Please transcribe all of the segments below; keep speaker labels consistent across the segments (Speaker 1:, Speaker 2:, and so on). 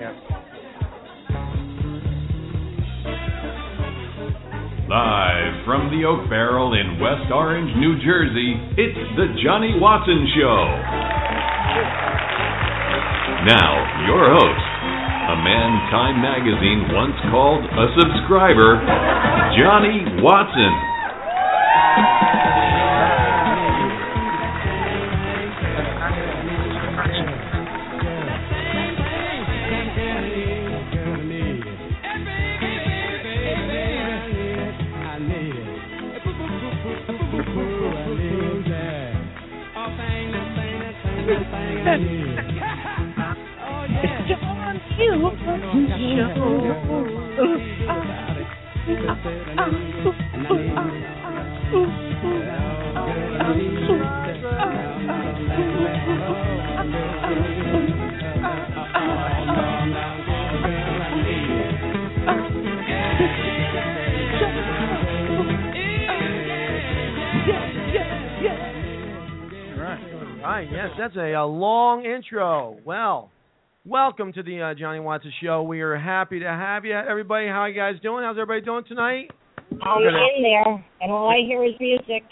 Speaker 1: Yeah.
Speaker 2: Live from the Oak Barrel in West Orange, New Jersey, it's The Johnny Watson Show. Now, your host, a man Time Magazine once called a subscriber, Johnny Watson.
Speaker 1: Right, yes, that's a, a long intro. Well, welcome to the uh, Johnny Watson Show. We are happy to have you, everybody. How you guys doing? How's everybody doing tonight?
Speaker 3: I'm in there, and all I hear is music.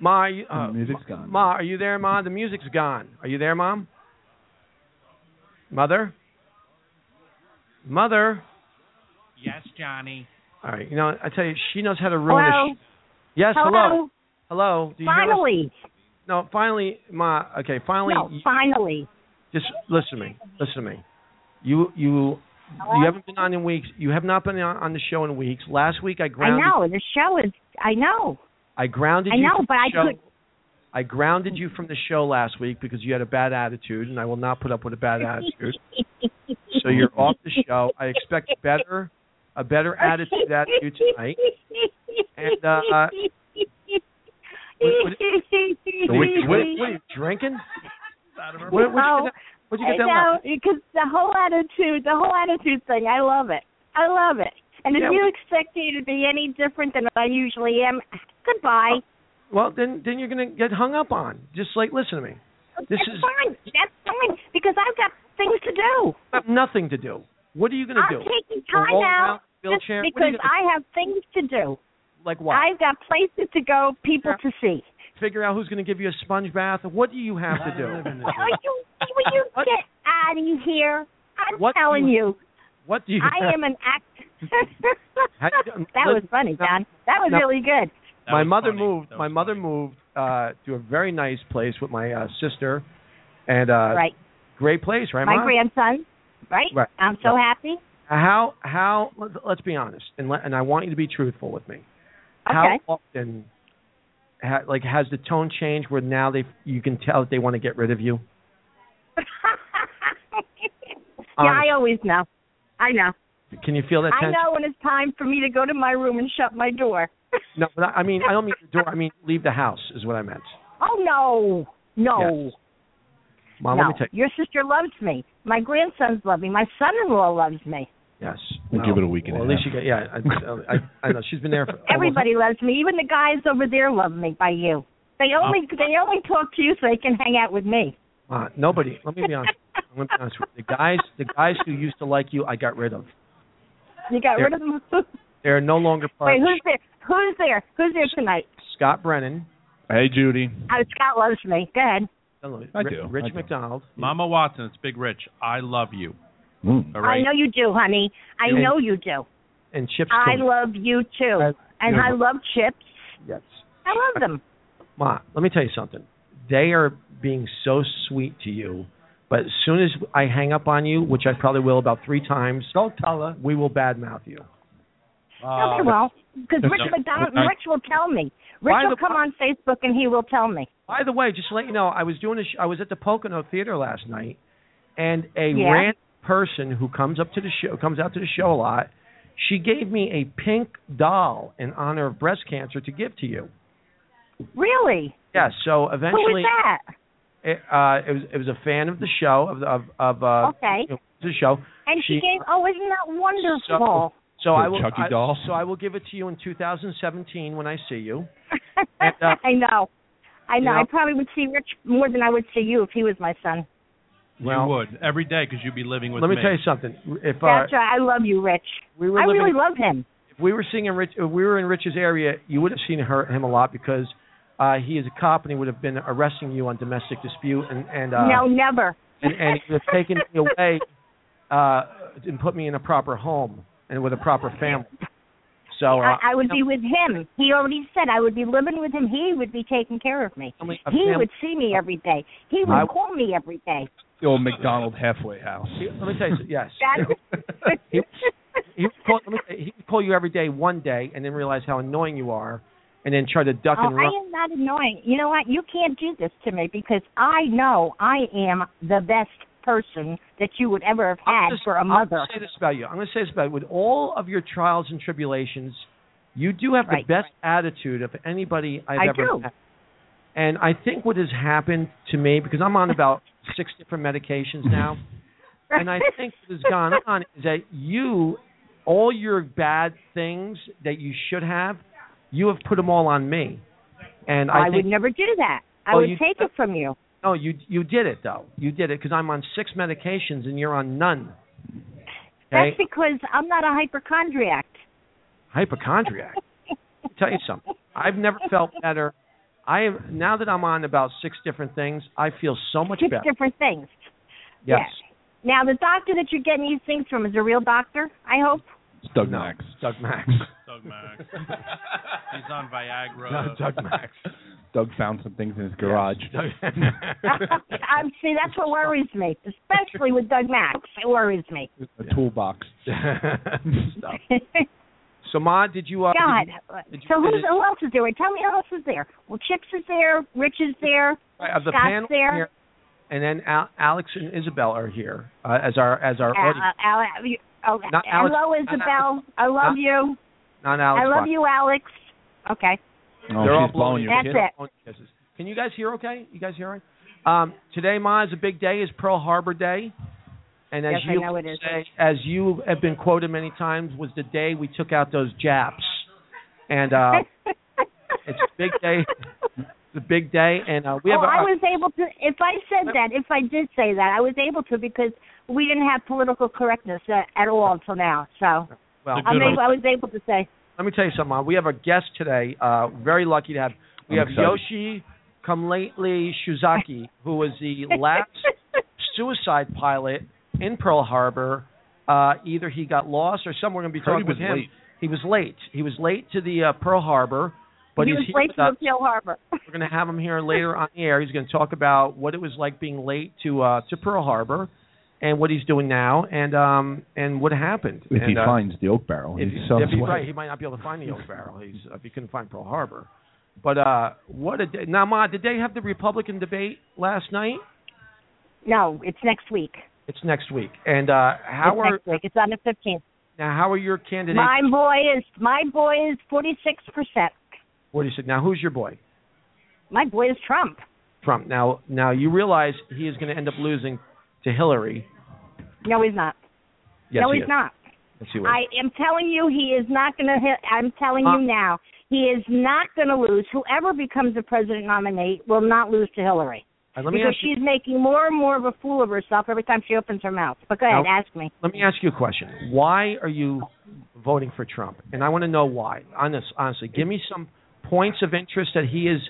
Speaker 1: Ma, you- uh,
Speaker 4: The music's gone.
Speaker 1: Ma, are you there, Ma? The music's gone. Are you there, Mom? Mother? Mother?
Speaker 5: Yes, Johnny.
Speaker 1: All right, you know, I tell you, she knows how to ruin a sh- Yes, hello.
Speaker 3: Hello.
Speaker 1: Hello. Do you hear us?
Speaker 3: Finally.
Speaker 1: No, finally, Ma, okay, finally,
Speaker 3: No,
Speaker 1: you-
Speaker 3: finally.
Speaker 1: just listen to me. Listen to me. You, you, you
Speaker 3: Hello?
Speaker 1: haven't been on in weeks. You have not been on, on the show in weeks. Last week I
Speaker 3: I
Speaker 1: grounded.
Speaker 3: know. The show is. I know.
Speaker 1: I grounded
Speaker 3: I
Speaker 1: you.
Speaker 3: know,
Speaker 1: from
Speaker 3: but
Speaker 1: the
Speaker 3: I
Speaker 1: show.
Speaker 3: could-
Speaker 1: I grounded you from the show last week because you had a bad attitude, and I will not put up with a bad attitude. so you're off the show. I expect better, a better attitude out of you tonight. And, uh, what- what- What, what, what are you drinking? What, what'd, you get that, what'd you get that
Speaker 3: Oh. I
Speaker 1: last
Speaker 3: know because the whole attitude, the whole attitude thing. I love it. I love it. And if
Speaker 1: Yeah,
Speaker 3: you
Speaker 1: well-
Speaker 3: expect me to be any different than I usually am, goodbye.
Speaker 1: Well, then then you're gonna get hung up on. Just like listen to me. This
Speaker 3: That's
Speaker 1: is
Speaker 3: fine. That's fine because I've got things to do.
Speaker 1: I have nothing to do. What are you gonna do?
Speaker 3: I'm taking
Speaker 1: Go
Speaker 3: time
Speaker 1: roll around
Speaker 3: out
Speaker 1: in a
Speaker 3: just
Speaker 1: wheelchair? What are you
Speaker 3: because
Speaker 1: gonna
Speaker 3: I have things to do.
Speaker 1: do? like what?
Speaker 3: I've got places to go, people to see.
Speaker 1: Figure out who's gonna give you a sponge bath. What do you have to do?
Speaker 3: Are you? Will you
Speaker 1: What-
Speaker 3: get out of here? I'm
Speaker 1: What do
Speaker 3: telling you,
Speaker 1: What do you?
Speaker 3: I
Speaker 1: have?
Speaker 3: am an act.
Speaker 1: How you doing?
Speaker 3: that was funny,
Speaker 1: No,
Speaker 3: John. That was
Speaker 1: no.
Speaker 3: really good.
Speaker 5: That
Speaker 1: my
Speaker 5: was
Speaker 1: mother
Speaker 5: funny.
Speaker 1: moved.
Speaker 5: That
Speaker 1: my
Speaker 5: was
Speaker 1: mother
Speaker 5: funny.
Speaker 1: moved uh to a very nice place with my uh sister, and uh
Speaker 3: right.
Speaker 1: great place, right?
Speaker 3: My
Speaker 1: Mom?
Speaker 3: grandson. Right.
Speaker 1: Right.
Speaker 3: I'm so
Speaker 1: Right.
Speaker 3: happy.
Speaker 1: how how? Let's be honest, and let, and I want you to be truthful with me. how
Speaker 3: Okay.
Speaker 1: often ha, like has the tone changed where now they you can tell that they want to get rid of you
Speaker 3: yeah,
Speaker 1: Honest.
Speaker 3: I always know. I know.
Speaker 1: can you feel that
Speaker 3: I
Speaker 1: tension
Speaker 3: know when it's time for me to go to my room and shut my door.
Speaker 1: no but I, I mean i don't mean the door i mean leave the house is what i meant
Speaker 3: Oh no, no.
Speaker 1: Yes. mom
Speaker 3: no,
Speaker 1: Uh, let me take
Speaker 3: your sister loves me. My grandsons love me. My son-in-law loves me.
Speaker 1: yes
Speaker 4: We'll
Speaker 1: Wow.
Speaker 4: give it a week and
Speaker 1: well,
Speaker 4: a
Speaker 1: at least
Speaker 4: half.
Speaker 1: you get yeah I, I, I know she's been there for almost-
Speaker 3: Everybody loves me. Even the guys over there love me by you. They
Speaker 1: Oh.
Speaker 3: only they only talk to you so they can hang out with me.
Speaker 1: uh, nobody let me be honest i'm going to be honest with you the guys the guys who used to like you i got rid of
Speaker 3: You got
Speaker 1: There-
Speaker 3: rid of them. Wait,
Speaker 1: they're no longer part of
Speaker 3: who's there? Who's there? Who's there tonight?
Speaker 1: scott brennan
Speaker 4: Hey, Judy.
Speaker 3: Oh, Scott loves me. Go ahead.
Speaker 4: I
Speaker 1: Ri-
Speaker 4: do,
Speaker 1: rich
Speaker 4: I do.
Speaker 1: mcdonald
Speaker 5: Mama Watson, it's Big Rich. I love you.
Speaker 4: Mm.
Speaker 6: Hmm.
Speaker 5: All right.
Speaker 3: I know you do, honey. I
Speaker 1: Yeah.
Speaker 3: know you do.
Speaker 1: and chips
Speaker 3: I
Speaker 1: Cooney.
Speaker 3: love you too,
Speaker 1: I-
Speaker 3: and
Speaker 1: yeah.
Speaker 3: I love chips.
Speaker 1: yes
Speaker 3: I love them.
Speaker 1: Ma, let me tell you something. They are being so sweet to you, but as soon as I hang up on you, which I probably will about three times, don't tell her. We will badmouth you. Uh,
Speaker 3: Okay, well, because
Speaker 4: no,
Speaker 3: Rich
Speaker 4: no,
Speaker 3: McDonald,
Speaker 4: I-
Speaker 3: Rich will tell me. Rich
Speaker 1: Why
Speaker 3: will
Speaker 1: the-
Speaker 3: come on Facebook and he will tell me.
Speaker 1: By the way, just to let you know, I was doing a sh- I was at the Pocono Theater last night, and a
Speaker 3: Yeah.
Speaker 1: random person who comes up to the show comes out to the show a lot. She gave me a pink doll in honor of breast cancer to give to you.
Speaker 3: Really?
Speaker 1: Yes. so
Speaker 3: Who
Speaker 1: eventually,
Speaker 3: was that?
Speaker 1: it, uh, it was it was a fan of the show of the- of of uh,
Speaker 3: Okay.
Speaker 1: you know, the show.
Speaker 3: And she,
Speaker 1: She-
Speaker 3: gave. Oh, isn't that wonderful?
Speaker 1: So, So
Speaker 5: Little
Speaker 1: I will.
Speaker 5: Chucky
Speaker 1: I-
Speaker 5: doll.
Speaker 1: So I will give it to you in 2017 when I see you. And, uh,
Speaker 3: I know. I know.
Speaker 1: you know-
Speaker 3: I probably would see Rich more than I would see you if he was my son.
Speaker 1: Well-
Speaker 5: you would every day because you'd be living with
Speaker 1: Let me
Speaker 5: me.
Speaker 1: tell you something. If uh,
Speaker 3: That's right. I love you, Rich.
Speaker 1: we were
Speaker 3: I
Speaker 1: living,
Speaker 3: really love him.
Speaker 1: if we were seeing in Rich, if we were in Rich's area, you would have seen her him a lot because uh, he is a cop and he would have been arresting you on domestic dispute and and uh,
Speaker 3: no, never.
Speaker 1: and, and he would have taken me away uh, and put me in a proper home and with a proper family. So uh,
Speaker 3: I, I would be with him. He already said I would be living with him. He would be taking care of me.
Speaker 1: Family- a
Speaker 3: He
Speaker 1: family-
Speaker 3: would see me every day. He would
Speaker 1: uh, I-
Speaker 3: call me every day.
Speaker 4: The old McDonald halfway house.
Speaker 1: He- let me tell you, something, yes.
Speaker 3: That's-
Speaker 1: he, he, would call, let me, he would call you every day, one day, and then realize how annoying you are, and then try to duck
Speaker 3: Oh,
Speaker 1: and
Speaker 3: I
Speaker 1: run.
Speaker 3: am not annoying. You know what? You can't do this to me because I know I am the best person that you would ever have
Speaker 1: I'm
Speaker 3: had
Speaker 1: just-
Speaker 3: for a
Speaker 1: I'm
Speaker 3: mother.
Speaker 1: gonna say this about you. I'm going to say this about you. With all of your trials and tribulations, you do have
Speaker 3: Right,
Speaker 1: the best attitude of anybody I've
Speaker 3: I
Speaker 1: ever
Speaker 3: do.
Speaker 1: met. And I think what has happened to me, because I'm on about six different medications now, and I think what has gone on is that you, all your bad things that you should have, you have put them all on me. And I,
Speaker 3: I,
Speaker 1: think
Speaker 3: would never do that. I
Speaker 1: Well,
Speaker 3: would
Speaker 1: you-
Speaker 3: take it from you.
Speaker 1: no, you you did it though. You did it because I'm on six medications and you're on none. Okay,
Speaker 3: That's because I'm not a hypochondriac.
Speaker 1: hypochondriac. tell you something. I've never felt better. I am now that I'm on about six different things. I feel so much
Speaker 3: Six
Speaker 1: better.
Speaker 3: different things.
Speaker 1: Yes.
Speaker 3: Now the doctor that you're getting these things from is a real doctor. I hope.
Speaker 4: It's Doug
Speaker 1: No,
Speaker 4: Max.
Speaker 1: Doug Max.
Speaker 5: Doug Max. He's on Viagra.
Speaker 1: No, Doug Max.
Speaker 4: Doug found some things in his garage.
Speaker 1: Doug-
Speaker 3: I'm see. That's what worries me, especially with Doug Max. It worries me.
Speaker 4: A toolbox.
Speaker 1: Stuff. So, Ma, did you? Uh, did
Speaker 3: God.
Speaker 1: you- did you
Speaker 3: So who's,
Speaker 1: finish-
Speaker 3: who else is there? Tell me who else is there. Well, Chips is there. Rich is there.
Speaker 1: Right, of uh, the
Speaker 3: Scott's
Speaker 1: panel
Speaker 3: there.
Speaker 1: here, and then Al- Alex and Isabel are here uh, as our as our
Speaker 3: Al-
Speaker 1: audience.
Speaker 3: uh, Al- you- oh,
Speaker 1: Not Alex-
Speaker 3: hello,
Speaker 1: not
Speaker 3: Isabel. I love
Speaker 1: Not
Speaker 3: you.
Speaker 1: Not Alex.
Speaker 3: uh, I love
Speaker 1: Fox.
Speaker 3: you, Alex. Okay.
Speaker 4: Oh,
Speaker 1: They're all
Speaker 4: she's blowing your
Speaker 3: That's
Speaker 4: kid.
Speaker 3: it.
Speaker 1: Phone kisses. Can you guys hear? Okay, you guys hear? all right? Um, today, Ma, is a big day. Is Pearl Harbor Day, and as
Speaker 3: Yes, I
Speaker 1: you
Speaker 3: know it is.
Speaker 1: say, as you have been quoted many times, was the day we took out those Japs, and uh, it's a big day. the big day, and uh, we have
Speaker 3: oh,
Speaker 1: a,
Speaker 3: I was able to. If I said that, if I did say that, I was able to because we didn't have political correctness at, at all until now. So
Speaker 1: well.
Speaker 5: The
Speaker 3: I'm
Speaker 5: Good
Speaker 3: able, I was able to say.
Speaker 1: Let me tell you something. Ma. We have a guest today. Uh, very lucky to have. We
Speaker 4: I'm
Speaker 1: have
Speaker 4: excited.
Speaker 1: Yoshi Kamlately Shuzaki, who was the last suicide pilot in Pearl Harbor. Uh, either he got lost or someone going to be
Speaker 4: Heard he
Speaker 1: talking
Speaker 4: was
Speaker 1: with him.
Speaker 4: late.
Speaker 1: He was late. He was late to the uh, Pearl Harbor, but
Speaker 3: he
Speaker 1: he's
Speaker 3: was
Speaker 1: here
Speaker 3: late
Speaker 1: with
Speaker 3: to
Speaker 1: us.
Speaker 3: the Pearl Harbor.
Speaker 1: We're going to have him here later on the air. He's going to talk about what it was like being late to uh, to Pearl Harbor, and what he's doing now, and um and what happened.
Speaker 4: If
Speaker 1: and,
Speaker 4: he
Speaker 1: uh,
Speaker 4: finds the oak barrel,
Speaker 1: if,
Speaker 4: he's
Speaker 1: he-
Speaker 4: so
Speaker 1: if he's
Speaker 4: sweaty.
Speaker 1: right, he might not be able to find the old barrel. He's if he couldn't find Pearl Harbor. But uh, what a day. now, Ma, did they have the Republican debate last night?
Speaker 3: No, it's next week.
Speaker 1: It's next week, and uh, how
Speaker 3: it's
Speaker 1: are
Speaker 3: next week. It's on the 15th.
Speaker 1: now how are your candidates?
Speaker 3: My boy is my boy is 46 percent.
Speaker 1: What he said. Now, who's your boy?
Speaker 3: My boy is Trump.
Speaker 1: Trump. Now, now you realize he is going to end up losing to Hillary.
Speaker 3: No, he's not.
Speaker 1: Yes,
Speaker 3: no,
Speaker 1: he
Speaker 3: he's
Speaker 1: is.
Speaker 3: not.
Speaker 1: Yes, he will.
Speaker 3: I am telling you, he is not going to. I'm telling
Speaker 1: Uh,
Speaker 3: you now, he is not going to lose. Whoever becomes the president nominee will not lose to Hillary
Speaker 1: Uh, let me
Speaker 3: because
Speaker 1: ask you.
Speaker 3: she's making more and more of a fool of herself every time she opens her mouth. But go ahead,
Speaker 1: Now-
Speaker 3: ask me.
Speaker 1: Let me ask you a question. Why are you voting for Trump? And I want to know why. Honest, honestly, give me some points of interest that he is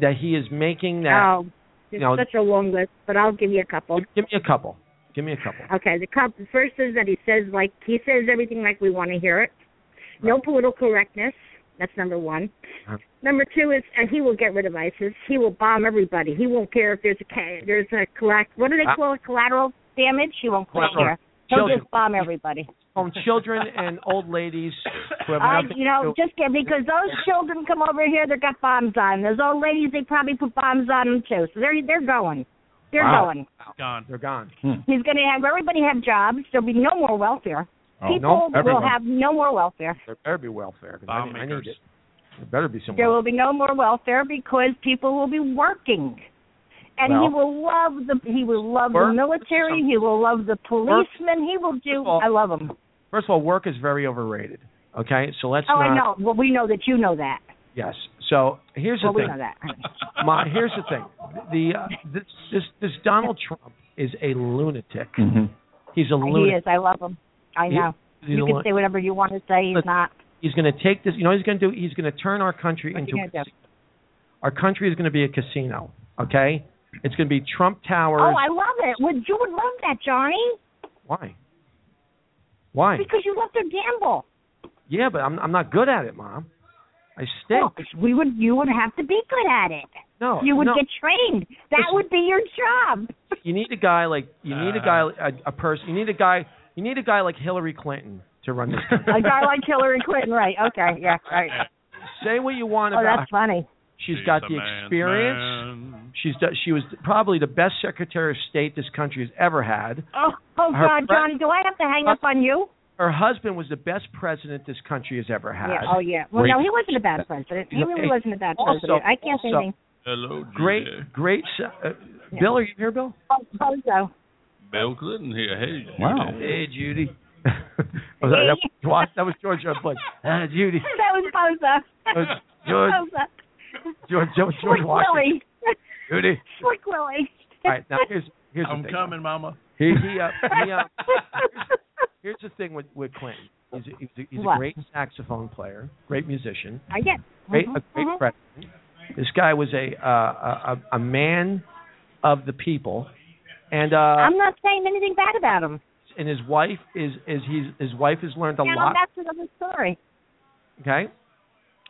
Speaker 1: that he is making that
Speaker 7: Oh,
Speaker 1: you
Speaker 7: it's
Speaker 1: know-
Speaker 7: such a long list, but I'll give you a couple.
Speaker 1: Give, give me a couple. Give me a couple.
Speaker 7: Okay, the couple. The first is that he says like he says everything like we want to hear it. No political correctness. That's number one.
Speaker 1: Uh-huh.
Speaker 7: Number two is uh, he will get rid of ISIS. He will bomb everybody. He won't care if there's a ca- there's a collect. What do they
Speaker 1: Uh,
Speaker 7: call it?
Speaker 3: Collateral damage, he won't quit
Speaker 1: Collateral
Speaker 3: here. He'll
Speaker 1: children.
Speaker 3: just bomb everybody.
Speaker 1: From children and old ladies who have
Speaker 3: I,
Speaker 7: Uh,
Speaker 1: nothing
Speaker 3: you know,
Speaker 1: to do.
Speaker 3: just get, because those children come over here, they got bombs on. Those old ladies, they probably put bombs on them too. So they're they're going. They're
Speaker 1: Wow.
Speaker 3: going.
Speaker 5: Gone.
Speaker 1: They're gone.
Speaker 3: He's going to have everybody have jobs. There'll be no more welfare.
Speaker 4: Oh,
Speaker 3: People
Speaker 4: everyone.
Speaker 3: will have no more welfare.
Speaker 1: There better be welfare. 'cause I,
Speaker 5: Bomb
Speaker 1: need- I need
Speaker 5: makers.
Speaker 1: it. There better be some.
Speaker 3: There
Speaker 1: welfare.
Speaker 3: will be no more welfare because people will be working. And
Speaker 1: Well-
Speaker 3: he will love the he will love
Speaker 1: Work-
Speaker 3: the military, he will love the policemen, he will do
Speaker 1: First of all-
Speaker 3: I love him.
Speaker 1: First of all, work is very overrated. Okay, so let's
Speaker 3: Oh,
Speaker 1: not.
Speaker 3: I know. Well, we know that you know that.
Speaker 1: Yes. So here's the
Speaker 3: Well, we
Speaker 1: thing.
Speaker 3: know that.
Speaker 1: My here's the thing. The uh, this this this Donald Trump is a lunatic.
Speaker 4: Mhm.
Speaker 1: He's a
Speaker 3: He
Speaker 1: lunatic.
Speaker 3: is. I love him. I
Speaker 1: He-
Speaker 3: know.
Speaker 1: He's,
Speaker 3: You can say whatever you want to say. He's
Speaker 1: Look,
Speaker 3: not.
Speaker 1: going to take this. You know what he's going to do. He's going to turn our country
Speaker 3: What
Speaker 1: into.
Speaker 3: you
Speaker 1: a
Speaker 3: gonna do?
Speaker 1: casino. Our country is going to be a casino. Okay. It's going to be Trump Towers.
Speaker 3: Oh, I love it. Would you would love that, Johnny?
Speaker 1: Why? Why?
Speaker 3: Because you love to gamble.
Speaker 1: Yeah, but I'm I'm not good at it, mom. I stink.
Speaker 3: Look, we would. You would have to be good at it.
Speaker 1: no.
Speaker 3: Oh, You would
Speaker 1: Oh, no.
Speaker 3: get trained. That
Speaker 1: Listen.
Speaker 3: would be your job.
Speaker 1: you need a guy like you need a guy a, a person you need a guy you need a guy like Hillary Clinton to run this country.
Speaker 3: A guy like Hillary Clinton, right? Okay, yeah, right.
Speaker 1: Say what you want
Speaker 3: Oh,
Speaker 1: about
Speaker 3: that's funny.
Speaker 1: she's got the experience. She's do, she was probably the best Secretary of State this country has ever had.
Speaker 3: Oh, oh
Speaker 1: Her
Speaker 3: God,
Speaker 1: friend-
Speaker 3: Johnny, do I have to hang up on you?
Speaker 1: Her husband was the best president this country has ever had.
Speaker 3: Yeah. Oh, yeah. Well,
Speaker 4: Great.
Speaker 3: no, he wasn't a bad president. He
Speaker 1: No,
Speaker 3: really
Speaker 1: hey,
Speaker 3: wasn't a bad
Speaker 1: also-
Speaker 3: president. I can't say
Speaker 1: also-
Speaker 3: anything.
Speaker 5: Hello, Judy.
Speaker 1: Great, great. se- Uh, Bill, are you here, Bill?
Speaker 3: Oh, Bozo.
Speaker 5: Bill Clinton here. Hey, Judy.
Speaker 4: Wow.
Speaker 1: Hey, Judy. Oh, that, that was, that was George W. Bush. Uh, Judy.
Speaker 3: That was Bozo.
Speaker 1: That was George,
Speaker 3: Bozo.
Speaker 1: George, George, George
Speaker 3: Slick
Speaker 1: Washington.
Speaker 3: Willie.
Speaker 1: Judy.
Speaker 3: Slick Willie.
Speaker 1: All right, now here's here's
Speaker 5: I'm
Speaker 1: the thing.
Speaker 5: coming, Mama.
Speaker 1: He, he, uh, he, uh, here's the thing with with Clinton. He's a, he's a, he's a
Speaker 3: What?
Speaker 1: great saxophone player, great musician,
Speaker 3: I get.
Speaker 1: great
Speaker 3: Mhm,
Speaker 1: a great
Speaker 3: mhm.
Speaker 1: president. This guy was a uh, a a a man of the people, and uh,
Speaker 3: I'm not saying anything bad about him.
Speaker 1: and his wife is is he's his wife has learned a
Speaker 3: Yeah,
Speaker 1: lot.
Speaker 3: that's another story.
Speaker 1: Okay,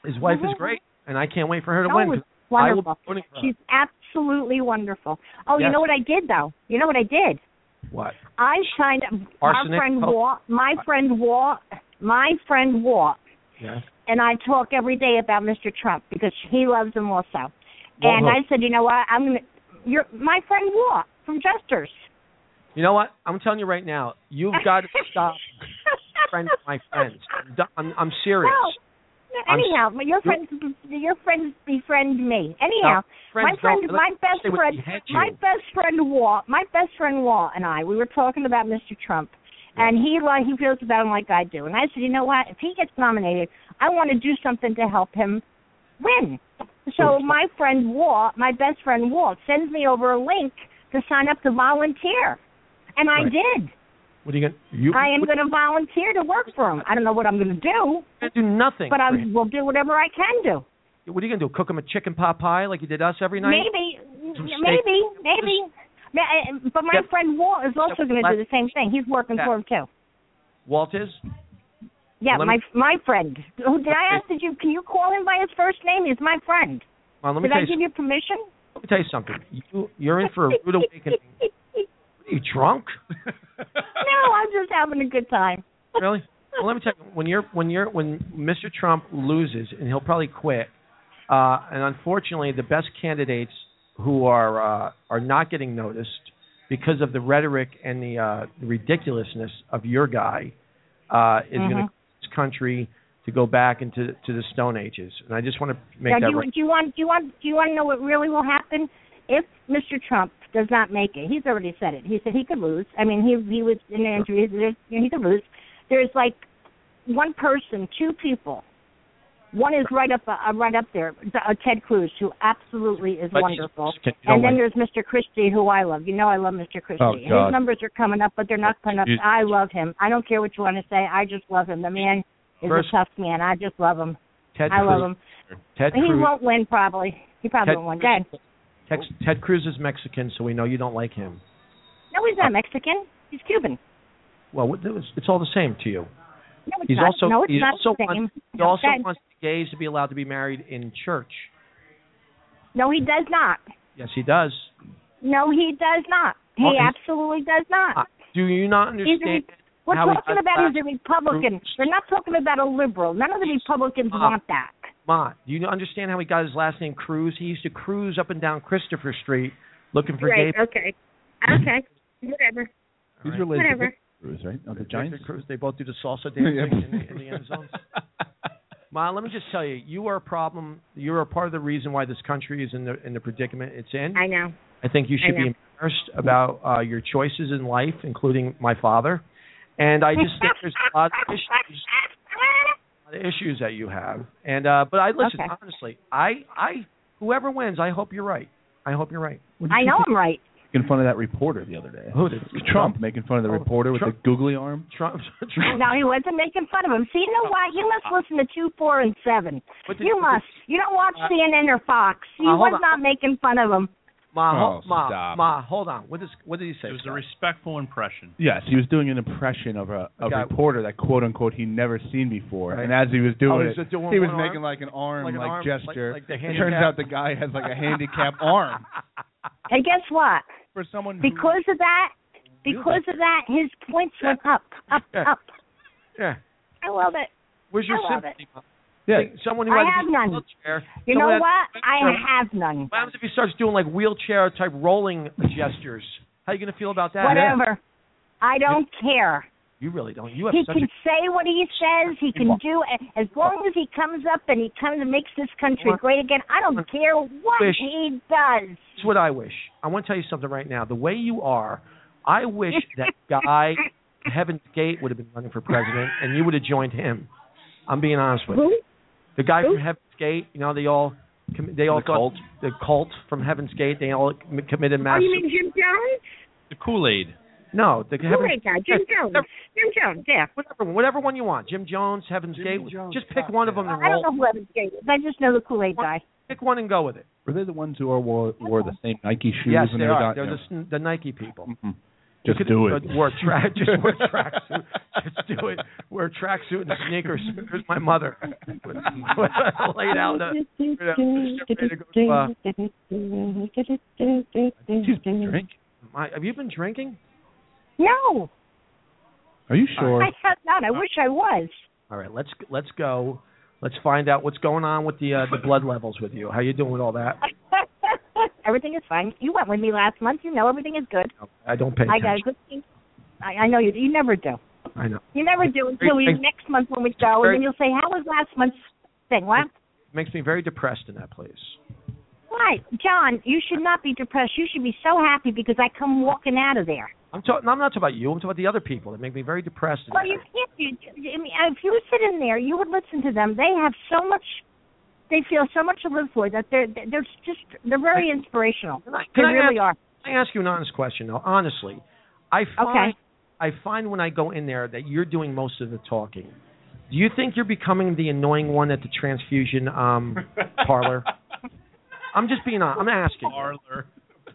Speaker 1: his wife is
Speaker 3: Mhm.
Speaker 1: great, and I can't wait for her to
Speaker 3: That
Speaker 1: win.
Speaker 3: was
Speaker 1: 'cause I will be
Speaker 3: wonderful.
Speaker 1: voting for her.
Speaker 3: She's absolutely wonderful. Oh,
Speaker 1: Yes.
Speaker 3: you know what I did though? You know what I did?
Speaker 1: What?
Speaker 3: I signed up
Speaker 1: Arsenic?
Speaker 3: our friend
Speaker 1: Oh.
Speaker 3: Walt, my friend Walt, my friend Walt,
Speaker 1: Yeah.
Speaker 3: and I talk every day about Mr. Trump because he loves him also.
Speaker 1: Walt
Speaker 3: and
Speaker 1: who?
Speaker 3: I said, you know what? I'm gonna. You're my friend Walt from Jesters.
Speaker 1: You know what? I'm telling you right now, you've got to stop friends my friends. I'm, do- I'm, I'm serious.
Speaker 3: No,
Speaker 1: I'm-
Speaker 3: anyhow, my- your friends, your friends befriend me. Anyhow, my
Speaker 1: friends
Speaker 3: friend,
Speaker 1: don't-
Speaker 3: my best
Speaker 1: they would
Speaker 3: friend,
Speaker 1: behead you.
Speaker 3: my best friend Walt, my best friend Walt and I, we were talking about Mr. Trump, and he like he feels about him like I do, and I said, you know what? If he gets nominated, I want to do something to help him win. So my friend Walt, my best friend Walt, sends me over a link to sign up to volunteer, and I
Speaker 1: Right.
Speaker 3: did.
Speaker 1: What are you going to you
Speaker 3: I am going to volunteer to work for him. I don't know what I'm going to do,
Speaker 1: gonna do nothing.
Speaker 3: but I
Speaker 1: for him.
Speaker 3: will do whatever I can do.
Speaker 1: What are you gonna do? Cook him a chicken pot pie like you did us every night?
Speaker 3: Maybe,
Speaker 1: Some steak.
Speaker 3: maybe, maybe. Ma- uh, But my
Speaker 1: Yep.
Speaker 3: friend Walt is also
Speaker 1: Yep.
Speaker 3: going to do the same thing. He's working
Speaker 1: Yeah.
Speaker 3: for him too.
Speaker 1: Walt is.
Speaker 3: Yeah,
Speaker 1: Let
Speaker 3: my
Speaker 1: me-
Speaker 3: my friend. Who did I ask? Did you? Can you call him by his first name? He's my friend.
Speaker 1: Well, let me
Speaker 3: Did
Speaker 1: tell
Speaker 3: I
Speaker 1: you.
Speaker 3: give you permission?
Speaker 1: Let me tell you something. You you're in for a rude awakening. What Are you drunk?
Speaker 3: no, I'm just having a good time.
Speaker 1: Really? Well, let me tell you. When you're when you're when Mr. Trump loses, and he'll probably quit. Uh, and unfortunately, the best candidates who are uh, are not getting noticed because of the rhetoric and the uh, ridiculousness of your guy uh, is going to
Speaker 3: Mhm.
Speaker 1: cause this country to go back into to the Stone Ages. And I just want to make
Speaker 3: Now,
Speaker 1: that
Speaker 3: do you,
Speaker 1: right.
Speaker 3: do you want? Do you want? Do you want to know what really will happen if Mr. Trump does not make it? He's already said it. He said he could lose. I mean, he he was in an interview. He said he could lose. There's like one person, two people. One is right up, uh, right up there. Uh, Ted Cruz, who absolutely is
Speaker 1: But he's-
Speaker 3: wonderful.
Speaker 1: can- you
Speaker 3: And
Speaker 1: know
Speaker 3: then
Speaker 1: what?
Speaker 3: there's Mr. Christie, who I love. You know I love Mr. Christie.
Speaker 4: Oh, God.
Speaker 3: His numbers are coming up, but they're not coming up.
Speaker 4: You-
Speaker 3: I love him. I don't care what you want to say. I just love him. The man is
Speaker 1: First-
Speaker 3: a tough man. I just love him.
Speaker 1: Ted
Speaker 3: I love
Speaker 1: Cruz-
Speaker 3: him.
Speaker 1: Ted
Speaker 3: He
Speaker 1: Cruz.
Speaker 3: won't win, probably. He probably
Speaker 1: Ted-
Speaker 3: won't win. Dad.
Speaker 1: Tex, Ted Cruz is Mexican, so we know you don't like him.
Speaker 3: No, he's not Mexican. He's Cuban.
Speaker 1: Well, what- it's all the same to you.
Speaker 3: No, it's
Speaker 1: He's
Speaker 3: not.
Speaker 1: also
Speaker 3: no, it's
Speaker 1: he's
Speaker 3: not
Speaker 1: also
Speaker 3: the same.
Speaker 1: wants, he
Speaker 3: No,
Speaker 1: also
Speaker 3: Dad.
Speaker 1: wants gays to be allowed to be married in church.
Speaker 3: no, he does not.
Speaker 1: Yes, he does.
Speaker 3: No, he does not. He
Speaker 1: Oh, he's-
Speaker 3: absolutely does
Speaker 1: Uh,
Speaker 3: not.
Speaker 1: do you not
Speaker 3: He's a re-
Speaker 1: understand?
Speaker 3: We're
Speaker 1: how he
Speaker 3: talking
Speaker 1: does
Speaker 3: about he's
Speaker 1: that.
Speaker 3: a Republican.
Speaker 1: Bruce.
Speaker 3: We're not talking about a liberal. None of the Republicans
Speaker 1: Uh,
Speaker 3: want that.
Speaker 1: Ma, do you understand how he got his last name Cruz? He used to cruise up and down Christopher Street looking for
Speaker 7: Right.
Speaker 1: gay.
Speaker 7: Okay. Okay. Whatever.
Speaker 4: He's
Speaker 1: All right.
Speaker 4: related
Speaker 7: Whatever.
Speaker 4: to Cruz, right? Oh, the
Speaker 1: Victor
Speaker 4: Giants.
Speaker 1: Cruz. They both do the salsa dancing
Speaker 4: Yeah.
Speaker 1: in, the, in the end zone. Ma, let me just tell you, you are a problem. You are part of the reason why this country is in the in the predicament it's in.
Speaker 7: I know.
Speaker 1: I think you
Speaker 7: I
Speaker 1: should be
Speaker 7: know.
Speaker 1: embarrassed about uh, your choices in life, including my father. And I just think there's a lot of issues lot of issues that you have. And uh but I listen
Speaker 3: Okay.
Speaker 1: honestly. I I whoever wins, I hope you're right. I hope you're right.
Speaker 4: What did
Speaker 3: I
Speaker 4: you
Speaker 3: know
Speaker 4: think
Speaker 3: I'm right.
Speaker 4: Making fun of that reporter the other day.
Speaker 1: Who, the-
Speaker 4: Trump making fun of the
Speaker 1: Oh,
Speaker 4: reporter with
Speaker 1: Trump.
Speaker 4: the googly arm.
Speaker 1: Trump. Trump.
Speaker 3: No, he wasn't making fun of him. So you know what? You must listen to two, four, and seven.
Speaker 1: What did-
Speaker 3: You must. You don't watch
Speaker 1: Uh,
Speaker 3: CNN or Fox. He
Speaker 1: uh, hold
Speaker 3: was
Speaker 1: on.
Speaker 3: not making fun of him.
Speaker 1: Ma, ho-
Speaker 4: Oh,
Speaker 1: ma,
Speaker 4: stop.
Speaker 1: ma, hold on. What is what did he say?
Speaker 5: It was a
Speaker 1: Scott?
Speaker 5: respectful impression.
Speaker 4: Yes, he was doing an impression of a, a
Speaker 1: Okay.
Speaker 4: reporter that quote unquote he never seen before,
Speaker 1: Right.
Speaker 4: and as he was doing
Speaker 1: Oh, he
Speaker 4: it,
Speaker 1: was doing
Speaker 4: he was
Speaker 1: one
Speaker 4: making
Speaker 1: arm?
Speaker 4: like an arm
Speaker 1: Like an arm,
Speaker 4: gesture.
Speaker 1: like- like the
Speaker 4: it turns
Speaker 1: handicap-
Speaker 4: out the guy has like a handicap arm
Speaker 3: And guess what?
Speaker 7: Mm-hmm.
Speaker 4: for someone who-
Speaker 3: Because of that, because of that, his points went up, up, up.
Speaker 1: yeah.
Speaker 3: I love it.
Speaker 1: Where's your
Speaker 3: I love
Speaker 1: sympathy? Ma?
Speaker 4: yeah,
Speaker 1: Think Someone who
Speaker 3: I
Speaker 1: had to
Speaker 3: have
Speaker 1: be in a
Speaker 3: none.
Speaker 1: wheelchair.
Speaker 3: You
Speaker 1: someone
Speaker 3: know
Speaker 1: had-
Speaker 3: what? I
Speaker 1: wheelchair.
Speaker 3: have none.
Speaker 1: What happens if he starts doing like wheelchair type rolling gestures? How you gonna feel about that?
Speaker 3: Whatever. I don't care.
Speaker 1: You really don't. You have
Speaker 3: He
Speaker 1: such
Speaker 3: can
Speaker 1: a
Speaker 3: say what he says. He can do as long as he comes up and he comes and makes this country great again. I don't care what
Speaker 1: Wish.
Speaker 3: he does.
Speaker 1: That's what I wish. I want to tell you something right now. The way you are, I wish that guy at Heaven's Gate would have been running for president, and you would have joined him. I'm being honest with you.
Speaker 7: Who?
Speaker 1: The guy
Speaker 7: Who?
Speaker 1: from Heaven's Gate, you know, they all, com- they all
Speaker 2: The
Speaker 1: got-
Speaker 2: cult?
Speaker 1: the cult from Heaven's Gate. They all com- committed
Speaker 7: Oh,
Speaker 1: mass.
Speaker 7: you mean Jim Jones?
Speaker 5: The Kool Aid.
Speaker 1: no, the
Speaker 7: Oh my
Speaker 1: Heaven's
Speaker 7: God, Jim Jones. Jim Jones. Yeah.
Speaker 1: whatever, whatever one you want. Jim Jones, Heaven's Gate. just pick one of them and
Speaker 3: I don't
Speaker 1: roll.
Speaker 3: know who Evan Gate is. I just know the Kool Aid guy.
Speaker 1: Pick one and go with it.
Speaker 4: were they the ones who all wore, wore the same Nike shoes?
Speaker 1: yes,
Speaker 4: when
Speaker 1: they
Speaker 4: they were
Speaker 1: are.
Speaker 4: down
Speaker 1: They're
Speaker 4: there?
Speaker 1: the, sn- the Nike people.
Speaker 4: Mhm. Just
Speaker 1: could-
Speaker 4: do
Speaker 1: uh,
Speaker 4: it.
Speaker 1: Wear track, just wear tracksuit. Just do it. Wear tracksuit and sneakers. Here's my mother. Laid out. The, you know, just ready to go to, uh,
Speaker 4: Excuse me, drink.
Speaker 1: my, have you been drinking?
Speaker 3: No,
Speaker 4: Are you sure?
Speaker 3: I have not. I wish I was.
Speaker 1: All right, let's let's go. Let's find out what's going on with the uh, the blood levels with you. How you doing with all that?
Speaker 3: everything is fine. You went with me last month. You know everything is good.
Speaker 1: I don't pay
Speaker 3: I got a
Speaker 1: attention.
Speaker 3: good thing. I, I know you. You never do.
Speaker 1: I know.
Speaker 3: You never do until we
Speaker 1: Thank-
Speaker 3: next month when we go, and then you'll say, "How was last month's thing?" What?
Speaker 1: makes me very depressed in that place.
Speaker 3: Why, John? You should not be depressed. You should be so happy because I come walking out of there.
Speaker 1: I'm talking. I'm not talking about you. I'm talking about the other people that make me very depressed. in
Speaker 3: Well,
Speaker 1: that
Speaker 3: you
Speaker 1: place.
Speaker 3: can't. You, I mean, if you sit in there, you would listen to them. They have so much. They feel so much to live for that they're they're just they're very inspirational.
Speaker 1: Can I-
Speaker 3: They
Speaker 1: can I
Speaker 3: really are.
Speaker 1: Can I ask you an honest question though? Honestly, I find I find when I go in there that you're doing most of the talking. Do you think you're becoming the annoying one at the transfusion um parlor? I'm just being honest. I'm asking.
Speaker 5: Parlor.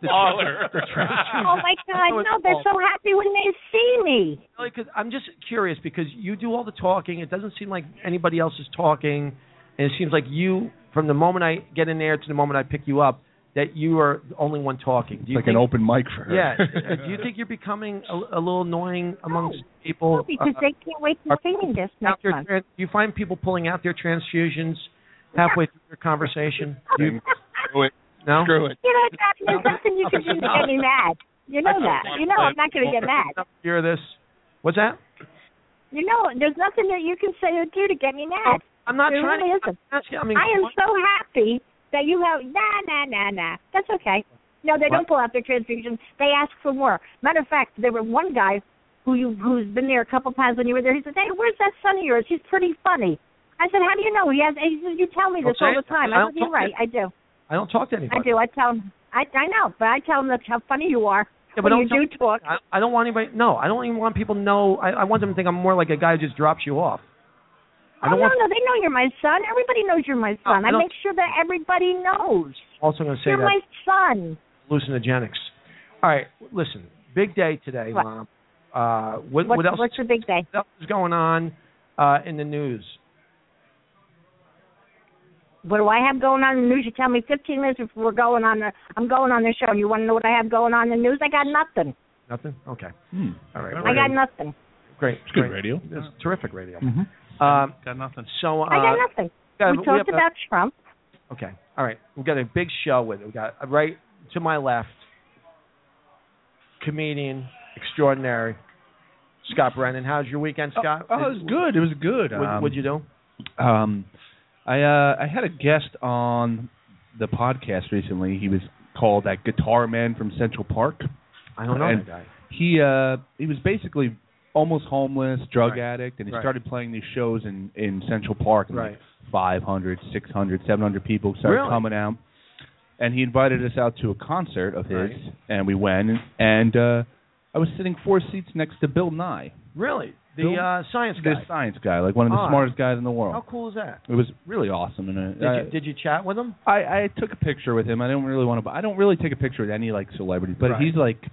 Speaker 1: The-
Speaker 5: Parlor.
Speaker 1: the transfusion-
Speaker 3: Oh my
Speaker 1: know
Speaker 3: God!
Speaker 1: it's
Speaker 3: No, they're
Speaker 1: all-
Speaker 3: so happy when they see me.
Speaker 1: Really, 'cause I'm just curious because you do all the talking. It doesn't seem like anybody else is talking, and it seems like you, from the moment I get in there to the moment I pick you up, that you are the only one talking. Do
Speaker 4: It's
Speaker 1: you
Speaker 4: like
Speaker 1: think,
Speaker 4: an open mic for her.
Speaker 1: Yeah. uh, do you think you're becoming a, a little annoying amongst people?
Speaker 3: No, because
Speaker 1: uh,
Speaker 3: they can't wait to
Speaker 1: are
Speaker 3: see me this next
Speaker 1: out their
Speaker 3: month.
Speaker 1: tran- do you find people pulling out their transfusions halfway through their conversation? Do you,
Speaker 4: Screw it.
Speaker 1: no.
Speaker 4: Screw it.
Speaker 3: You know, John, there's nothing you can do to get me mad. You know that. You know I'm not going to get mad.
Speaker 1: Hear this? What's that?
Speaker 3: You know, there's nothing that you can say or do to get me mad.
Speaker 1: I'm not
Speaker 3: There
Speaker 1: trying
Speaker 3: really
Speaker 1: to.
Speaker 3: isn't.
Speaker 1: I'm asking- I mean,
Speaker 3: I am so happy that you have nah nah nah nah. That's okay. No, they don't pull out their transfusion. They ask for more. Matter of fact, there were one guy who you who's been there a couple times when you were there. He said, "Hey, where's that son of yours? He's pretty funny." I said, "How do you know?" He has. He says, "You tell me this
Speaker 1: Okay.
Speaker 3: all the time."
Speaker 1: I
Speaker 3: I
Speaker 1: don't
Speaker 3: said, "You're
Speaker 1: talk
Speaker 3: right. I do.
Speaker 1: I don't talk to anybody.
Speaker 3: I do. I tell him. I I know, but I tell him that's how funny you are
Speaker 1: Yeah, but
Speaker 3: when
Speaker 1: don't
Speaker 3: you
Speaker 1: tell-
Speaker 3: do talk."
Speaker 1: I, I don't want anybody. No, I don't even want people to know. I, I want them to think I'm more like a guy who just drops you off. I
Speaker 3: Oh
Speaker 1: don't
Speaker 3: no,
Speaker 1: want. Oh,
Speaker 3: no, they know you're my son. Everybody knows you're my son.
Speaker 1: I
Speaker 3: I
Speaker 1: don't-
Speaker 3: make sure that everybody knows
Speaker 1: I'm also going to say
Speaker 3: you're
Speaker 1: that
Speaker 3: my son.
Speaker 1: hallucinogenics. All right, listen. Big day today,
Speaker 3: What?
Speaker 1: mom. Uh, what,
Speaker 3: What's,
Speaker 1: what else?
Speaker 3: what's your big day?
Speaker 1: What else is going on uh, in the news?
Speaker 3: what do I have going on in the news? You tell me 15 minutes before we're going on the, I'm going on the show. You want to know what I have going on in the news? I got nothing.
Speaker 1: Nothing. Okay.
Speaker 4: Hmm.
Speaker 1: All right.
Speaker 3: I got nothing.
Speaker 1: great.
Speaker 4: It's good
Speaker 1: Great.
Speaker 4: radio.
Speaker 1: It's terrific radio.
Speaker 4: Mhm.
Speaker 1: Um,
Speaker 5: Got nothing.
Speaker 1: so uh,
Speaker 3: I got nothing.
Speaker 1: yeah,
Speaker 3: we
Speaker 1: but
Speaker 3: talked
Speaker 1: have a-
Speaker 3: about Trump.
Speaker 1: okay. All right. We've got a big show with it. We got uh, right to my left, comedian extraordinary Scott Brennan. How's your weekend, Scott?
Speaker 4: Oh, it was good. It was good.
Speaker 1: What,
Speaker 4: um,
Speaker 1: what'd you do?
Speaker 4: Um, I uh, I had a guest on the podcast recently. He was called that guitar man from Central Park.
Speaker 1: I don't know
Speaker 4: and-
Speaker 1: that guy.
Speaker 4: He uh, he was basically almost homeless, drug
Speaker 1: Right.
Speaker 4: addict, and he
Speaker 1: Right.
Speaker 4: started playing these shows in in Central Park. And
Speaker 1: Right.
Speaker 4: Like 500, 600, 700 people started
Speaker 1: Really?
Speaker 4: coming out. And he invited us out to a concert of his,
Speaker 1: Right.
Speaker 4: and we went. And uh, I was sitting four seats next to Bill Nye,
Speaker 1: Really? The
Speaker 4: Bill-
Speaker 1: uh, science
Speaker 4: the
Speaker 1: guy.
Speaker 4: science guy, like one of the
Speaker 1: Ah.
Speaker 4: smartest guys in the world.
Speaker 1: How cool is that?
Speaker 4: It was really awesome. And
Speaker 1: Did
Speaker 4: uh,
Speaker 1: you did you chat with him?
Speaker 4: I, I took a picture with him. I don't really want to. I don't really take a picture with any like celebrities, but
Speaker 1: Right.
Speaker 4: he's like,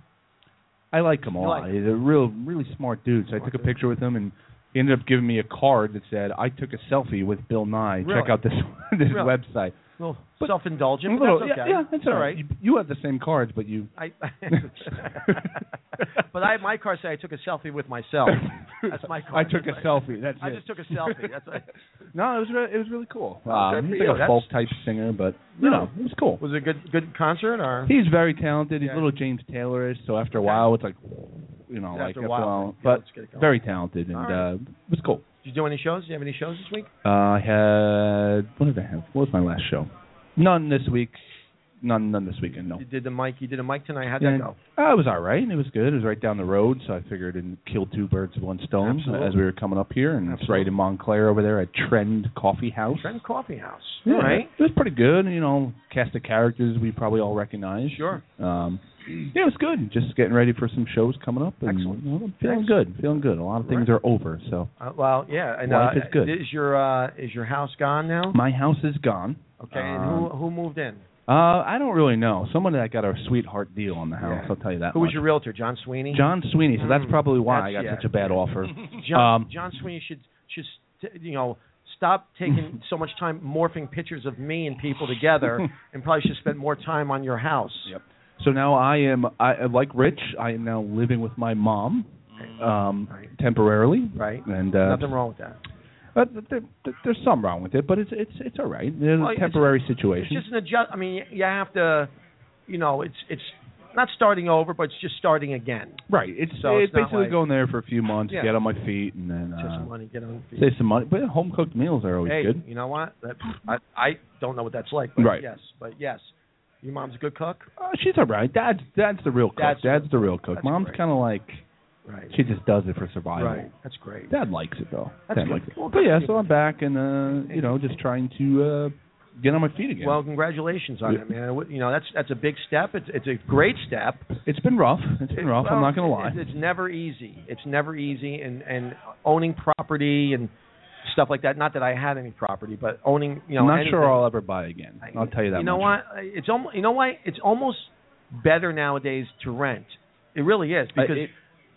Speaker 4: I like him a
Speaker 1: You
Speaker 4: lot.
Speaker 1: like
Speaker 4: he's a real, really smart dude. So I took a picture with him, and he ended up giving me a card that said, "I took a selfie with Bill Nye.
Speaker 1: Really?
Speaker 4: Check out this this
Speaker 1: Really?
Speaker 4: website."
Speaker 1: Well,
Speaker 4: But-
Speaker 1: self-indulgent.
Speaker 4: A little-
Speaker 1: but
Speaker 4: yeah,
Speaker 1: that's okay.
Speaker 4: yeah, that's
Speaker 1: all
Speaker 4: all right. You, you have the same cards, but you.
Speaker 1: I, but I my car said I took a selfie with myself. That's my
Speaker 4: I
Speaker 1: card.
Speaker 4: took a
Speaker 1: That's my-
Speaker 4: selfie. That's
Speaker 1: I
Speaker 4: it.
Speaker 1: just took a selfie. That's it.
Speaker 4: no, it was re- it was really cool.
Speaker 1: Well,
Speaker 4: Uh,
Speaker 1: good
Speaker 4: he's
Speaker 1: for
Speaker 4: like
Speaker 1: you.
Speaker 4: a
Speaker 1: That's-
Speaker 4: folk type singer, but you know, it was cool.
Speaker 1: Was it a good good concert or?
Speaker 4: He's very talented. He's
Speaker 1: Yeah.
Speaker 4: a little James Taylor-ish, so after a
Speaker 1: Okay.
Speaker 4: while, it's like, you know,
Speaker 1: After
Speaker 4: like
Speaker 1: a
Speaker 4: after a
Speaker 1: while,
Speaker 4: while.
Speaker 1: yeah,
Speaker 4: But
Speaker 1: let's get it going.
Speaker 4: very talented, and
Speaker 1: All right.
Speaker 4: uh, it was cool.
Speaker 1: Did you do any shows? Did you have any shows this week?
Speaker 4: Uh, I had what did I have? What was my last show? None this week. None, none this weekend. No.
Speaker 1: You did the mic. You did a mic tonight. How'd
Speaker 4: Yeah.
Speaker 1: that go?
Speaker 4: Uh, it was all right. and It was good. It was right down the road, so I figured it'd kill two birds with one stone
Speaker 1: Absolutely.
Speaker 4: as we were coming up here, and it's
Speaker 1: Absolutely.
Speaker 4: right in Montclair over there at Trend Coffee House.
Speaker 1: Trend Coffee House.
Speaker 4: Yeah,
Speaker 1: All right.
Speaker 4: It was pretty good. You know, cast of characters we probably all recognize.
Speaker 1: Sure.
Speaker 4: Um, yeah, it was good. Just getting ready for some shows coming up. And,
Speaker 1: Excellent.
Speaker 4: you know, I'm feeling good. Feeling good. A lot of things
Speaker 1: Right.
Speaker 4: are over. So
Speaker 1: Uh, well, yeah. And,
Speaker 4: Life
Speaker 1: uh,
Speaker 4: is good.
Speaker 1: Is your uh, is your house gone now?
Speaker 4: my house is gone.
Speaker 1: Okay. and who who moved in?
Speaker 4: Uh, I don't really know. Someone that got a sweetheart deal on the house.
Speaker 1: Yeah.
Speaker 4: I'll tell you that.
Speaker 1: Who was
Speaker 4: much.
Speaker 1: your realtor? John Sweeney.
Speaker 4: John Sweeney? So that's
Speaker 1: Mm,
Speaker 4: probably why I
Speaker 1: that's-
Speaker 4: got
Speaker 1: yeah.
Speaker 4: such a bad offer.
Speaker 1: John,
Speaker 4: um,
Speaker 1: John Sweeney should should st- you know stop taking so much time morphing pictures of me and people together, and probably should spend more time on your house.
Speaker 4: Yep. So now I am, I like Rich. I am now living with my mom, um,
Speaker 1: Mm. Right.
Speaker 4: temporarily.
Speaker 1: Right.
Speaker 4: And uh,
Speaker 1: Nothing wrong with that.
Speaker 4: But th- th- th- there's some wrong with it, but it's it's it's all right. There's
Speaker 1: Well,
Speaker 4: a
Speaker 1: it's-
Speaker 4: temporary
Speaker 1: It's
Speaker 4: situation.
Speaker 1: just an adjust. I mean, you have to, you know, it's it's not starting over, but it's just starting again.
Speaker 4: right. It's
Speaker 1: so
Speaker 4: it's,
Speaker 1: it's not
Speaker 4: basically
Speaker 1: like-
Speaker 4: going there for a few months,
Speaker 1: Yeah.
Speaker 4: get on my feet, and then
Speaker 1: Just
Speaker 4: uh,
Speaker 1: want to get on. Feet.
Speaker 4: save some money. But home cooked meals are always
Speaker 1: hey,
Speaker 4: good.
Speaker 1: you know what? That, I I don't know what that's like, but
Speaker 4: Right.
Speaker 1: yes, but yes, your mom's a good cook,
Speaker 4: Uh, she's all right. Dad's dad's the real cook.
Speaker 1: Dad's-
Speaker 4: Dad's, the real cook.
Speaker 1: that's
Speaker 4: Mom's
Speaker 1: great.
Speaker 4: kind of like
Speaker 1: right?
Speaker 4: she just does it for survival.
Speaker 1: right. That's great.
Speaker 4: Dad likes it though.
Speaker 1: That's
Speaker 4: Dad
Speaker 1: good.
Speaker 4: likes it.
Speaker 1: Well,
Speaker 4: but
Speaker 1: good
Speaker 4: yeah,
Speaker 1: for
Speaker 4: so
Speaker 1: you.
Speaker 4: I'm back and uh, you know just trying to uh, get on my feet again.
Speaker 1: Well, congratulations on
Speaker 4: Yeah.
Speaker 1: that, man. I would- You know, that's that's a big step. It's it's a great step.
Speaker 4: it's been rough. It's been rough. I'm
Speaker 1: well,
Speaker 4: not gonna lie.
Speaker 1: It's, it's never easy. It's never easy, and and owning property and stuff like that. Not that I had any property, but owning, you know,
Speaker 4: I'm not
Speaker 1: anything,
Speaker 4: sure I'll ever buy again. I'll tell you that.
Speaker 1: You know
Speaker 4: much.
Speaker 1: what? It's almost. You know why? It's almost better nowadays to rent. It really is
Speaker 4: I-
Speaker 1: because
Speaker 4: it-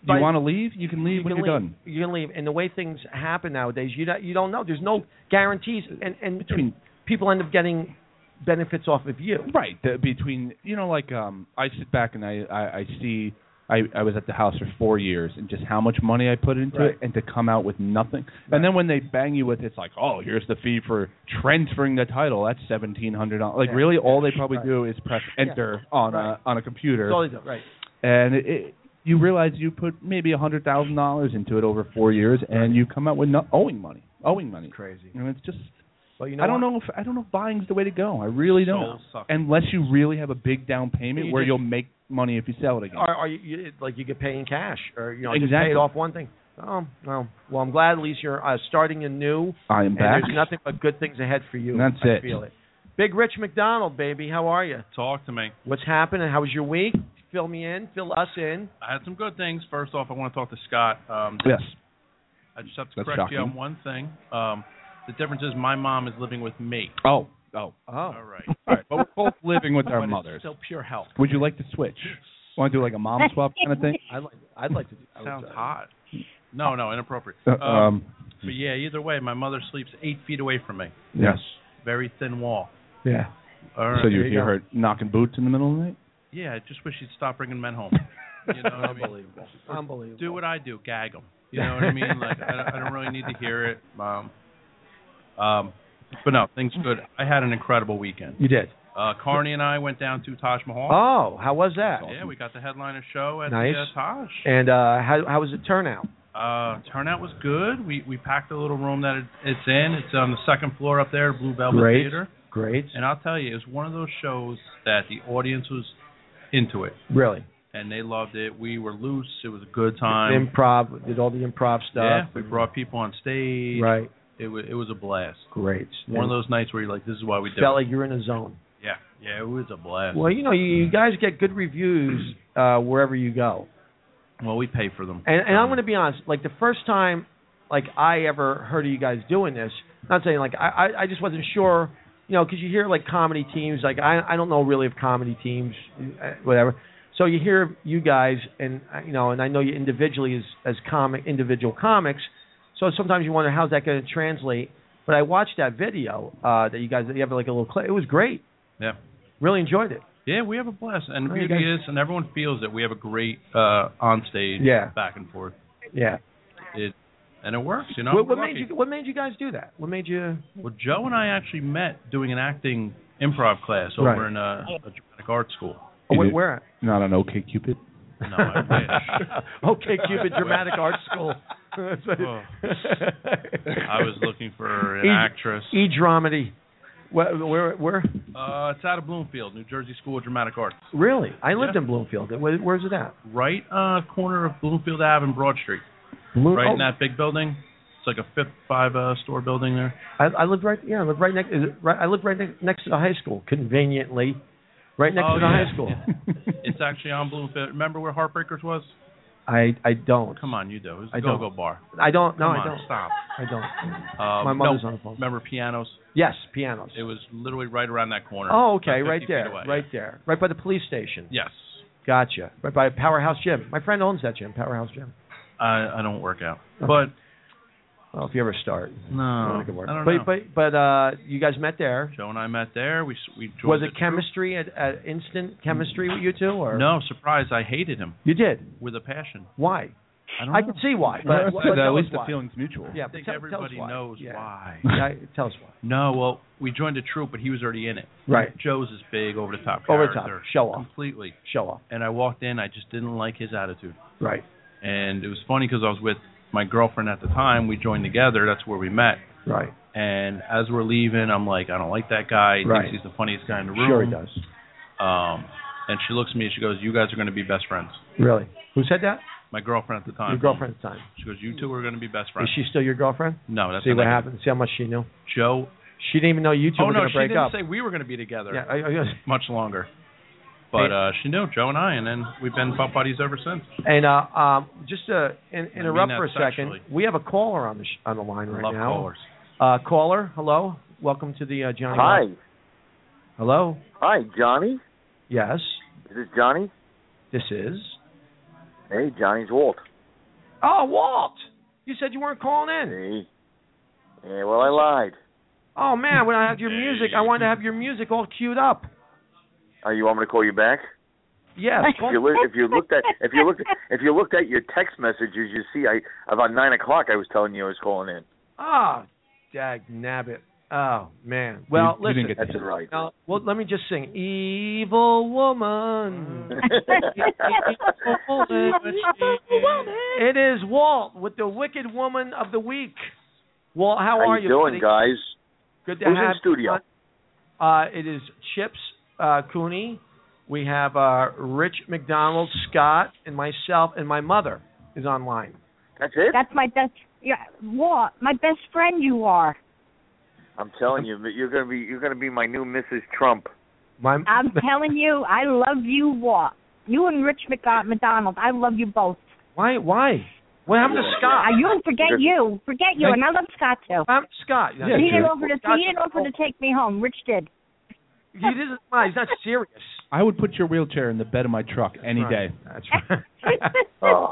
Speaker 1: by-
Speaker 4: you want to leave? You can leave when
Speaker 1: can
Speaker 4: you're
Speaker 1: leave.
Speaker 4: done.
Speaker 1: You can leave, and the way things happen nowadays, you don't, you don't know. There's no guarantees, and and
Speaker 4: Between-
Speaker 1: people end up getting benefits off of you.
Speaker 4: Right. The, between you know, like um I sit back and I, I, I see I, I was at the house for four years and just how much money I put into
Speaker 1: Right.
Speaker 4: it and to come out with nothing. And then when they bang you with it's like, Oh, here's the fee for transferring the title, that's seventeen hundred dollars like
Speaker 1: Yeah.
Speaker 4: really all they probably
Speaker 1: Right.
Speaker 4: do is press enter on
Speaker 1: Right.
Speaker 4: a on a computer
Speaker 1: That's all they do, right?
Speaker 4: and it, it you realize you put maybe a hundred thousand dollars into it over four years and you come out with no owing money. Owing money.
Speaker 1: Crazy.
Speaker 4: And it's just
Speaker 1: But you know,
Speaker 4: I don't
Speaker 1: what?
Speaker 4: know if I don't know if buying's the way to go. I really don't.
Speaker 5: Soul sucker.
Speaker 4: Unless you really have a big down payment
Speaker 1: You
Speaker 4: where
Speaker 1: just-
Speaker 4: you'll make money if you sell it again.
Speaker 1: Or are you, you like you could pay in cash, or you know, just
Speaker 4: Exactly.
Speaker 1: pay it off one thing? Oh no. Well, I'm glad at least you're uh, starting anew,
Speaker 4: I am
Speaker 1: and
Speaker 4: back.
Speaker 1: there's nothing but good things ahead for you.
Speaker 4: That's
Speaker 1: I
Speaker 4: it.
Speaker 1: Feel it. Big Rich McDonald, baby, how are you?
Speaker 5: Talk to me.
Speaker 1: What's happening? How was your week? Fill me in. Fill us in.
Speaker 5: I had some good things. First off, I want to talk to Scott. Um,
Speaker 4: yes.
Speaker 5: I just have to
Speaker 4: That's
Speaker 5: correct you
Speaker 4: shocking.
Speaker 5: on one thing. Um, the difference is my mom is living with me.
Speaker 4: Oh. Oh.
Speaker 1: Oh,
Speaker 5: All right.
Speaker 4: All right. But we're both living with
Speaker 5: But
Speaker 4: our
Speaker 5: it's
Speaker 4: mothers.
Speaker 5: Still pure health.
Speaker 4: Would you like to switch? Want to do like a mom swap kind of thing?
Speaker 1: I'd like I'd like to. Do, I
Speaker 5: Sounds
Speaker 1: would, uh,
Speaker 5: hot. No, no, inappropriate.
Speaker 4: Uh,
Speaker 5: Um,
Speaker 4: um.
Speaker 5: but yeah, either way, my mother sleeps eight feet away from me.
Speaker 4: Yes.
Speaker 5: Very thin wall.
Speaker 4: Yeah.
Speaker 5: All right.
Speaker 4: So you
Speaker 1: you
Speaker 4: hear
Speaker 1: go.
Speaker 4: her knocking boots in the middle of the night?
Speaker 5: Yeah, I just wish you'd stop bringing men home. You know what I mean?
Speaker 1: Unbelievable. Unbelievable.
Speaker 5: Do what I do, gag them. You know what I mean? Like I, don't- I don't really need to hear it, mom. Um, but no, things good. I had an incredible weekend.
Speaker 1: you did.
Speaker 5: Uh, Carney and I went down to Taj Mahal.
Speaker 1: Oh, how was that?
Speaker 5: Yeah, we got the headliner show at
Speaker 1: Nice.
Speaker 5: the uh,
Speaker 1: And uh, how how was the turnout?
Speaker 5: Taj. Uh, turnout was good. We we packed the little room that it, it's in. It's on the second floor up there, Blue Velvet
Speaker 1: Great.
Speaker 5: Theater.
Speaker 1: Great.
Speaker 5: And I'll tell you, it was one of those shows that the audience was into it.
Speaker 1: Really.
Speaker 6: and they loved it. We were loose. It was a good time.
Speaker 1: Improv did all the improv
Speaker 6: Yeah,
Speaker 1: stuff.
Speaker 6: we brought people on stage.
Speaker 1: Right.
Speaker 6: It was it was a blast.
Speaker 1: Great.
Speaker 6: One of
Speaker 1: And
Speaker 6: those nights where you're like, this is why we
Speaker 1: it
Speaker 6: did.
Speaker 1: felt
Speaker 6: it.
Speaker 1: like you're in a zone.
Speaker 6: Yeah, yeah, it was a blast.
Speaker 1: Well, you know, you, you guys get good reviews uh, wherever you go.
Speaker 6: Well, we pay for them.
Speaker 1: And, and I'm going to be honest. Like the first time, like I ever heard of you guys doing this. Not saying like I, I, I just wasn't sure. You know, because you hear like comedy teams. Like I, I don't know really of comedy teams, uh, whatever. So you hear you guys, and uh, you know, and I know you individually as as comic individual comics. So sometimes you wonder how's that going to translate. But I watched that video uh, that you guys that you have like a little clip. It was great.
Speaker 6: Yeah.
Speaker 1: Really enjoyed it.
Speaker 6: Yeah, we have a blast, and the
Speaker 1: Well, you
Speaker 6: beauty
Speaker 1: guys-
Speaker 6: is, and everyone feels that we have a great uh on stage.
Speaker 1: Yeah.
Speaker 6: back and forth,
Speaker 1: Yeah.
Speaker 6: and it works. You know,
Speaker 1: What, what
Speaker 6: We're
Speaker 1: made
Speaker 6: lucky.
Speaker 1: you What made you guys do that? What made you?
Speaker 6: Well, Joe and I actually met doing an acting improv class over
Speaker 1: Right.
Speaker 6: in uh, a, a dramatic arts school.
Speaker 1: Oh, wait,
Speaker 4: It-
Speaker 1: where?
Speaker 4: Not on OK Cupid.
Speaker 6: No, I wish.
Speaker 1: okay, Cupid Dramatic Arts School.
Speaker 6: Oh. I was looking for an
Speaker 1: E-
Speaker 6: actress.
Speaker 1: E dramedy. Where, where? Where?
Speaker 6: Uh, it's out of Bloomfield, New Jersey School of Dramatic Arts,
Speaker 1: Really? I lived
Speaker 6: Yeah.
Speaker 1: in Bloomfield. Where, where's it at?
Speaker 6: right uh corner of Bloomfield Ave and Broad Street,
Speaker 1: Bloom-
Speaker 6: right
Speaker 1: oh,
Speaker 6: in that big building. It's like a fifth five uh, store building there.
Speaker 1: I, I lived right. Yeah, I lived right next. Is it right, I lived right next, next to the high school. Conveniently, right next
Speaker 6: Oh,
Speaker 1: to the
Speaker 6: yeah.
Speaker 1: high school.
Speaker 6: It's actually on Bloomfield. Remember where Heartbreakers was?
Speaker 1: I I don't.
Speaker 6: Come on, you do. It was
Speaker 1: I
Speaker 6: a
Speaker 1: don't.
Speaker 6: go-go bar.
Speaker 1: I don't. No,
Speaker 6: Come
Speaker 1: I
Speaker 6: on,
Speaker 1: don't.
Speaker 6: stop.
Speaker 1: I don't.
Speaker 6: Um,
Speaker 1: My mother's
Speaker 6: no,
Speaker 1: on the phone.
Speaker 6: Remember pianos?
Speaker 1: Yes, pianos.
Speaker 6: It was literally right around that corner.
Speaker 1: Oh,
Speaker 6: about
Speaker 1: okay,
Speaker 6: 50
Speaker 1: right
Speaker 6: feet
Speaker 1: there,
Speaker 6: away.
Speaker 1: right there, right by the police station.
Speaker 6: Yes.
Speaker 1: Gotcha. Right by Powerhouse Gym. My friend owns that gym, Powerhouse Gym.
Speaker 6: I I don't work out,
Speaker 1: Okay.
Speaker 6: but
Speaker 1: Well, if you ever start.
Speaker 6: no,
Speaker 1: Veronica
Speaker 6: I
Speaker 1: Ward.
Speaker 6: don't
Speaker 1: but,
Speaker 6: know.
Speaker 1: But but uh, you guys met there.
Speaker 6: Joe and I met there. We s- we joined
Speaker 1: Was
Speaker 6: the
Speaker 1: it
Speaker 6: troop.
Speaker 1: chemistry at, at instant chemistry with you two or
Speaker 6: No, surprise! I hated him
Speaker 1: You did.
Speaker 6: with a passion.
Speaker 1: Why?
Speaker 6: I don't
Speaker 1: I
Speaker 6: know.
Speaker 1: can see why,
Speaker 4: But,
Speaker 1: but, but
Speaker 4: at
Speaker 1: tell us
Speaker 4: least
Speaker 1: why.
Speaker 4: the feeling's mutual.
Speaker 1: Yeah,
Speaker 6: I
Speaker 1: but
Speaker 6: think
Speaker 1: tell, tell us
Speaker 6: everybody
Speaker 1: why.
Speaker 6: knows
Speaker 1: yeah.
Speaker 6: why.
Speaker 1: Yeah, tell us why.
Speaker 6: No, well, we joined a troop, but he was already in it.
Speaker 1: Right.
Speaker 6: Joe's is big, over the top
Speaker 1: Over the
Speaker 6: character,
Speaker 1: top, show off.
Speaker 6: completely.
Speaker 1: Show off.
Speaker 6: And I walked in, I just didn't like his attitude.
Speaker 1: Right.
Speaker 6: And it was funny because I was with my girlfriend at the time. We joined together. That's where we met.
Speaker 1: Right.
Speaker 6: And as we're leaving, I'm like, I don't like that guy. He
Speaker 1: Right.
Speaker 6: thinks he's the funniest guy in the room.
Speaker 1: Sure he does.
Speaker 6: Um, and she looks at me and she goes, "You guys are going to be best friends."
Speaker 1: Really. Who said that?
Speaker 6: My girlfriend at the time.
Speaker 1: Your girlfriend at the time.
Speaker 6: She goes, "You two are going to be best friends."
Speaker 1: Is she still your girlfriend?
Speaker 6: no, that's
Speaker 1: See
Speaker 6: not
Speaker 1: what
Speaker 6: that-
Speaker 1: happened. See how much she knew.
Speaker 6: Joe.
Speaker 1: She didn't even know you two
Speaker 6: Oh
Speaker 1: were
Speaker 6: no,
Speaker 1: going
Speaker 6: she
Speaker 1: to break
Speaker 6: didn't
Speaker 1: up.
Speaker 6: say we were going to be together.
Speaker 1: yeah. I, I,
Speaker 6: Much longer. But
Speaker 1: Hey.
Speaker 6: uh, she knew Joe and I, and then we've been butt buddies ever since.
Speaker 1: And uh, um, just to in,
Speaker 6: mean
Speaker 1: interrupt
Speaker 6: that
Speaker 1: for a second,
Speaker 6: sexually.
Speaker 1: we have a caller on the sh- on the line right
Speaker 6: Love
Speaker 1: now.
Speaker 6: callers.
Speaker 1: Uh, caller, hello. Welcome to the uh, Johnny.
Speaker 8: Hi.
Speaker 1: Hello.
Speaker 8: Hi, Johnny.
Speaker 1: Yes,
Speaker 8: Is this Johnny?
Speaker 1: this is.
Speaker 8: Hey, Johnny's Walt.
Speaker 1: Oh, Walt! You said you weren't calling in.
Speaker 8: Hey. Yeah, well, I lied.
Speaker 1: Oh man, when I had your music, I wanted to have your music all queued up.
Speaker 8: Oh, you want me to call you back?
Speaker 1: Yes.
Speaker 8: If you,
Speaker 1: call-
Speaker 8: li- if you looked at if you looked if you looked at your text messages, you see I about nine o'clock I was telling you I was calling in.
Speaker 1: Ah, dag nabbit. Oh man. Well,
Speaker 4: You- you
Speaker 1: listen.
Speaker 4: didn't
Speaker 8: That's right.
Speaker 1: now, well, let me just sing. Evil woman. It is Walt with the Wicked Woman of the Week. Walt, how,
Speaker 8: How
Speaker 1: are
Speaker 8: you doing,
Speaker 1: buddy?
Speaker 8: guys?
Speaker 1: Good to
Speaker 8: Who's in
Speaker 1: have you
Speaker 8: studio?
Speaker 1: on. Uh, it is Chips uh, Cooney. We have uh, Rich McDonald, Scott, and myself, and my mother is online.
Speaker 8: That's it.
Speaker 3: That's my best. Yeah, what? My best friend you are.
Speaker 8: I'm telling you, you're gonna be you're gonna be my new Mrs. Trump.
Speaker 1: My
Speaker 3: I'm telling you, I love you, what? You and Rich McDo- McDonald, I love you both.
Speaker 1: why? Why? What happened to Scott?
Speaker 3: Uh, you and forget you, forget you, and I love Scott too.
Speaker 1: I'm Scott.
Speaker 4: Yeah,
Speaker 3: he didn't
Speaker 4: sure.
Speaker 3: offer to he didn't offer to take me home. Rich did.
Speaker 1: He doesn't. mind. He's not serious.
Speaker 4: I would put your wheelchair in the bed of my truck any
Speaker 1: Right.
Speaker 4: day.
Speaker 1: That's right.
Speaker 8: Oh.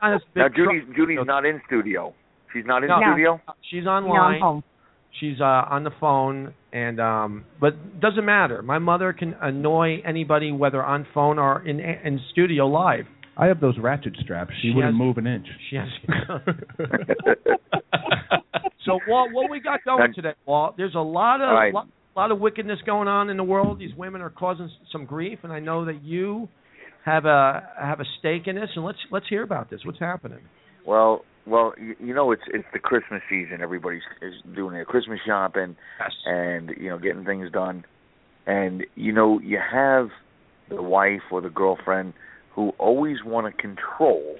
Speaker 1: Not as big
Speaker 8: Now,
Speaker 1: tru-
Speaker 8: Judy's Judy's not in studio. She's not in
Speaker 1: No.
Speaker 8: studio.
Speaker 1: She's
Speaker 3: No, I'm
Speaker 1: online.
Speaker 3: home.
Speaker 1: She's uh, on the phone, and um, but doesn't matter. My mother can annoy anybody, whether on phone or in in studio live.
Speaker 4: I have those ratchet straps. She,
Speaker 1: She
Speaker 4: wouldn't
Speaker 1: has-
Speaker 4: move an inch.
Speaker 1: She has. so Walt, what we got going
Speaker 8: Thank-
Speaker 1: today, Walt? There's a lot of
Speaker 8: All right.
Speaker 1: lot, lot of wickedness going on in the world. These women are causing s- some grief, and I know that you have a have a stake in this. And let's let's hear about this. What's happening?
Speaker 8: Well, well, you, you know it's it's the Christmas season. Everybody's is doing their Christmas shopping
Speaker 1: Yes.
Speaker 8: and you know getting things done, and you know you have the wife or the girlfriend who always want to control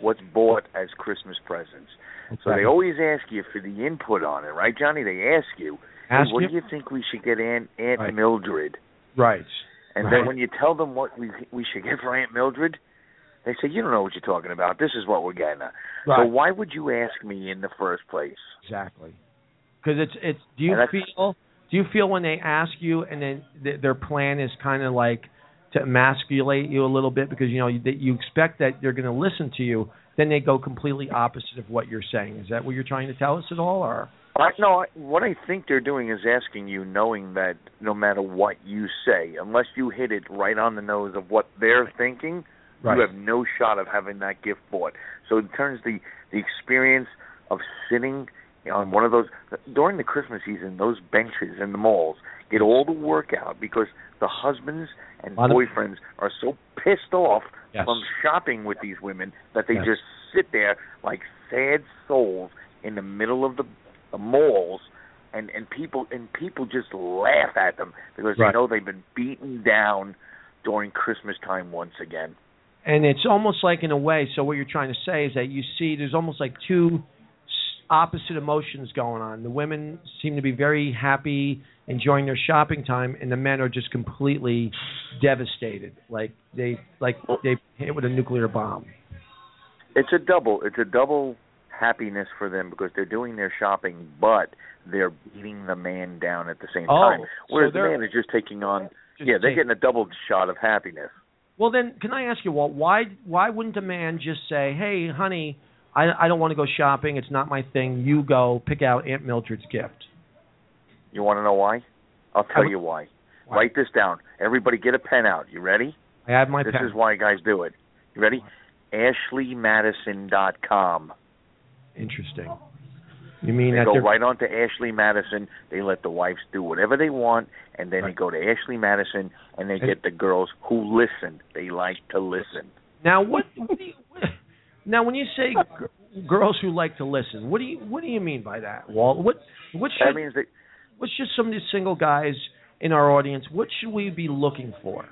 Speaker 8: what's bought as Christmas presents. So they always ask you for the input on it, right, Johnny? They ask you, hey,
Speaker 1: Ask
Speaker 8: what
Speaker 1: you-
Speaker 8: do you think we should get Aunt Aunt
Speaker 1: Right.
Speaker 8: Mildred?
Speaker 1: Right.
Speaker 8: And
Speaker 1: Right.
Speaker 8: then when you tell them what we we should get for Aunt Mildred, they say, You don't know what you're talking about. This is what we're getting her. So
Speaker 1: Right.
Speaker 8: why would you ask me in the first place?
Speaker 1: Exactly. Because it's it's. Do you
Speaker 8: And that's-
Speaker 1: feel? Do you feel when they ask you, and then th- their plan is kind of like to emasculate you a little bit because you know you, that you expect that they're going to listen to you, then they go completely opposite of what you're saying. Is that what you're trying to tell us at all, or
Speaker 8: I, no, I, what I think they're doing is asking you, knowing that no matter what you say, unless you hit it right on the nose of what they're thinking, you have no shot of having that gift bought. So it turns the the experience of sitting on one of those during the Christmas season, those benches in the malls get all the work out because the husbands and
Speaker 1: Lot of-
Speaker 8: boyfriends are so pissed off
Speaker 4: Yes.
Speaker 8: from shopping with these women that they
Speaker 1: Yes.
Speaker 8: just sit there like sad souls in the middle of the, the malls and and people and people just laugh at them because
Speaker 1: Right.
Speaker 8: they know they've been beaten down during Christmas time once again.
Speaker 1: and it's almost like in a way so what you're trying to say is that you see there's almost like two s- opposite emotions going on the women seem to be very happy enjoying their shopping time and the men are just completely devastated like they like they hit with a nuclear bomb
Speaker 8: It's a double. It's a double happiness for them because they're doing their shopping, but they're beating the man down at the same
Speaker 1: Oh,
Speaker 8: time.
Speaker 1: so
Speaker 8: Whereas the
Speaker 1: they're-
Speaker 8: man is just taking on.
Speaker 1: Just
Speaker 8: yeah, they're
Speaker 1: take-
Speaker 8: getting a double shot of happiness.
Speaker 1: well then can i ask you Walt, why why wouldn't a man just say hey honey i i don't want to go shopping it's not my thing you go pick out aunt mildred's gift
Speaker 8: You want to know why? I'll
Speaker 1: I
Speaker 8: tell
Speaker 1: would-
Speaker 8: you why.
Speaker 1: Why?
Speaker 8: Write this down. Everybody, get a pen out. You ready?
Speaker 1: i have my
Speaker 8: this
Speaker 1: pen
Speaker 8: is why guys do it. You ready? AshleyMadison.com.
Speaker 1: interesting you mean
Speaker 8: They
Speaker 1: that
Speaker 8: go
Speaker 1: they're
Speaker 8: right on to Ashley Madison. They let the wives do whatever they want, and then they
Speaker 1: Right.
Speaker 8: go to Ashley Madison, and they
Speaker 1: And-
Speaker 8: get the girls who listen. They like to listen.
Speaker 1: Now what? what do you, now when you say g- girls who like to listen, what do you what do you mean by that, Walt? What what should
Speaker 8: That means that
Speaker 1: what should some of these single guys in our audience? What should we be looking for?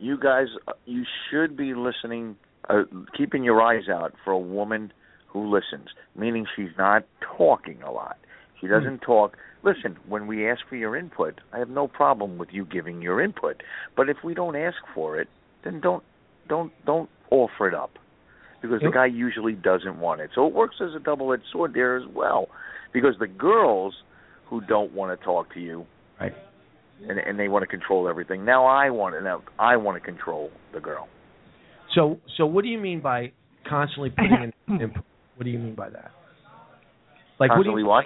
Speaker 8: you guys uh, you should be listening uh, keeping your eyes out for a woman who listens meaning she's not talking a lot she doesn't talk listen when we ask for your input i have no problem with you giving your input but if we don't ask for it then don't don't don't offer it up because the
Speaker 1: Yep.
Speaker 8: guy usually doesn't want it so it works as a double edged sword there as well because the girls who don't want to talk to you
Speaker 1: Right.
Speaker 8: and and they want to control everything. Now I want to now I want to control the girl.
Speaker 1: So so what do you mean by constantly putting in input? What do you mean by that? Like what do
Speaker 8: Constantly
Speaker 1: you
Speaker 8: what?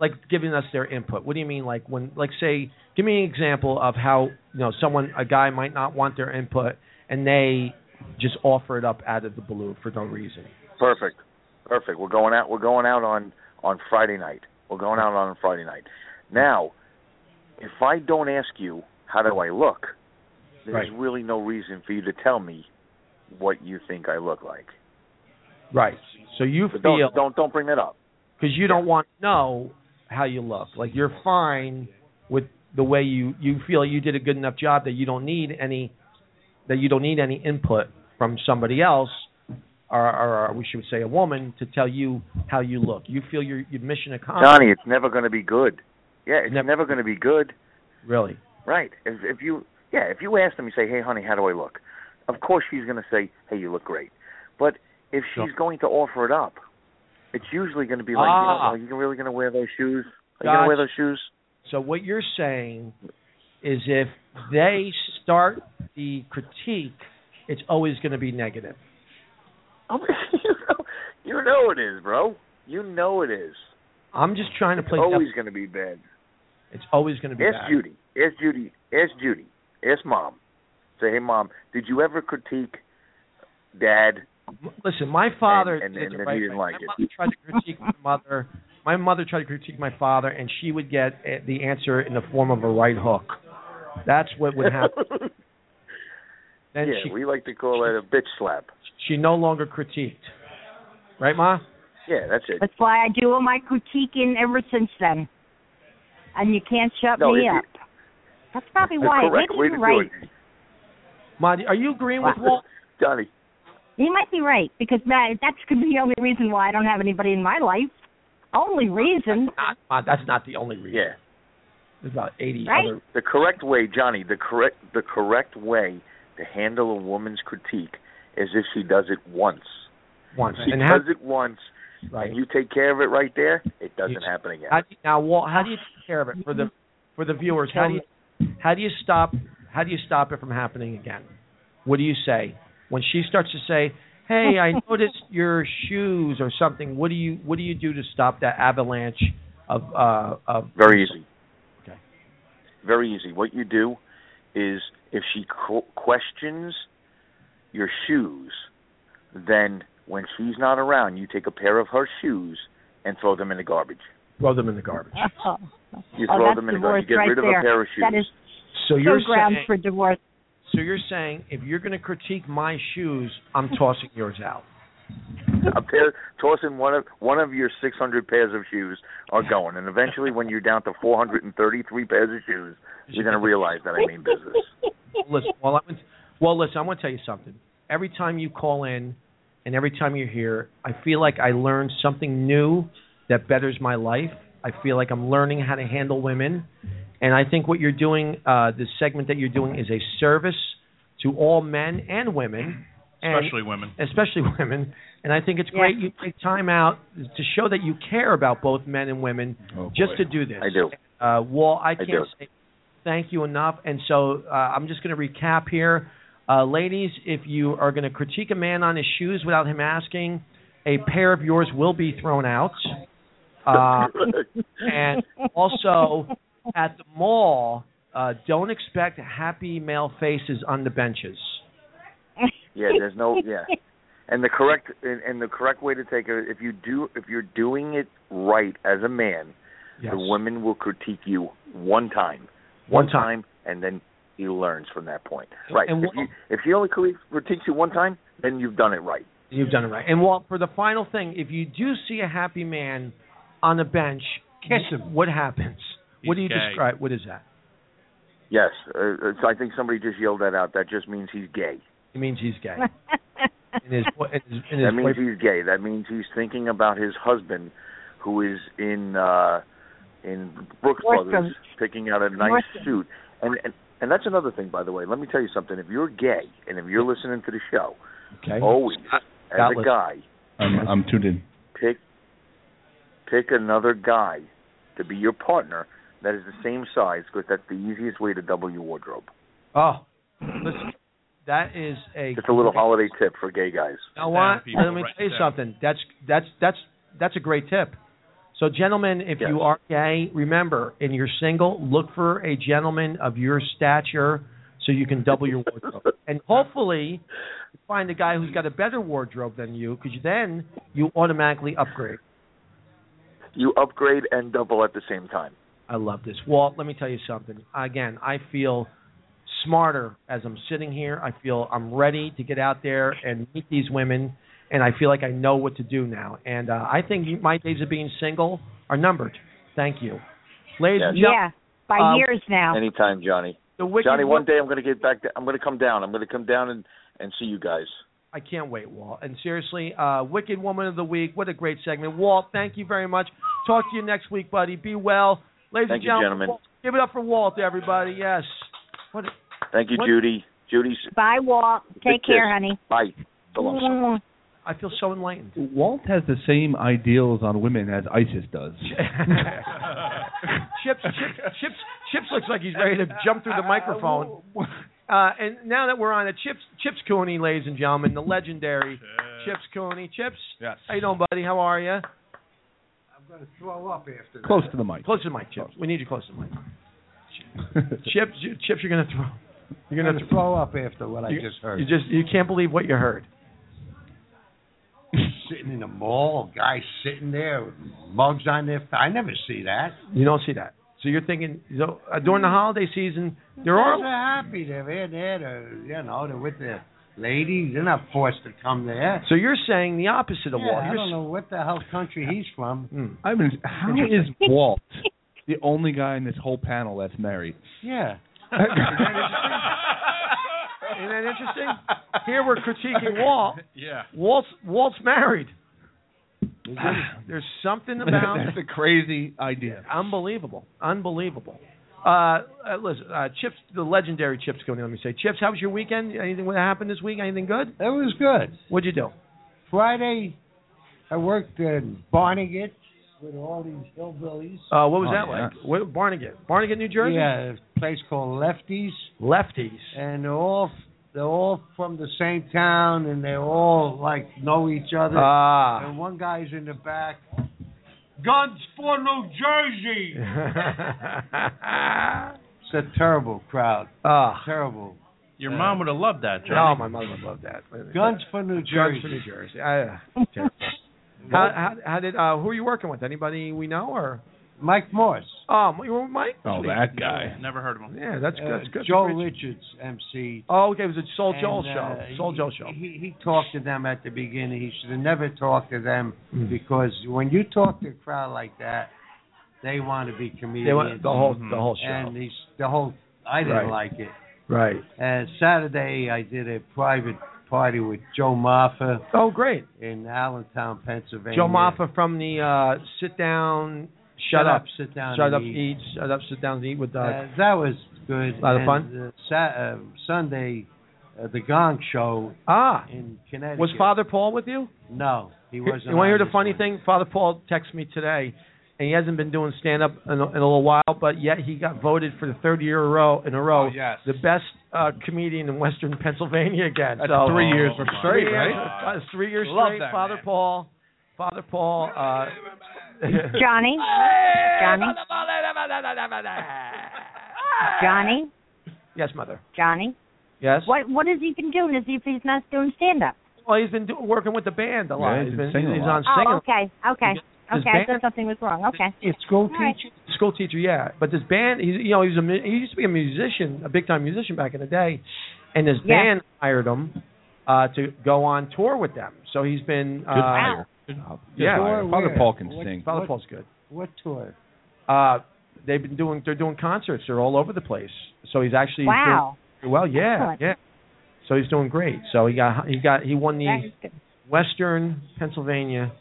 Speaker 1: like giving us their input? What do you mean like when like say give me an example of how you know someone a guy might not want their input and they just offer it up out of the blue for no reason.
Speaker 8: Perfect, perfect. We're going out. We're going out on on Friday night. We're going out on Friday night. Now, if I don't ask you how do I look, there's
Speaker 1: Right.
Speaker 8: really no reason for you to tell me what you think I look like.
Speaker 1: Right. So you
Speaker 8: But
Speaker 1: feel
Speaker 8: don't don't don't bring that up.
Speaker 1: because you don't want to know how you look. Like you're fine with the way you you feel you did a good enough job that you don't need any that you don't need any input from somebody else or, or, or we should say a woman to tell you how you look. You feel your your mission accomplished.
Speaker 8: Johnny, it's never going to be good. Yeah, it's
Speaker 1: Uh-huh. Never-
Speaker 8: never going to be good.
Speaker 1: Really.
Speaker 8: Right. If, if you, yeah, if you ask them, you say, "Hey, honey, how do I look?" Of course, she's going to say, "Hey, you look great." But if she's
Speaker 1: Sure.
Speaker 8: going to offer it up, it's usually going to be like,
Speaker 1: Ah.
Speaker 8: you know, "Are you really going to wear those shoes? Are you going to
Speaker 1: Gotcha.
Speaker 8: wear those shoes?"
Speaker 1: So what you're saying is if they start the critique, it's always going to be negative.
Speaker 8: I'm- Oh you, know, you know it is, bro. You know it is.
Speaker 1: I'm just trying to
Speaker 8: It's
Speaker 1: play.
Speaker 8: always
Speaker 1: devil-
Speaker 8: going to be bad.
Speaker 1: it's always going to be
Speaker 8: Ask
Speaker 1: bad.
Speaker 8: Judy. Ask Judy. Ask Judy. Ask mom. Say, "Hey, mom, did you ever critique dad?"
Speaker 1: M- Listen, my father
Speaker 8: and-
Speaker 1: did
Speaker 8: and
Speaker 1: the
Speaker 8: then he
Speaker 1: right
Speaker 8: didn't
Speaker 1: thing.
Speaker 8: like
Speaker 1: my
Speaker 8: it.
Speaker 1: mother tried to critique my mother. My mother tried to critique my father, and she would get eh, the answer in the form of a right hook. That's what would happen. Then
Speaker 8: yeah,
Speaker 1: she
Speaker 8: we like to call that a bitch slap.
Speaker 1: she no longer critiqued, right, Ma?
Speaker 8: Yeah, that's it.
Speaker 3: That's why I do all my critiquing ever since then. And you can't shut
Speaker 8: No,
Speaker 3: me
Speaker 8: if you-
Speaker 3: up. That's probably
Speaker 8: The
Speaker 3: why.
Speaker 8: correct
Speaker 3: Maybe
Speaker 8: way
Speaker 3: you're
Speaker 8: to
Speaker 3: right.
Speaker 8: do it.
Speaker 1: Monty, are you agreeing with Walt?
Speaker 8: Johnny,
Speaker 3: You might be right because that that could be the only reason why I don't have anybody in my life. Only reason.
Speaker 1: Not, Mon- that's not the only reason.
Speaker 8: yeah.
Speaker 1: There's about 80
Speaker 3: Right.
Speaker 1: other.
Speaker 8: The correct way, Johnny, the correct the correct way to handle a woman's critique is if she does it once.
Speaker 1: Once.
Speaker 8: She
Speaker 1: And how,
Speaker 8: does it once
Speaker 1: right.
Speaker 8: and you take care of it right there, it doesn't
Speaker 1: You-
Speaker 8: happen again.
Speaker 1: How do you, now, Walt, how do you take care of it for the for the viewers? How do you how do you stop how do you stop it from happening again? What do you say when she starts to say, "Hey, I noticed your shoes or something"? What do you what do you do to stop that avalanche of uh of
Speaker 8: Very easy.
Speaker 1: Okay.
Speaker 8: Very easy. What you do is if she qu- questions your shoes, then when she's not around, you take a pair of her shoes and throw them in the garbage.
Speaker 1: throw them in the garbage?
Speaker 3: Oh,
Speaker 8: You
Speaker 3: Oh,
Speaker 8: throw
Speaker 3: that's
Speaker 8: them in the
Speaker 3: divorce
Speaker 8: garbage. You get
Speaker 3: right
Speaker 8: rid of
Speaker 3: there.
Speaker 8: a pair of shoes.
Speaker 3: that is
Speaker 1: So
Speaker 3: so
Speaker 1: you're
Speaker 3: grounds
Speaker 1: saying
Speaker 3: for divorce.
Speaker 1: so you're saying if you're going to critique my shoes, I'm tossing yours out.
Speaker 8: a pair tossing one of one of your 600 pairs of shoes are going, and eventually, when you're down to 433 pairs of shoes, you're going to realize that I mean business.
Speaker 1: listen, well, I'm, well, listen, I'm going to tell you something. Every time you call in and every time you're here, I feel like I learn something new that betters my life. I feel like I'm learning how to handle women. And I think what you're doing, uh, this segment that you're doing, is a service to all men and women. And
Speaker 5: especially women.
Speaker 1: especially women. And I think it's
Speaker 3: Yeah.
Speaker 1: great you take time out to show that you care about both men and women
Speaker 4: Oh,
Speaker 1: just
Speaker 4: boy.
Speaker 1: to do this.
Speaker 8: I do.
Speaker 1: Uh, Wall, I can't
Speaker 8: do.
Speaker 1: say thank you enough. And so uh, I'm just going to recap here. Uh, ladies, if you are going to critique a man on his shoes without him asking, a pair of yours will be thrown out. Uh, and also, at the mall, uh, don't expect happy male faces on the benches.
Speaker 8: yeah, there's no yeah. And the correct and, and the correct way to take it if you do if you're doing it right as a man,
Speaker 1: Yes.
Speaker 8: the women will critique you one time,
Speaker 1: One
Speaker 8: time, and then he learns from that point.
Speaker 1: And-
Speaker 8: Right.
Speaker 1: and
Speaker 8: if
Speaker 1: what-
Speaker 8: you if she only cri- critiques you one time, then you've done it right.
Speaker 1: You've done it right. And Walt, for the final thing, if you do see a happy man on a bench, kiss him. What happens? what do you
Speaker 5: He's gay.
Speaker 1: describe? What is that?
Speaker 8: Yes, uh, uh, so I think somebody just yelled that out. That just means he's gay.
Speaker 1: It means he's gay. And his, bo- and his, and his
Speaker 8: That means
Speaker 1: boyfriend-
Speaker 8: he's gay. That means he's thinking about his husband, who is in uh in Brooks
Speaker 3: Nordstrom.
Speaker 8: Brothers, picking out a nice
Speaker 3: Nordstrom.
Speaker 8: suit. And, and and that's another thing, by the way. Let me tell you something. If you're gay and if you're listening to the show,
Speaker 1: okay.
Speaker 8: always as
Speaker 1: Scott
Speaker 8: a
Speaker 1: listen.
Speaker 8: guy,
Speaker 4: I'm, I'm tuned in.
Speaker 8: pick pick another guy to be your partner that is the same size, because that's the easiest way to double your wardrobe.
Speaker 1: Oh, listen, that is a.
Speaker 8: Just a little
Speaker 1: great-
Speaker 8: holiday tip for gay guys.
Speaker 1: You
Speaker 5: Down,
Speaker 1: know what?
Speaker 5: people,
Speaker 1: Let me
Speaker 5: right
Speaker 1: tell you
Speaker 5: down.
Speaker 1: something. That's that's that's that's a great tip. So, gentlemen, if
Speaker 8: Yes.
Speaker 1: you are gay, remember, and you're single, look for a gentleman of your stature so you can double your wardrobe, and hopefully you find a guy who's got a better wardrobe than you, because then you automatically upgrade.
Speaker 8: You upgrade and double at the same time.
Speaker 1: I love this. Walt, let me tell you something. Again, I feel smarter as I'm sitting here. I feel I'm ready to get out there and meet these women, and I feel like I know what to do now. And uh, I think you- my days of being single are numbered. Thank you. Ladies and gentlemen,
Speaker 3: yeah, by
Speaker 1: Um,
Speaker 3: years now.
Speaker 8: Anytime, Johnny.
Speaker 1: the Wicked
Speaker 8: Johnny, one
Speaker 1: Walt-
Speaker 8: day I'm going to get back. To, I'm going to come down. I'm going to come down and and see you guys.
Speaker 1: I can't wait, Walt. And seriously, uh, Wicked Woman of the Week, what a great segment. Walt, thank you very much. Talk to you next week, buddy. Be well. Ladies
Speaker 8: Thank
Speaker 1: and
Speaker 8: you,
Speaker 1: gentlemen,
Speaker 8: gentlemen.
Speaker 1: Walt- give it up for Walt, everybody. Yes. What a-
Speaker 8: Thank you,
Speaker 1: What-
Speaker 8: Judy. Judy's
Speaker 3: Bye, Walt. Take
Speaker 8: Big kiss.
Speaker 3: care, honey.
Speaker 8: bye. So long.
Speaker 1: Uh, I feel so enlightened.
Speaker 4: Walt has the same ideals on women as ISIS does.
Speaker 1: Chips, Chips, Chips, Chips looks like he's ready to jump through the microphone. Uh, and now that we're on it, Chips, Chips Cooney, ladies and gentlemen, the legendary Chips Cooney. Chips,
Speaker 5: Yes.
Speaker 1: how you doing, buddy? How are you?
Speaker 4: Close to the mic.
Speaker 1: Close to the mic, Chips. We need you close to the mic. Chips, you- Chips, you're gonna throw. You're gonna throw
Speaker 6: throw up after what I
Speaker 1: You-
Speaker 6: just heard.
Speaker 1: You just, you can't believe what you heard.
Speaker 6: sitting in the mall, guys sitting there with mugs on their. I never see that.
Speaker 1: You don't see that. So you're thinking, you know, uh, during the holiday season, there
Speaker 6: Guys
Speaker 1: are.
Speaker 6: are happy. They're there, they're there, you know, they're with their ladies. They're not forced to come there.
Speaker 1: So you're saying the opposite of
Speaker 6: Yeah,
Speaker 1: Walt.
Speaker 6: I
Speaker 1: You're
Speaker 6: don't
Speaker 1: s-
Speaker 6: know what the hell country he's from.
Speaker 1: Hmm.
Speaker 4: I mean, how is Walt the only guy in this whole panel that's married?
Speaker 6: Yeah.
Speaker 1: Isn't that interesting? Here we're critiquing Walt.
Speaker 5: Yeah.
Speaker 1: Walt's Walt's married. There's something about
Speaker 4: That's a crazy idea.
Speaker 1: unbelievable, unbelievable. Uh, uh, listen, uh, Chips, the legendary Chips, going. Let me say, Chips, how was your weekend? Anything that happened this week? Anything good?
Speaker 6: It was good.
Speaker 1: What'd you do?
Speaker 6: Friday, I worked in Barnegat with all these hillbillies.
Speaker 1: Uh, what was
Speaker 4: Oh,
Speaker 1: that
Speaker 4: yeah.
Speaker 1: like? What, Barnegat, Barnegat, New Jersey.
Speaker 6: Yeah, a place called Lefties,
Speaker 1: Lefties.
Speaker 6: and they're all they're all from the same town, and they all like know each other.
Speaker 1: Ah.
Speaker 6: and one guy's in the back. Guns for New Jersey. It's a terrible crowd.
Speaker 1: Ah.
Speaker 6: Terrible.
Speaker 5: Your mom would have loved that,
Speaker 1: Oh,
Speaker 5: Johnny.
Speaker 1: my mother would love that.
Speaker 6: Guns for New
Speaker 1: Guns
Speaker 6: Jersey.
Speaker 1: for New Jersey. I, uh, terrible. how, how, how did? Uh, who are you working with? Anybody we know or?
Speaker 6: Mike Morse.
Speaker 1: Oh, you were with Mike.
Speaker 4: Oh, that guy.
Speaker 5: Never heard of him.
Speaker 1: Yeah, that's good.
Speaker 6: Uh,
Speaker 1: That's good.
Speaker 6: Joel
Speaker 1: Great-
Speaker 6: Richards, MC.
Speaker 1: Oh, okay. It was a Soul
Speaker 6: And,
Speaker 1: Joel
Speaker 6: uh,
Speaker 1: show. Soul
Speaker 6: he-
Speaker 1: Joel show.
Speaker 6: He, he talked to them at the beginning. He should have never talked to them
Speaker 1: Mm.
Speaker 6: because when you talk to a crowd like that, they want to be comedians.
Speaker 1: They went the whole
Speaker 5: Mm-hmm.
Speaker 1: the whole show.
Speaker 6: and he's the whole. I didn't
Speaker 1: Right.
Speaker 6: like it.
Speaker 1: Right.
Speaker 6: And Saturday, I did a private party with Joe Maffa
Speaker 1: Oh, great.
Speaker 6: in Allentown, Pennsylvania.
Speaker 1: Joe Maffa from the uh, Sit Down, Shut,
Speaker 6: shut,
Speaker 1: Up,
Speaker 6: up, sit down,
Speaker 1: Shut
Speaker 6: and
Speaker 1: Up,
Speaker 6: eat.
Speaker 1: Eat, Shut Up, Sit Down, and Eat with uh,
Speaker 6: Uh, that was good.
Speaker 1: A lot of
Speaker 6: And,
Speaker 1: fun?
Speaker 6: Uh, Sa- uh, Sunday, uh, the Gong Show
Speaker 1: Ah.
Speaker 6: in Connecticut.
Speaker 1: Was Father Paul with you?
Speaker 6: No, he
Speaker 1: You
Speaker 6: wasn't.
Speaker 1: want to hear
Speaker 6: on
Speaker 1: the
Speaker 6: this
Speaker 1: funny
Speaker 6: one.
Speaker 1: thing? Father Paul texted me today, and he hasn't been doing stand up in, a- in a little while, but yet he got voted for the third year in a row, in a
Speaker 5: Oh,
Speaker 1: row
Speaker 4: yes.
Speaker 1: the best uh, comedian in Western Pennsylvania again.
Speaker 4: That's
Speaker 1: so,
Speaker 4: three years
Speaker 5: Oh, my
Speaker 1: Three
Speaker 4: straight,
Speaker 1: years,
Speaker 4: right?
Speaker 1: uh, it's three years
Speaker 4: Love
Speaker 1: straight.
Speaker 4: that
Speaker 1: Father
Speaker 4: man.
Speaker 1: Paul, Father Paul. Uh,
Speaker 3: Johnny, Johnny, Johnny,
Speaker 1: yes, mother.
Speaker 3: Johnny.
Speaker 1: Yes.
Speaker 3: What what has he been doing? Is he if he's not doing stand up?
Speaker 1: Well, he's been do- working with the band a lot.
Speaker 4: Yeah, he's been singing a
Speaker 1: he's
Speaker 4: lot.
Speaker 1: on singing.
Speaker 3: Oh, okay, okay,
Speaker 1: His
Speaker 3: okay. I
Speaker 1: band-
Speaker 3: thought something was wrong. Okay.
Speaker 1: It's school
Speaker 3: All right.
Speaker 1: teacher. School teacher, yeah. But this band, he's you know, he's a mu- he used to be a musician, a big time musician back in the day, and this
Speaker 3: Yeah.
Speaker 1: band hired him uh, to go on tour with them. So he's been uh,
Speaker 4: Good hire.
Speaker 1: Yeah.
Speaker 4: Good hire. Father
Speaker 6: Where?
Speaker 4: Paul can
Speaker 6: What-
Speaker 4: sing.
Speaker 1: Father
Speaker 6: What-
Speaker 1: Paul's good.
Speaker 6: What tour?
Speaker 1: Uh, they've been doing they're doing concerts. They're all over the place. So he's actually doing
Speaker 3: Wow.
Speaker 1: pretty well, yeah,
Speaker 3: Excellent.
Speaker 1: yeah. So he's doing great. So he got he got he won the
Speaker 3: That is good.
Speaker 1: Western Pennsylvania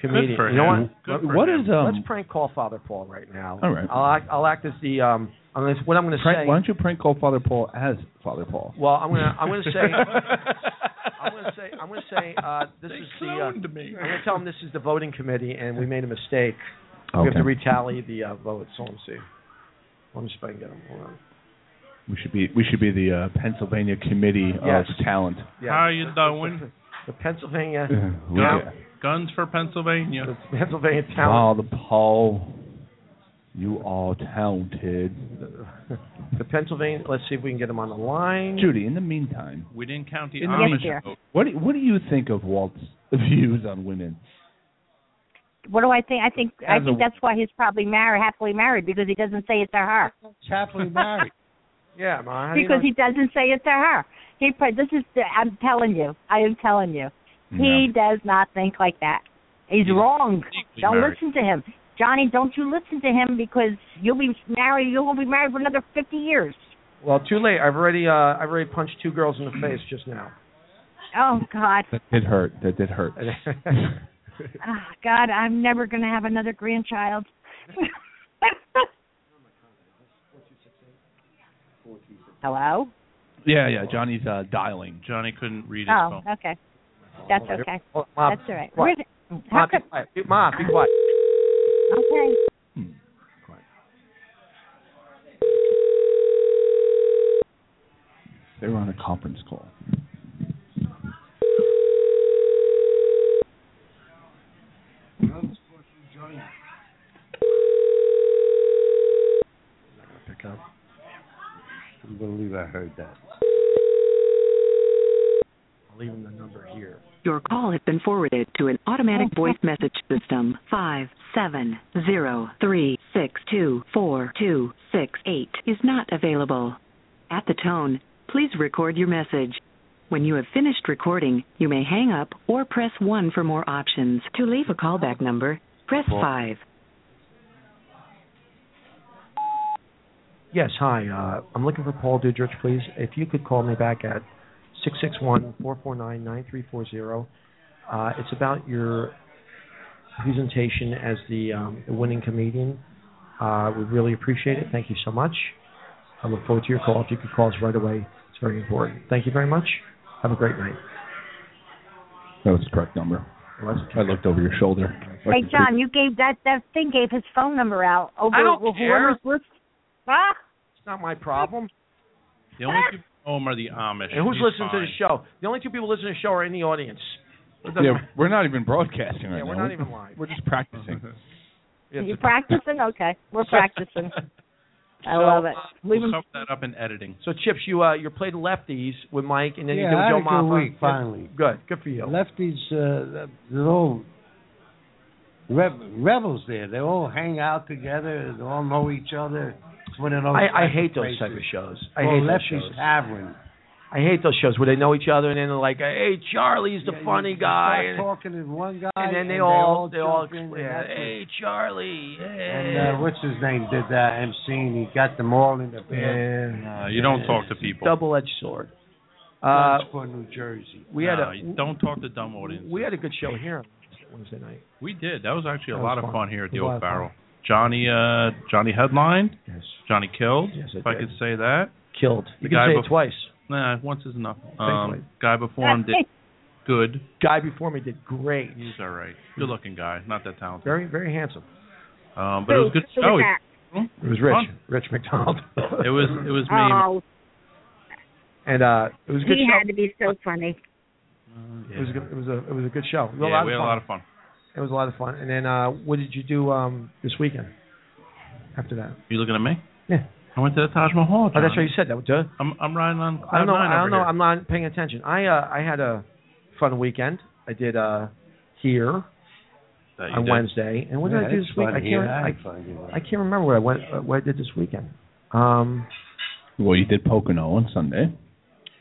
Speaker 1: comedian.
Speaker 5: Good for
Speaker 1: you know
Speaker 5: him.
Speaker 1: what?
Speaker 5: Good for
Speaker 4: What
Speaker 5: him.
Speaker 4: is um?
Speaker 1: Let's prank call Father Paul right now.
Speaker 4: All right.
Speaker 1: I'll act, I'll act as the um. I'm gonna, what I'm going to
Speaker 4: prank,
Speaker 1: say.
Speaker 4: why don't you prank call Father Paul as Father Paul?
Speaker 1: Well, I'm gonna I'm gonna say I'm gonna say I'm gonna say uh, this is the. Uh, I'm
Speaker 4: me.
Speaker 1: gonna tell them this is the voting committee and we made a mistake. We have
Speaker 4: Okay.
Speaker 1: to retally the uh, votes. So let me see. Let me see if I can get them. Hold on.
Speaker 4: we should be we should be the uh, Pennsylvania Committee
Speaker 1: Yes.
Speaker 4: of Talent.
Speaker 1: Yeah.
Speaker 5: How you doing?
Speaker 1: The Pennsylvania,
Speaker 4: Yeah.
Speaker 5: Guns for Pennsylvania.
Speaker 1: the Pennsylvania talent,
Speaker 4: Father Paul, you are talented.
Speaker 1: the Pennsylvania. Let's see if we can get them on the line.
Speaker 4: Judy, in the meantime,
Speaker 5: We didn't count the
Speaker 4: Yes,
Speaker 5: Amish
Speaker 3: dear.
Speaker 5: vote.
Speaker 4: what do, what do you think of Walt's views on women?
Speaker 3: What do I think? I think I
Speaker 4: As a-
Speaker 3: think that's why he's probably married, happily married, because he doesn't say it to her.
Speaker 6: Happily married.
Speaker 1: Yeah, Ma. How do you
Speaker 3: Because
Speaker 1: know-
Speaker 3: he doesn't say it to her. He pro- this is the, I'm telling you. I am telling you. He does not think like that. He's wrong.
Speaker 5: Deeply
Speaker 3: Don't
Speaker 5: married.
Speaker 3: listen to him. Johnny, don't you listen to him because you'll be married you'll be married for another fifty years.
Speaker 1: well, too late. I've already uh, I've already punched two girls in the face just now.
Speaker 3: Oh God.
Speaker 4: That did hurt. That did hurt.
Speaker 3: Oh, God, I'm never gonna have another grandchild. Hello?
Speaker 4: Yeah, yeah. Johnny's uh, dialing.
Speaker 5: Johnny couldn't read his
Speaker 3: Oh,
Speaker 5: phone.
Speaker 3: okay. That's okay.
Speaker 1: Hold on, Ma,
Speaker 3: That's all right.
Speaker 1: What?
Speaker 3: Where's it-
Speaker 1: Ma,
Speaker 3: How
Speaker 1: be
Speaker 3: could,
Speaker 1: quiet. Be- Ma, be quiet.
Speaker 3: okay.
Speaker 4: Hmm. They were on a conference call.
Speaker 6: I believe I heard that.
Speaker 1: I'll leave him the number here.
Speaker 9: Your call has been forwarded to an automatic voice message system. Five seven zero three six two four two six eight is not available. At the tone, please record your message. When you have finished recording, you may hang up or press one for more options. To leave a callback number, press five.
Speaker 1: Yes, hi. Uh, I'm looking for Paul Dudrich, please. If you could call me back at six six one four four nine nine three four zero. Uh, it's about your presentation as the, um, the winning comedian. Uh, we really appreciate it. Thank you so much. I look forward to your call. If you could call us right away, it's very important. Thank you very much. Have a great night.
Speaker 4: That was the correct number.
Speaker 1: Well, that's-
Speaker 4: I looked over your shoulder.
Speaker 3: Hey, John, you gave that that thing gave his phone number out over
Speaker 1: I don't
Speaker 3: whoever's
Speaker 1: care.
Speaker 3: list- Ah,
Speaker 1: It's not my problem.
Speaker 5: The only people at home are the Amish.
Speaker 1: And who's
Speaker 5: He's
Speaker 1: listening to the
Speaker 5: fine.
Speaker 1: show? The only two people listening to the show are in the audience. It doesn't
Speaker 4: Yeah,
Speaker 1: matter.
Speaker 4: we're not even broadcasting right
Speaker 1: Yeah,
Speaker 4: now.
Speaker 1: we're not even live.
Speaker 4: We're just practicing.
Speaker 1: Yes,
Speaker 3: you
Speaker 1: it's-
Speaker 3: practicing? Okay, we're practicing. I
Speaker 1: So,
Speaker 3: love it.
Speaker 1: uh,
Speaker 3: Leave
Speaker 5: We'll
Speaker 3: him.
Speaker 5: cover that up in editing.
Speaker 1: So Chips, you uh, you played lefties with Mike, and then
Speaker 6: yeah,
Speaker 1: you did
Speaker 6: I
Speaker 1: with
Speaker 6: had
Speaker 1: Joe
Speaker 6: a good
Speaker 1: Mama.
Speaker 6: week
Speaker 1: Yeah,
Speaker 6: finally.
Speaker 1: Good, good for you.
Speaker 6: Lefties, uh, they're all rev- rebels. There, they all hang out together. They all know each other. It's one of those.
Speaker 1: I, I
Speaker 6: type
Speaker 1: hate those
Speaker 6: places.
Speaker 1: type of shows. I
Speaker 6: well,
Speaker 1: hate those
Speaker 6: lefties
Speaker 1: shows.
Speaker 6: have one.
Speaker 1: I hate those shows where they know each other and then they're like, "Hey, Charlie's the
Speaker 6: Yeah, you-
Speaker 1: funny
Speaker 6: you
Speaker 1: guy,"
Speaker 6: Start
Speaker 1: and,
Speaker 6: talking to one guy,
Speaker 1: and then they
Speaker 6: all
Speaker 1: all they all
Speaker 6: jump in and
Speaker 1: expl- yeah,
Speaker 6: that's what-
Speaker 1: "Hey, Charlie."
Speaker 6: And
Speaker 1: Hey.
Speaker 6: uh, what's his name did that MC and he got them all in the band.
Speaker 5: Uh, you don't talk to people.
Speaker 1: Double-edged sword. Uh,
Speaker 6: That's for New Jersey.
Speaker 1: we had
Speaker 5: No,
Speaker 1: a
Speaker 5: you don't talk to dumb audience.
Speaker 1: we had a good show here on Wednesday night.
Speaker 5: We did. That was actually a
Speaker 1: That was
Speaker 5: lot of
Speaker 1: fun.
Speaker 5: fun here at the
Speaker 1: It was
Speaker 5: Old
Speaker 1: fun.
Speaker 5: Barrel. Johnny, uh, Johnny headlined.
Speaker 1: Yes,
Speaker 5: Johnny killed.
Speaker 1: Yes, I
Speaker 5: if I
Speaker 1: did.
Speaker 5: could say that.
Speaker 1: killed. You
Speaker 5: The
Speaker 1: can
Speaker 5: guy
Speaker 1: say it
Speaker 5: bef-
Speaker 1: twice.
Speaker 5: Nah, once is enough.
Speaker 1: Thanks,
Speaker 5: Um, guy before him did good.
Speaker 1: Guy before me did great.
Speaker 5: He's all right. Good looking guy. Not that talented.
Speaker 1: Very very handsome.
Speaker 5: Um, but it was a good
Speaker 7: Who
Speaker 5: show.
Speaker 7: was that?
Speaker 1: It was Rich,
Speaker 5: Fun.
Speaker 1: Rich McDonald.
Speaker 5: It was it was me.
Speaker 7: Oh,
Speaker 1: and uh, it was a good
Speaker 7: he
Speaker 1: show.
Speaker 7: had to be so funny.
Speaker 1: It was a good, it was a it was a good show. It was a
Speaker 5: Yeah,
Speaker 1: lot
Speaker 5: we had
Speaker 1: of fun.
Speaker 5: a lot of fun.
Speaker 1: It was a lot of fun. And then uh, what did you do um, this weekend? After that?
Speaker 5: You looking at me?
Speaker 1: Yeah.
Speaker 5: I went to the Taj Mahal.
Speaker 1: Oh, that's
Speaker 5: John.
Speaker 1: right. You said that. Duh.
Speaker 5: I'm Um, I'm riding on.
Speaker 1: I don't know.
Speaker 5: cloud nine
Speaker 1: I don't
Speaker 5: over
Speaker 1: know.
Speaker 5: here.
Speaker 1: I'm not paying attention. I uh, I had a fun weekend. I did uh, here
Speaker 5: That Uh, you
Speaker 1: on
Speaker 5: did.
Speaker 1: Wednesday. And what did
Speaker 6: Yeah,
Speaker 1: I do
Speaker 6: it's
Speaker 1: this week?
Speaker 6: fun
Speaker 1: I
Speaker 6: here.
Speaker 1: can't.
Speaker 6: I
Speaker 1: I,
Speaker 6: had fun here.
Speaker 1: I can't remember what I went. Uh, what I did this weekend. Um,
Speaker 4: Well, you did Pocono on Sunday.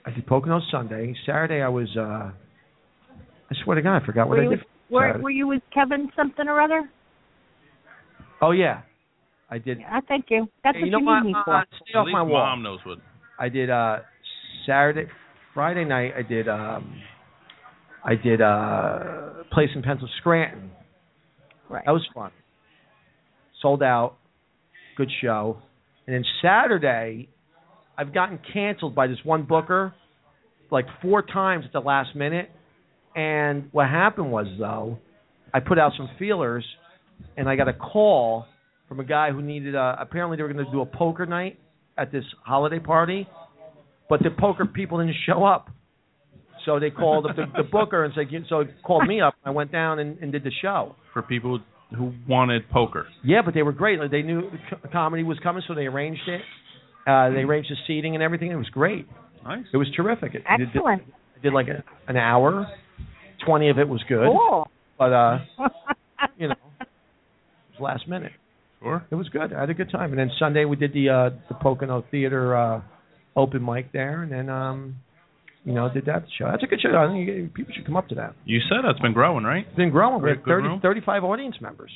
Speaker 1: I did Pocono Sunday. Saturday I was. Uh, I swear to God, I forgot what
Speaker 3: Were
Speaker 1: I
Speaker 3: you
Speaker 1: did.
Speaker 3: with, were,
Speaker 1: Saturday.
Speaker 3: were you with Kevin something or other?
Speaker 1: Oh yeah, I did.
Speaker 3: I thank you. That's
Speaker 1: Hey,
Speaker 3: what
Speaker 1: you know
Speaker 3: you
Speaker 1: what?
Speaker 3: need me
Speaker 1: Uh,
Speaker 3: for.
Speaker 1: stay
Speaker 5: At
Speaker 1: off
Speaker 5: least
Speaker 1: my wall.
Speaker 5: mom knows what.
Speaker 1: I did uh Saturday Friday night I did um I did uh place in Pencil Scranton.
Speaker 3: Right.
Speaker 1: That was fun. Sold out. Good show. And then Saturday I've gotten canceled by this one booker like four times at the last minute. And what happened was though, I put out some feelers and I got a call from a guy who needed a apparently they were going to do a poker night at this holiday party, but the poker people didn't show up. So they called up the, the booker and said, so he called me up. I went down and, and did the show.
Speaker 5: For people who wanted poker.
Speaker 1: Yeah, but they were great. Like, they knew co- comedy was coming, so they arranged it. Uh, they arranged the seating and everything. It was great.
Speaker 5: Nice.
Speaker 1: It was terrific. It, it did,
Speaker 3: Excellent.
Speaker 1: I did like a, an hour. Twenty of it was good,
Speaker 3: Cool.
Speaker 1: but uh, you know, it was last minute.
Speaker 5: Sure.
Speaker 1: It was good. I had a good time. And then Sunday we did the uh the Pocono Theater uh open mic there and then um you know, did that show. That's a good show. I think you- people should come up to that.
Speaker 5: You said that's been growing, right?
Speaker 1: It's been growing. We
Speaker 5: Great,
Speaker 1: have
Speaker 5: good room.
Speaker 1: 30, 35 audience members.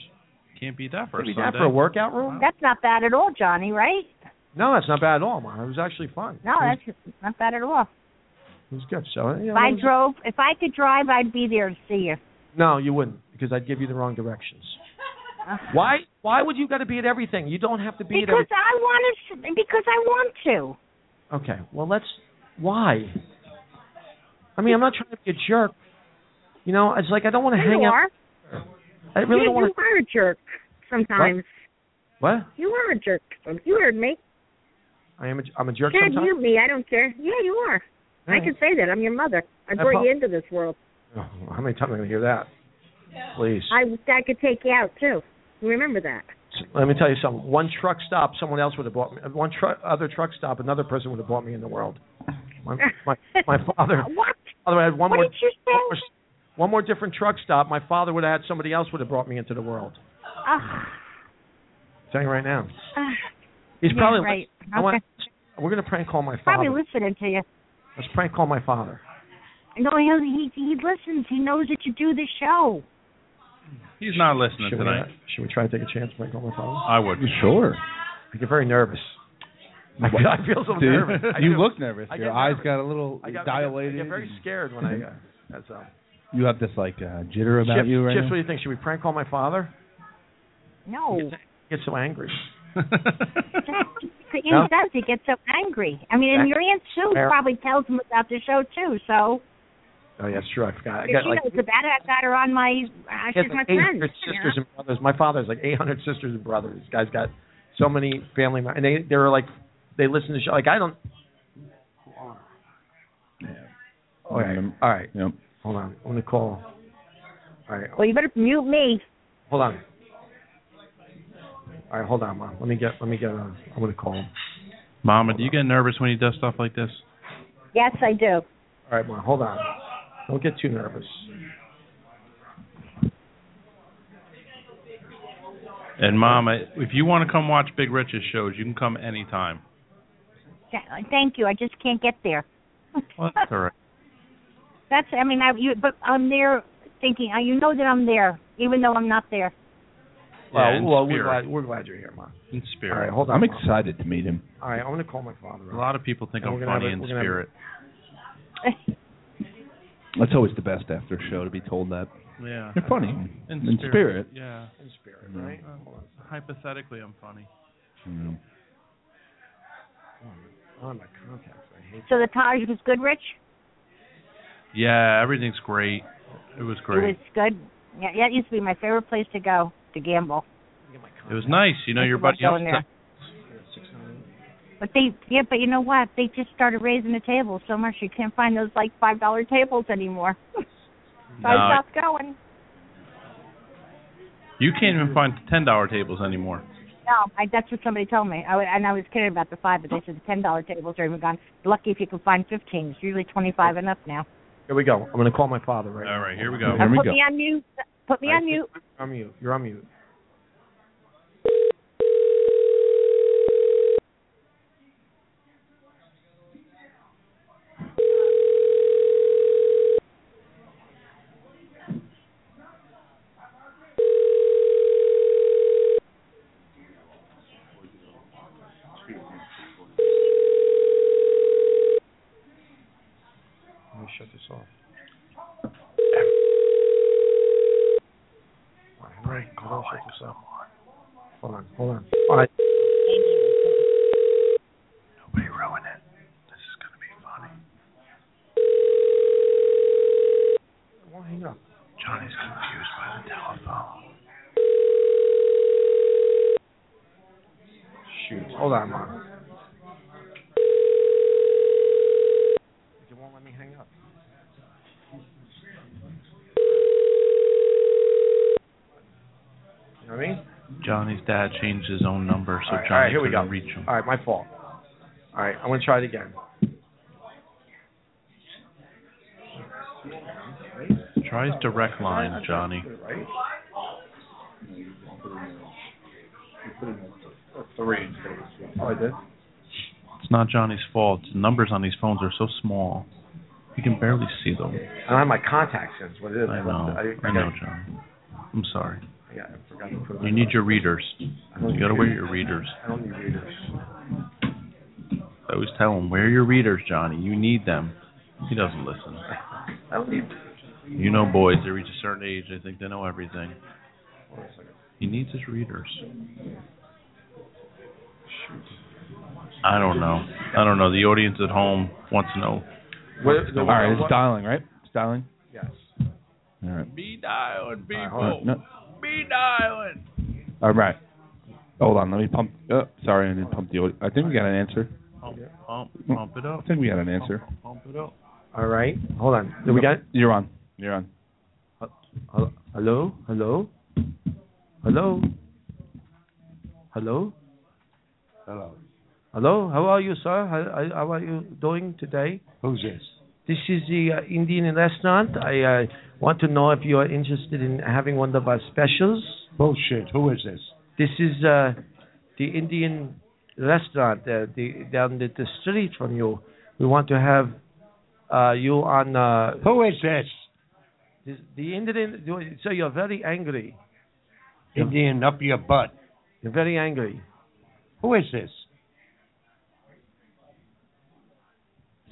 Speaker 5: Can't beat that for a
Speaker 1: Could be that
Speaker 5: Sunday.
Speaker 1: for a workout room?
Speaker 3: That's not bad at all, Johnny. Right?
Speaker 1: No, that's not bad at all, man. It was actually fun.
Speaker 3: No,
Speaker 1: it was,
Speaker 3: that's not bad at all.
Speaker 1: it was good. So you know,
Speaker 3: If I
Speaker 1: it was- uh,
Speaker 3: drove, if I could drive, I'd be there to see you.
Speaker 1: no, you wouldn't because I'd give you the wrong directions. Why? Why would you got to be at everything? You don't have to be
Speaker 3: Because
Speaker 1: at
Speaker 3: I want to. Because I want to.
Speaker 1: every. Okay. Well, let's. Why? I mean, I'm not trying to be a jerk. You know, it's like I don't want to
Speaker 7: You
Speaker 1: hang out.
Speaker 7: are.
Speaker 1: I really
Speaker 7: yeah,
Speaker 1: don't want
Speaker 7: you are a jerk sometimes.
Speaker 1: to. What?
Speaker 7: You are a jerk. You heard me.
Speaker 1: I am. A, I'm a jerk
Speaker 7: Yeah,
Speaker 1: sometimes.
Speaker 7: you me. I don't care. Yeah, you are. I can say that. I'm your mother. I
Speaker 1: Yeah,
Speaker 7: brought
Speaker 1: Paul-
Speaker 7: you into this world.
Speaker 1: Oh, how many times am I going to hear that? Please.
Speaker 7: I I could take you out too. Remember that.
Speaker 1: Let me tell you something. One truck stop, someone else would have bought me. uh, One truck, other truck stop, another person would have bought me in the world. My my, my father.
Speaker 3: What?
Speaker 1: Father had one
Speaker 3: What
Speaker 1: more,
Speaker 3: did you
Speaker 1: one more
Speaker 3: say?
Speaker 1: one more different truck stop. My father would have had somebody else would have brought me into the world.
Speaker 3: Ah,
Speaker 1: I'm telling you right now.
Speaker 3: ah,
Speaker 1: He's
Speaker 3: yeah,
Speaker 1: probably.
Speaker 3: right.
Speaker 1: I want,
Speaker 3: Okay.
Speaker 1: we're going to prank call my
Speaker 3: Probably
Speaker 1: father.
Speaker 3: listening to you.
Speaker 1: Let's prank call my father.
Speaker 3: No, he he he listens. He knows that you do the show.
Speaker 5: He's not listening
Speaker 1: Should we,
Speaker 5: tonight.
Speaker 1: uh, should we try to take a chance? Prank call my father.
Speaker 5: I would.
Speaker 4: Sure.
Speaker 1: I get very nervous. I feel, I feel so
Speaker 4: Do you?
Speaker 1: nervous. I
Speaker 4: you
Speaker 1: do.
Speaker 4: look nervous.
Speaker 1: I
Speaker 4: Your
Speaker 1: get
Speaker 4: eyes
Speaker 1: nervous.
Speaker 4: got a little
Speaker 1: I got,
Speaker 4: dilated.
Speaker 1: I get very
Speaker 4: and
Speaker 1: scared when I. uh, That's all.
Speaker 4: you have this like uh, jitter about
Speaker 1: Chips,
Speaker 4: you right
Speaker 1: Chips,
Speaker 4: now.
Speaker 1: what do you think? Should we prank call my father?
Speaker 3: No.
Speaker 1: He gets, he gets so angry.
Speaker 3: He
Speaker 1: No.
Speaker 3: does. He gets so angry. I mean, and your aunt Sue
Speaker 1: Fair.
Speaker 3: probably tells him about the show too. So
Speaker 1: Oh yeah, that's true. I forgot. I
Speaker 3: she
Speaker 1: got like
Speaker 3: knows about it. I've got her on my. Uh,
Speaker 1: he has
Speaker 3: she's my
Speaker 1: like
Speaker 3: friend.
Speaker 1: 800
Speaker 3: you know?
Speaker 1: sisters and brothers. My father's like 800 sisters and brothers. This guy's got so many family, mem- and they they were like they listen to show. Like I don't. All right,
Speaker 4: Um,
Speaker 1: all right.
Speaker 4: Yep.
Speaker 1: Hold on. I'm gonna call. All right,
Speaker 3: Well, you better mute me.
Speaker 1: hold on. All right, hold on, mom. Let me get. Let me get. Uh, I'm gonna call him.
Speaker 5: Mama, do you get nervous when you does stuff like this?
Speaker 3: Yes, I do.
Speaker 1: All right, mom. Hold on. Don't get too nervous.
Speaker 5: And Mom, I, if you want to come watch Big Rich's shows, you can come anytime.
Speaker 3: Th- Thank you. I just can't get there.
Speaker 5: Well, that's all right.
Speaker 3: That's. I mean, I. You, but I'm there thinking. uh, You know that I'm there, even though I'm not there.
Speaker 5: Yeah, in
Speaker 1: well, well we're
Speaker 5: spirit.
Speaker 1: glad we're glad you're here, mom.
Speaker 5: In
Speaker 1: All right,
Speaker 5: spirit.
Speaker 1: hold on.
Speaker 4: I'm
Speaker 1: Mom.
Speaker 4: excited to meet him.
Speaker 1: All right, I'm gonna call my father.
Speaker 5: A lot of people think I'm
Speaker 1: And we're gonna have
Speaker 5: funny
Speaker 1: a-
Speaker 5: in
Speaker 1: we're gonna have a-
Speaker 5: spirit.
Speaker 4: That's always the best after a show to be told that.
Speaker 5: Yeah.
Speaker 4: You're funny.
Speaker 5: In,
Speaker 4: In spirit.
Speaker 5: Yeah.
Speaker 1: In spirit,
Speaker 5: Mm-hmm.
Speaker 4: Mm.
Speaker 1: right? Hold on.
Speaker 5: Hypothetically, I'm funny.
Speaker 4: Mm.
Speaker 1: Oh, my contacts. I hate.
Speaker 3: So the Taj was good, Rich.
Speaker 5: Yeah, everything's great. It was great.
Speaker 3: It was good. Yeah, yeah, it used to be my favorite place to go to gamble.
Speaker 5: It was nice. You know, your
Speaker 3: Everyone
Speaker 5: buddy else.
Speaker 3: going there. But they, yeah, but you know what? They just started raising the tables so much you can't find those like five dollar tables anymore. so
Speaker 5: No,
Speaker 3: I stopped going.
Speaker 5: you can't even find ten dollar tables anymore.
Speaker 3: No, I, that's what somebody told me. I, wa- and I was kidding about the five, but they said the ten dollar tables are even gone. Lucky if you can find fifteen. It's usually twenty five and up now.
Speaker 1: Here we go. I'm gonna call my father right.
Speaker 5: All
Speaker 1: now.
Speaker 5: right, here we go.
Speaker 4: Here we
Speaker 3: put
Speaker 4: go.
Speaker 3: me on mute. Put me
Speaker 1: I
Speaker 3: on
Speaker 1: see.
Speaker 3: mute.
Speaker 1: You're on mute. You're on mute. Let me shut this off. All right, hold on, shut this off. Hold on, hold on. All right. Nobody ruin it. This is gonna be funny. Well, hang up. Johnny's confused by the telephone. Shoot. Hold on, Mom. You won't let me hang up. You know what I mean?
Speaker 5: Johnny's dad changed his own number, so
Speaker 1: all right, all right,
Speaker 5: Johnny
Speaker 1: here we go.
Speaker 5: couldn't reach him.
Speaker 1: All right, my fault. All right, I'm gonna try it again.
Speaker 5: Try his direct line, Johnny.
Speaker 1: Right? Three. Oh, I did.
Speaker 5: It's not Johnny's fault. The numbers on these phones are so small, you can barely see them.
Speaker 1: I don't have my contacts in. Is what it is.
Speaker 5: I know.
Speaker 1: I,
Speaker 5: I know,
Speaker 1: got-
Speaker 5: John. I'm sorry.
Speaker 1: I, got- I forgot to put.
Speaker 5: You
Speaker 1: them
Speaker 5: need
Speaker 1: in.
Speaker 5: your readers.
Speaker 1: I don't
Speaker 5: You
Speaker 1: need
Speaker 5: gotta wear
Speaker 1: readers.
Speaker 5: your readers.
Speaker 1: I don't need readers.
Speaker 5: I always tell him, wear your readers, Johnny. You need them. He doesn't listen.
Speaker 1: I don't need.
Speaker 5: You know, boys, they reach a certain age, they think they know everything.
Speaker 1: Hold on a second.
Speaker 5: He needs his readers. I don't know. I don't know. The audience at home wants to know.
Speaker 1: What, the,
Speaker 4: All right,
Speaker 1: what-
Speaker 4: it's dialing, right? It's dialing.
Speaker 1: Yes.
Speaker 4: All right.
Speaker 5: Be dialing,
Speaker 1: All right,
Speaker 4: All right. Uh, No.
Speaker 5: be dialing.
Speaker 4: All right. Hold on, let me pump. Oh, sorry, I didn't pump the. audio. I think we got an answer.
Speaker 5: Pump, pump, pump it
Speaker 4: I
Speaker 5: up.
Speaker 4: think we got an answer.
Speaker 5: Pump, pump it up.
Speaker 1: All right. Hold on. Did we get?
Speaker 4: You're on. You're on.
Speaker 1: Hello? Hello? Hello? Hello?
Speaker 6: Hello.
Speaker 1: Hello? How are you, sir? How, how are you doing today?
Speaker 6: Who's this?
Speaker 1: This is the uh, Indian restaurant. I uh, want to know if you are interested in having one of our specials.
Speaker 6: Bullshit. Who is this?
Speaker 1: This is uh, the Indian restaurant uh, the, down the, the street from you. We want to have uh, you on uh,
Speaker 6: Who is this?
Speaker 1: this, the Indian. So you're very angry.
Speaker 6: Indian up your butt.
Speaker 1: You're very angry.
Speaker 6: Who is this?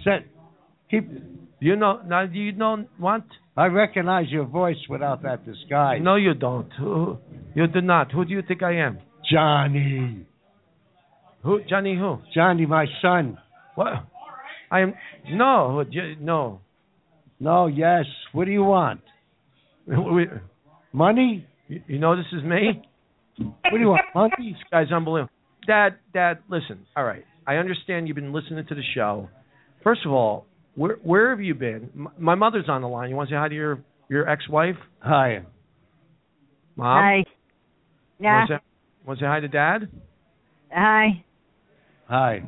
Speaker 6: Send, keep.
Speaker 1: You know, now you don't want.
Speaker 6: I recognize your voice without that disguise.
Speaker 1: No, you don't. Who- You do not. Who do you think I am?
Speaker 6: Johnny.
Speaker 1: Who, Johnny? Who?
Speaker 6: Johnny, my son.
Speaker 1: What? I am. No, J- no.
Speaker 6: No, yes. What do you want?
Speaker 1: We-
Speaker 6: Money?
Speaker 1: you you know this is me.
Speaker 6: What do you want? Money?
Speaker 1: These guys, unbelievable. Dad, Dad, listen. All right, I understand you've been listening to the show. First of all, where where have you been? M- my mother's on the line. You want to say hi to your your ex-wife,
Speaker 6: Hi.
Speaker 1: mom?
Speaker 3: Hi. Yeah.
Speaker 1: Want to say, want to say hi to Dad?
Speaker 3: Hi.
Speaker 6: Hi.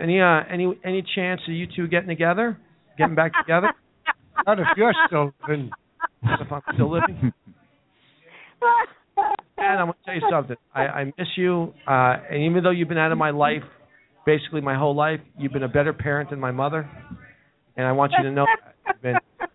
Speaker 1: Any uh any any chance of you two getting together, getting back together?
Speaker 6: Not if you're still living.
Speaker 1: if I'm still living. Dad, I'm gonna tell you something. I, I miss you. Uh, and even though you've been out of my life, basically my whole life, you've been a better parent than my mother. And I want you to know, that. I've been,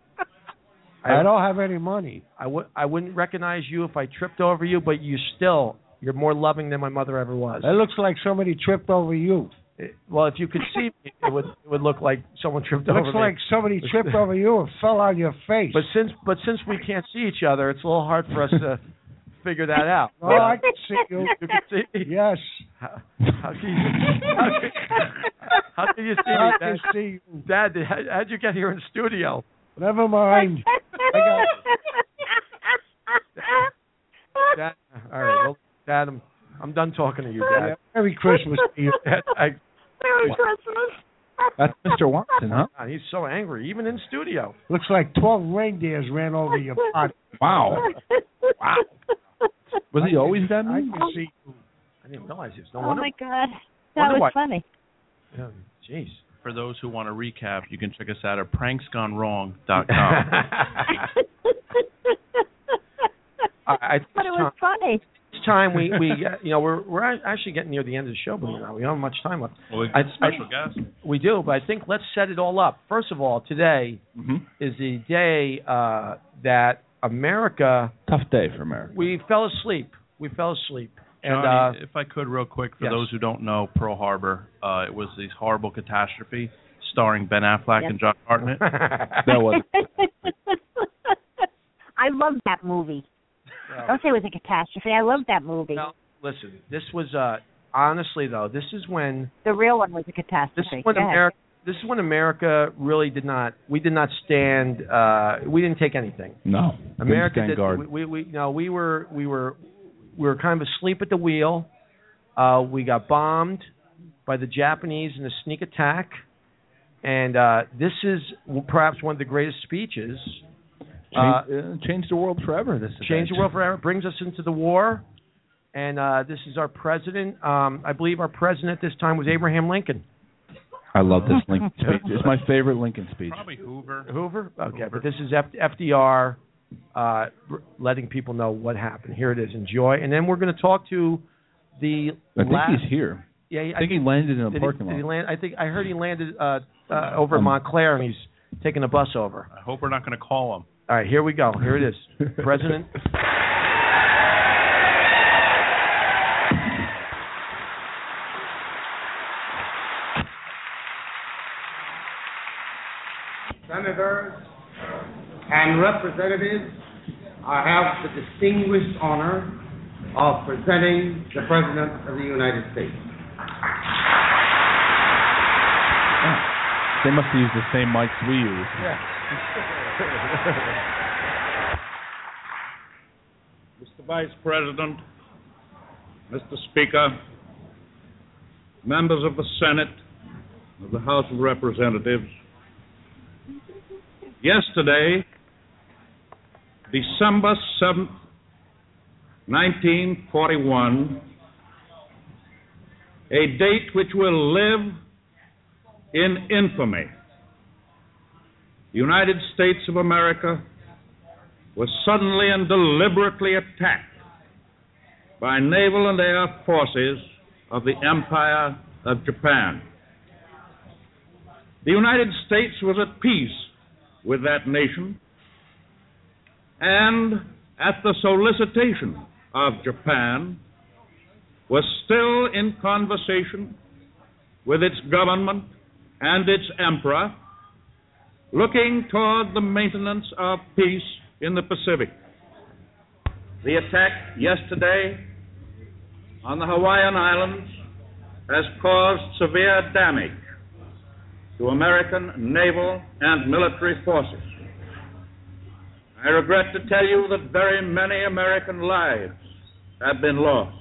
Speaker 6: I
Speaker 1: I,
Speaker 6: don't have any money.
Speaker 1: I, w- I wouldn't recognize you if I tripped over you, but you still, you're more loving than my mother ever was.
Speaker 6: It looks like somebody tripped over you.
Speaker 1: It- well, if you could see me, it would it would look like someone tripped
Speaker 6: It
Speaker 1: over
Speaker 6: looks
Speaker 1: me.
Speaker 6: like somebody tripped over you and fell on your face.
Speaker 1: but since but since we can't see each other, it's a little hard for us to figure that out.
Speaker 6: oh, I can see you.
Speaker 1: You can see me.
Speaker 6: Yes.
Speaker 1: How, how can you, how can, how can you see me,
Speaker 6: I
Speaker 1: Dad?
Speaker 6: can see you.
Speaker 1: Dad, did- how, how'd you get here in studio?
Speaker 6: Never mind.
Speaker 1: Dad, all right, well, Dad, I'm, I'm done talking to you, Dad.
Speaker 6: Merry Christmas to you.
Speaker 1: Dad, I-
Speaker 4: That's Mr. Watson, huh?
Speaker 1: God, he's so angry, even in studio.
Speaker 6: Looks like 12 reindeers ran over your body.
Speaker 4: Wow. Wow. Was he always that
Speaker 6: I
Speaker 4: mean?
Speaker 6: can see you.
Speaker 1: I didn't realize this. No
Speaker 3: Oh
Speaker 1: wonder.
Speaker 3: my God. That
Speaker 1: wonder
Speaker 3: was
Speaker 1: why-
Speaker 3: funny.
Speaker 1: Yeah, oh, Jeez.
Speaker 5: For those who want to recap, you can check us out at pranksgonewrong.com.
Speaker 1: I, I think
Speaker 3: but it
Speaker 1: it's time,
Speaker 3: was funny.
Speaker 1: it's time we we uh, you know we're we're a- actually getting near the end of the show, but we don't have much time left.
Speaker 5: well, we've
Speaker 1: I-
Speaker 5: got special guest.
Speaker 1: We do, but I think let's set it all up. First of all, today
Speaker 4: hmm
Speaker 1: is the day uh, that America
Speaker 4: Tough day for America.
Speaker 1: we fell asleep. We fell asleep, and
Speaker 5: Johnny,
Speaker 1: uh,
Speaker 5: if I could, real quick, for
Speaker 1: yes.
Speaker 5: those who don't know, Pearl Harbor, uh, it was this horrible catastrophe starring Ben Affleck
Speaker 3: Yes.
Speaker 5: and John
Speaker 1: uh,
Speaker 5: Hartnett.
Speaker 4: That was
Speaker 3: I love that movie. Don't say it was a catastrophe. I love that movie.
Speaker 1: No. listen, this was uh, honestly though, this is when
Speaker 3: The real one was a
Speaker 1: this
Speaker 3: catastrophe.
Speaker 1: is when
Speaker 3: Go ahead.
Speaker 1: America this is when America really did not we did not stand uh, we didn't take anything.
Speaker 4: no.
Speaker 1: America
Speaker 4: Didn't stand
Speaker 1: did
Speaker 4: guard.
Speaker 1: we, we we no we were we were we were kind of asleep at the wheel. Uh, we got bombed by the Japanese in a sneak attack, and uh, this is perhaps one of the greatest speeches. Uh,
Speaker 4: Change- uh, changed the world forever. This
Speaker 1: Change the
Speaker 4: event.
Speaker 1: world forever brings us into the war, and uh, this is our president. Um, I believe our president this time was Abraham Lincoln.
Speaker 4: I love this Lincoln speech. It's my favorite Lincoln speech.
Speaker 5: Probably Hoover.
Speaker 1: Hoover. Okay,
Speaker 5: Hoover.
Speaker 1: but this is F- FDR, uh, r- letting people know what happened. Here it is. Enjoy, and then we're going to talk to the
Speaker 4: I think
Speaker 1: last.
Speaker 4: he's here.
Speaker 1: yeah,
Speaker 4: I think he landed in a
Speaker 1: did
Speaker 4: parking
Speaker 1: he, did he
Speaker 4: lot.
Speaker 1: land? I think I heard he landed uh, uh, over
Speaker 4: Um,
Speaker 1: in Montclair, and he's taking a bus over.
Speaker 5: I hope we're not going to call him.
Speaker 1: All right, here we go. Here it is. President.
Speaker 10: senators, and representatives, I have the distinguished honor of presenting the President of the United States.
Speaker 4: They must have used the same mics we use.
Speaker 10: Mr. Vice President, Mr. Speaker, members of the Senate, of the House of Representatives, yesterday, December 7th, 1941, a date which will live in infamy. The United States of America was suddenly and deliberately attacked by naval and air forces of the Empire of Japan. The United States was at peace with that nation and, at the solicitation of Japan, was still in conversation with its government
Speaker 6: and its emperor looking toward the maintenance of peace in the Pacific. The attack yesterday on the Hawaiian Islands has caused severe damage to American naval and military forces. I regret to tell you that very many American lives have been lost.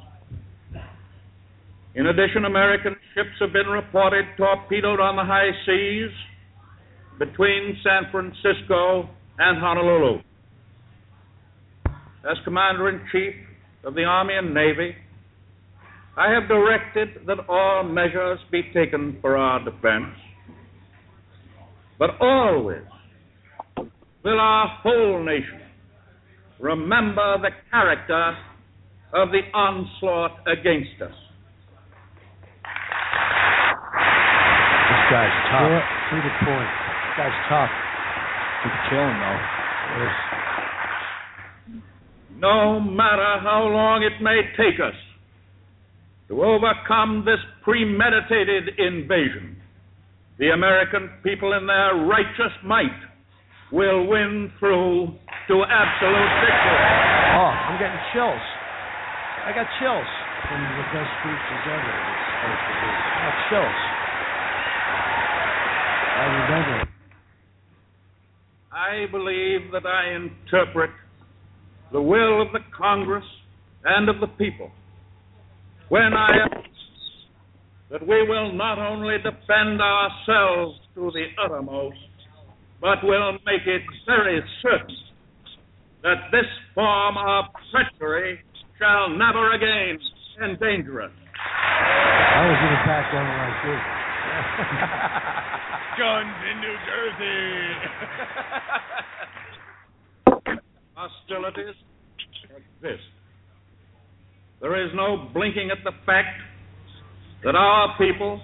Speaker 6: In addition, American ships have been reported torpedoed on the high seas between San Francisco and Honolulu. As Commander in Chief of the Army and Navy, I have directed that all measures be taken for our defense, but always will our whole nation remember the character of the onslaught against us.
Speaker 11: This guy's tough.
Speaker 1: Yeah,
Speaker 11: To the point. This guy's tough. He's killing though.
Speaker 6: no matter how long it may take us to overcome this premeditated invasion, the American people in their righteous might will win through to absolute victory.
Speaker 1: Oh, I'm getting chills. I got chills.
Speaker 11: One of the best speeches ever. It's supposed to be.
Speaker 1: I got chills.
Speaker 11: I remember. it.
Speaker 6: I believe that I interpret the will of the Congress and of the people when I announce that we will not only defend ourselves to the uttermost, but will make it very certain that this form of treachery shall never again endanger us.
Speaker 11: I was in the background like this.
Speaker 5: Guns in New Jersey.
Speaker 6: hostilities exist. There is no blinking at the fact that our people,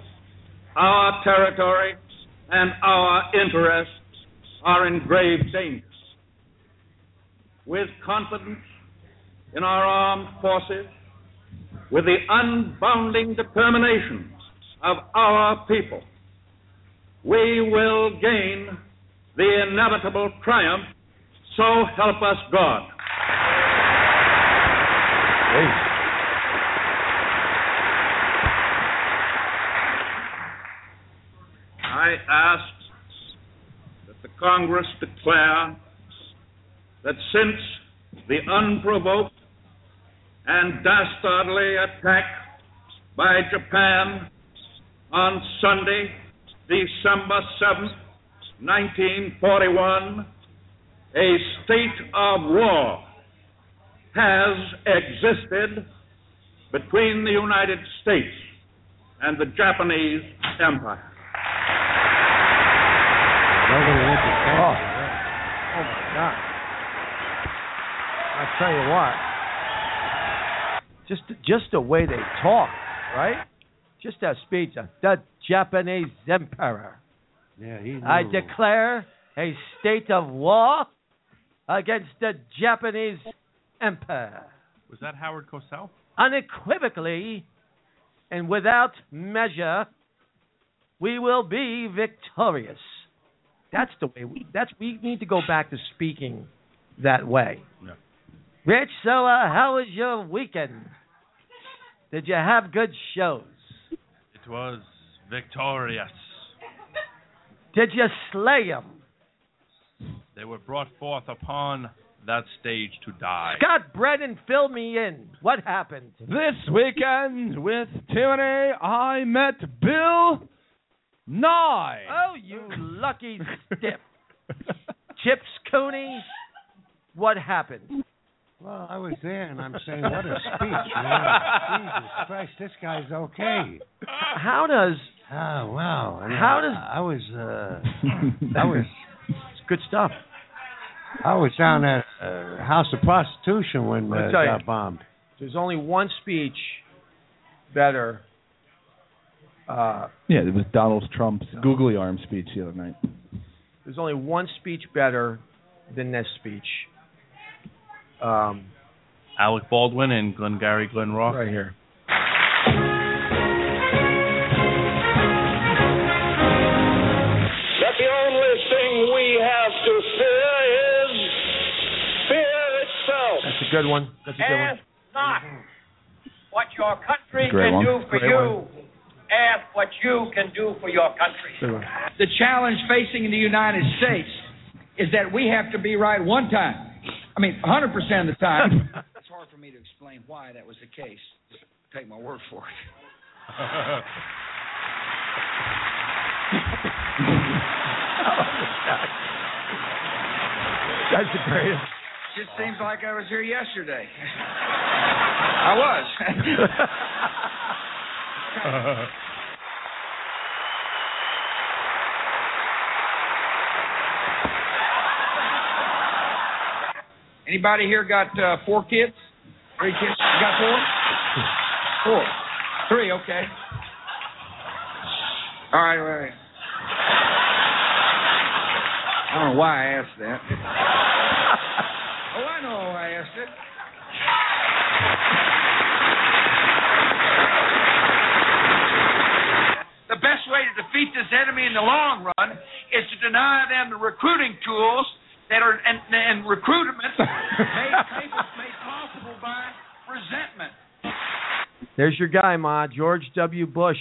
Speaker 6: our territory, and our interests are in grave danger. With confidence in our armed forces, with the unbounding determination of our people, we will gain the inevitable triumph so help us God. I ask that the Congress declare that since the unprovoked and dastardly attack by Japan on Sunday, December 7th, 1941, a state of war has existed between the United States and the Japanese Empire.
Speaker 11: Nobody went to
Speaker 1: Oh.
Speaker 11: Canada.
Speaker 1: Oh my God. I tell you what. Just just the way they talk, right? Just that speech, uh, the Japanese emperor.
Speaker 11: Yeah, he knew.
Speaker 1: I declare a state of war against the Japanese empire.
Speaker 5: Was that Howard Cosell?
Speaker 1: Unequivocally and without measure, we will be victorious. That's the way we. That's we need to go back to speaking that way.
Speaker 5: Yeah.
Speaker 1: Rich Soa, how was your weekend? Did you have good shows?
Speaker 5: It was victorious.
Speaker 1: Did you slay them?
Speaker 5: They were brought forth upon that stage to die.
Speaker 1: Scott Brennan, fill me in. What happened?
Speaker 4: This weekend with Tiffany, I met Bill Nye.
Speaker 1: Oh, you lucky stiff. Chips Cooney, what happened?
Speaker 11: Well, I was there, and I'm saying, what a speech, man! Jesus Christ, this guy's okay.
Speaker 1: How does
Speaker 11: Ah, wow. I mean,
Speaker 1: How does-
Speaker 11: I, I was uh, I was
Speaker 1: it's good stuff?
Speaker 11: I was down at uh, House of Prostitution when
Speaker 1: Let me
Speaker 11: uh,
Speaker 1: tell you.
Speaker 11: got bombed.
Speaker 1: There's only one speech better. Uh,
Speaker 4: Yeah, it was Donald Trump's googly arm speech the other night.
Speaker 1: there's only one speech better than this speech. Um,
Speaker 5: Alec Baldwin and Glengarry Glen Ross.
Speaker 1: right here.
Speaker 12: Thank
Speaker 1: a good one. That's a good one.
Speaker 13: Ask not what your country
Speaker 1: Great
Speaker 13: can
Speaker 1: one.
Speaker 13: do for
Speaker 1: Great
Speaker 13: you. Ask what you can do for your country.
Speaker 14: The challenge facing the United States is that we have to be right one time. I mean, 100% of the time. it's hard for me to explain why that was the case. Just take my word for it.
Speaker 1: That's the greatest.
Speaker 14: Just seems like I was here yesterday. I was. Anybody here got uh, four kids? Three kids? You got four? Four. Three, okay. All right, all right. I don't know why I asked that. oh, I know why I asked it. The best way to defeat this enemy in the long run is to deny them the recruiting tools that are and, and recruitment made, capable, made possible by resentment.
Speaker 1: There's your guy, Ma, George W. Bush,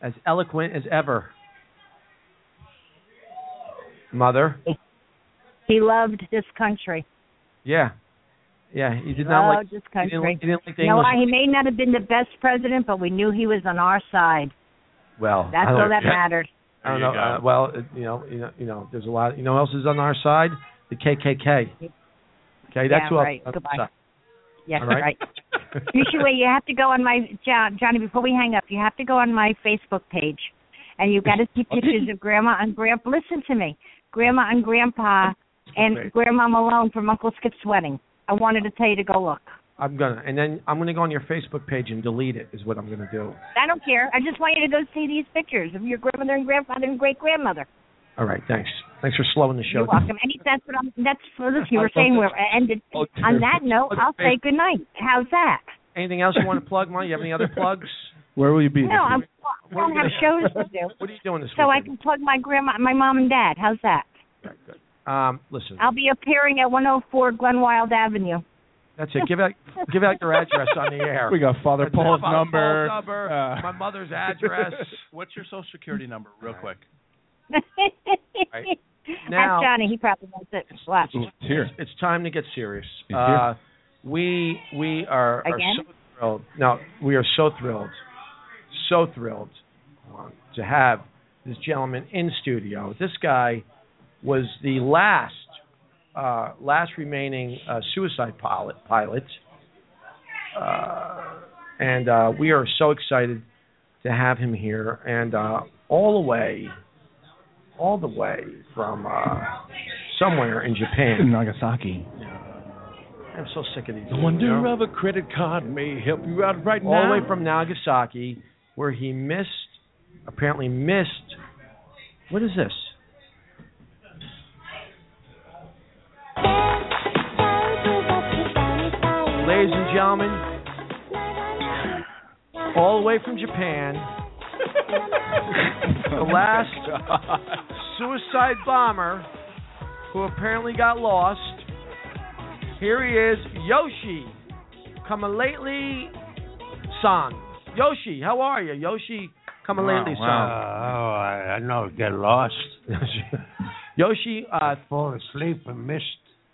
Speaker 1: as eloquent as ever. Mother,
Speaker 3: He loved this country.
Speaker 1: yeah, yeah, he did not
Speaker 3: loved
Speaker 1: like.
Speaker 3: this
Speaker 1: He didn't,
Speaker 3: Oh, country.
Speaker 1: like- he didn't like the
Speaker 3: you know
Speaker 1: English.
Speaker 3: why? He may not have been the best president, but we knew he was on our side.
Speaker 1: well,
Speaker 3: That's
Speaker 1: I don't-
Speaker 3: all that mattered.
Speaker 1: I don't
Speaker 3: There
Speaker 1: know.
Speaker 3: you
Speaker 1: Uh, well, it, you know, you know, you know, there's a lot. You know, who else is on our side? The KKK. Okay, that's
Speaker 3: Yeah,
Speaker 1: who else
Speaker 3: right.
Speaker 1: is on our
Speaker 3: Goodbye.
Speaker 1: side.
Speaker 3: Yes,
Speaker 1: All right.
Speaker 3: Usually, you have to go on my John, Johnny. Before we hang up, you have to go on my Facebook page, and you've got to see pictures of Grandma and Grandpa. Listen to me, Grandma and Grandpa, and Grandma Malone from Uncle Skip's wedding. I wanted to tell you to go look.
Speaker 1: I'm gonna, and then I'm gonna go on your Facebook page and delete it. Is what I'm gonna do.
Speaker 3: I don't care. I just want you to go see these pictures of your grandmother and grandfather and great grandmother.
Speaker 1: All right, thanks. Thanks for slowing the show.
Speaker 3: You're welcome. And that's what I'm. That's for this. You were saying we're ended.
Speaker 1: Oh, dear.
Speaker 3: On that note,
Speaker 1: Oh,
Speaker 3: I'll
Speaker 1: dear.
Speaker 3: say good night. How's that?
Speaker 1: Anything else you want to plug, Ma? You have any other plugs?
Speaker 4: Where will you be?
Speaker 3: No, I'm, I
Speaker 1: What are
Speaker 3: don't
Speaker 1: we
Speaker 3: have
Speaker 1: gonna-
Speaker 3: shows to do.
Speaker 1: What are you doing this
Speaker 3: So I can plug my grandma, my mom and dad. How's that?
Speaker 1: week? Um, listen,
Speaker 3: I'll be appearing at 104 Glen Wild Avenue.
Speaker 1: that's it. Give out, give out your address on the air.
Speaker 4: We got Father
Speaker 1: That's it.
Speaker 4: Paul's
Speaker 1: Father
Speaker 4: number.
Speaker 1: Paul's number,
Speaker 4: Uh,
Speaker 1: my mother's address.
Speaker 5: What's your social security number, real quick?
Speaker 1: Right. Now-
Speaker 3: Ask Johnny. He probably knows it. Watch.
Speaker 4: Mm-hmm.
Speaker 1: it's here. It's time to get serious.
Speaker 4: It's
Speaker 1: Uh, we we are, are
Speaker 3: Again?
Speaker 1: so thrilled. Now we are so thrilled, so thrilled um, to have this gentleman in studio. This guy was the last uh, last remaining uh, suicide pilot pilot, uh, and uh, we are so excited to have him here and uh, all the way. All the way from uh, somewhere in Japan.
Speaker 4: Nagasaki.
Speaker 1: I'm so sick of these.
Speaker 4: The wonder
Speaker 1: you know?
Speaker 4: of a credit card may help you out right
Speaker 1: all
Speaker 4: now.
Speaker 1: the way from Nagasaki, where he missed, apparently missed. What is this? Ladies and gentlemen, all the way from Japan, the last suicide bomber who apparently got lost. Here he is, Yoshi. Coming lately, San. Yoshi, how are you? Yoshi Kamalately
Speaker 6: Wow, wow. Oh, I, I know. Get lost.
Speaker 1: Yoshi, uh,
Speaker 6: fall asleep and missed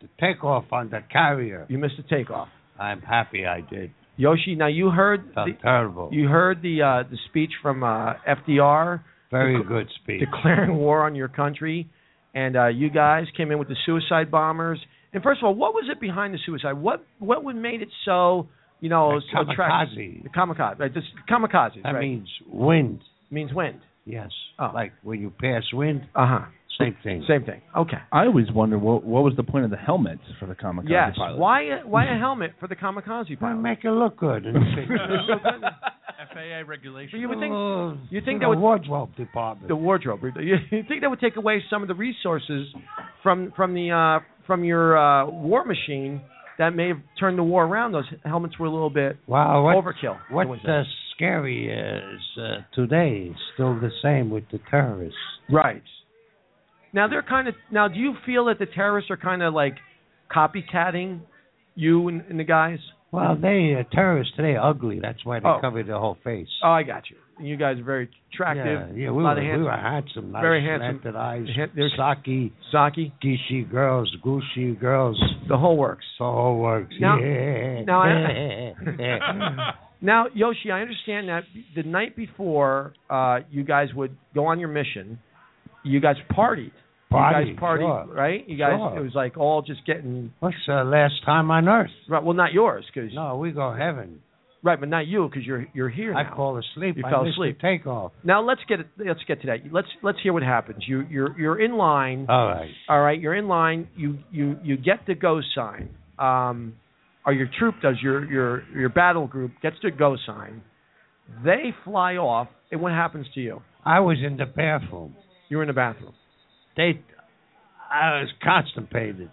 Speaker 6: the takeoff on the carrier.
Speaker 1: You missed the takeoff.
Speaker 6: I'm happy I did.
Speaker 1: San. Yoshi, now you heard
Speaker 6: Felt
Speaker 1: the,
Speaker 6: terrible.
Speaker 1: you heard the uh, the speech from uh, FDR
Speaker 6: Very
Speaker 1: dec-
Speaker 6: good speech.
Speaker 1: declaring war on your country, and uh, you guys came in with the suicide bombers. And first of all, what was it behind the suicide? What what would made it so you know
Speaker 6: The
Speaker 1: so attractive?
Speaker 6: kamikaze.
Speaker 1: The kamikaze, right? This kamikazes,
Speaker 6: That
Speaker 1: right?
Speaker 6: means wind.
Speaker 1: means wind.
Speaker 6: Yes.
Speaker 1: Oh.
Speaker 6: Like when you pass wind.
Speaker 1: Uh huh.
Speaker 6: Same thing.
Speaker 1: Same thing. Okay.
Speaker 4: I always wonder what what was the point of the helmets for the kamikaze
Speaker 1: Yes.
Speaker 4: pilots?
Speaker 1: Why why a helmet for the kamikaze
Speaker 6: Well,
Speaker 1: pilot?
Speaker 6: make it look good. in the picture.
Speaker 5: FAA regulation.
Speaker 1: You would think
Speaker 6: Oh,
Speaker 1: you think
Speaker 6: the
Speaker 1: that would
Speaker 6: wardrobe department.
Speaker 1: the wardrobe. You think that would take away some of the resources from from the uh, from your uh, war machine that may have turned the war around? Those helmets were a little bit
Speaker 6: Wow, what-
Speaker 1: overkill.
Speaker 6: What's
Speaker 1: I would say.
Speaker 6: uh, scary is uh, today is still the same with the terrorists.
Speaker 1: Right. Now they're kind of now. Do you feel that the terrorists are kind of like copycatting You and, and the guys?
Speaker 6: Well, they uh, terrorists today are ugly. That's why they
Speaker 1: Oh.
Speaker 6: covered their whole face.
Speaker 1: Oh, I got you. You guys are very
Speaker 6: Yeah,
Speaker 1: attractive.
Speaker 6: yeah,
Speaker 1: a
Speaker 6: we
Speaker 1: lot
Speaker 6: were,
Speaker 1: of
Speaker 6: we
Speaker 1: handsome.
Speaker 6: were handsome. nice
Speaker 1: Very handsome.
Speaker 6: slanted eyes.
Speaker 1: Han- there's-
Speaker 6: Saki.
Speaker 1: Saki.
Speaker 6: Gishi girls, Gushi girls.
Speaker 1: The whole works.
Speaker 6: The whole works.
Speaker 1: Now-
Speaker 6: yeah.
Speaker 1: now I- Now, Yoshi, I understand that the night before uh, you guys would go on your mission, you guys partied. you
Speaker 6: Partied,
Speaker 1: guys partied,
Speaker 6: sure.
Speaker 1: right? You guys,
Speaker 6: Sure.
Speaker 1: it was like all just getting.
Speaker 6: What's the last time on earth?
Speaker 1: Right, well, not yours, because
Speaker 6: no, we go heaven.
Speaker 1: Right, but not you, because you're you're here.
Speaker 6: I
Speaker 1: now.
Speaker 6: fall asleep.
Speaker 1: You
Speaker 6: I
Speaker 1: fell
Speaker 6: missed
Speaker 1: asleep.
Speaker 6: The takeoff.
Speaker 1: Now let's get it, let's get to that. Let's let's hear what happens. You you're you're in line.
Speaker 6: All right.
Speaker 1: All right, you're in line. You you you get the go sign. Um, or your troop does. Your your your battle group gets the go sign. They fly off, and what happens to you?
Speaker 6: I was in the bathroom.
Speaker 1: You were in the bathroom.
Speaker 6: They, I was constipated,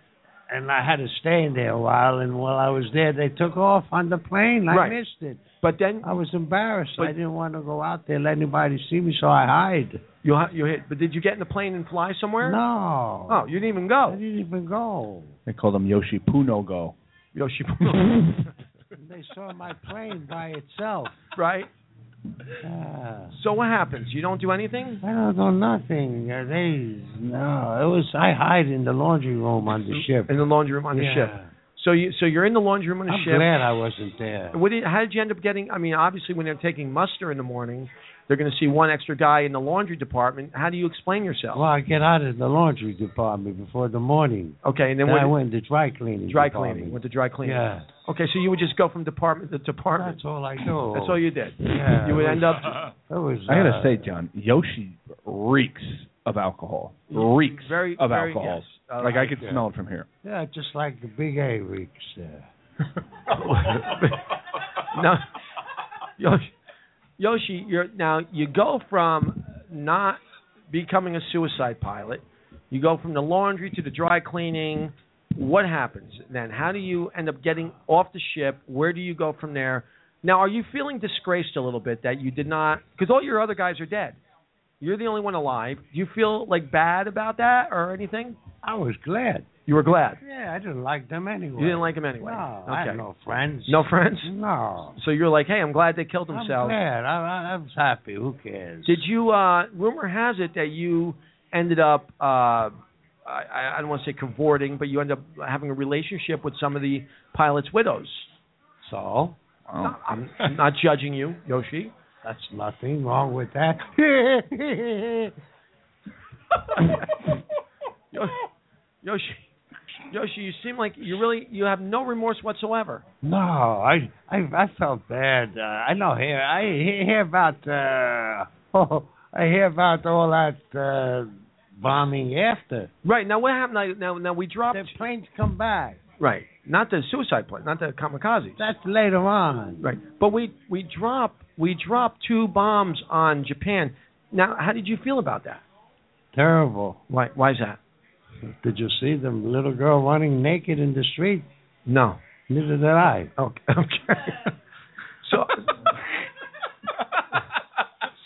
Speaker 6: and I had to stay in there a while. And while I was there, they took off on the plane. I
Speaker 1: Right.
Speaker 6: missed it.
Speaker 1: But then
Speaker 6: I was embarrassed.
Speaker 1: But-
Speaker 6: I didn't want to go out there let anybody see me, so I hide.
Speaker 1: You hi- you hit. But did you get in the plane and fly somewhere?
Speaker 6: No.
Speaker 1: Oh, you didn't even go.
Speaker 6: I didn't even go.
Speaker 4: They called him Yoshi Puno Go.
Speaker 1: Yoshi.
Speaker 6: They saw my plane by itself.
Speaker 1: right.
Speaker 6: Ah.
Speaker 1: So what happens? You don't do anything.
Speaker 6: I don't know nothing. Uh, They no. It was I hide in the laundry room on the ship.
Speaker 1: In the laundry room on the
Speaker 6: Yeah.
Speaker 1: ship. So you so you're in the laundry room on the
Speaker 6: I'm
Speaker 1: ship.
Speaker 6: glad I wasn't there.
Speaker 1: What did, how did you end up getting? I mean, obviously, when they're taking muster in the morning, they're going to see one extra guy in the laundry department. How do you explain yourself?
Speaker 6: Well, I get out of the laundry department before the morning.
Speaker 1: okay, and then
Speaker 6: Then
Speaker 1: what
Speaker 6: I
Speaker 1: did-
Speaker 6: went to dry cleaning.
Speaker 1: dry
Speaker 6: department.
Speaker 1: cleaning. Went to dry cleaning.
Speaker 6: Yeah.
Speaker 1: Okay, so you would just go from department to department.
Speaker 6: That's all I do.
Speaker 1: That's all you did.
Speaker 6: Yeah,
Speaker 1: you would
Speaker 6: it
Speaker 1: end
Speaker 6: was-
Speaker 1: up.
Speaker 6: That was.
Speaker 4: I gotta
Speaker 6: uh,
Speaker 4: say, John, Yoshi reeks of alcohol. Reeks
Speaker 1: Very-
Speaker 4: of
Speaker 1: very-
Speaker 4: alcohol.
Speaker 1: yes. Uh,
Speaker 4: like I could
Speaker 6: yeah.
Speaker 4: smell it from here.
Speaker 6: Yeah, just like the Big uh, A reeks there.
Speaker 1: no, Yoshi, Yoshi, you're now you go from not becoming a suicide pilot. You go from the laundry to the dry cleaning. What happens then? How do you end up getting off the ship? Where do you go from there? Now, are you feeling disgraced a little bit that you did not? Because all your other guys are dead. You're the only one alive. Do you feel like bad about that or anything?
Speaker 6: I was glad.
Speaker 1: You were glad.
Speaker 6: Yeah, I didn't like them anyway.
Speaker 1: You didn't like him anyway.
Speaker 6: No,
Speaker 1: okay.
Speaker 6: I had no friends.
Speaker 1: No friends.
Speaker 6: No.
Speaker 1: So you're like, hey, I'm glad they killed themselves.
Speaker 6: I'm glad. I, I, I was happy. Who cares?
Speaker 1: Did you? Uh, rumor has it that you ended up. Uh, I- I, I don't want to say cavorting, but you ended up having a relationship with some of the pilots' widows.
Speaker 6: So
Speaker 1: No, I'm, I'm not judging you, Yoshi.
Speaker 6: that's nothing wrong with that.
Speaker 1: Yo- Yoshi, Yoshi, you seem like you really you have no remorse whatsoever.
Speaker 6: no, I, I I felt bad. Uh, I know here I he- hear about uh, oh, I hear about all that uh, bombing after
Speaker 1: Right now, what happened? Now, now, now we dropped.
Speaker 6: the planes come back.
Speaker 1: Right, not the suicide plane, not the kamikaze.
Speaker 6: That's later on.
Speaker 1: Right, but we we dropped we dropped two bombs on Japan. Now, how did you feel about that?
Speaker 6: Terrible.
Speaker 1: Why why is that?
Speaker 6: Did you see the little girl running naked in the street?
Speaker 1: No.
Speaker 6: Neither did I.
Speaker 1: Okay. okay. so,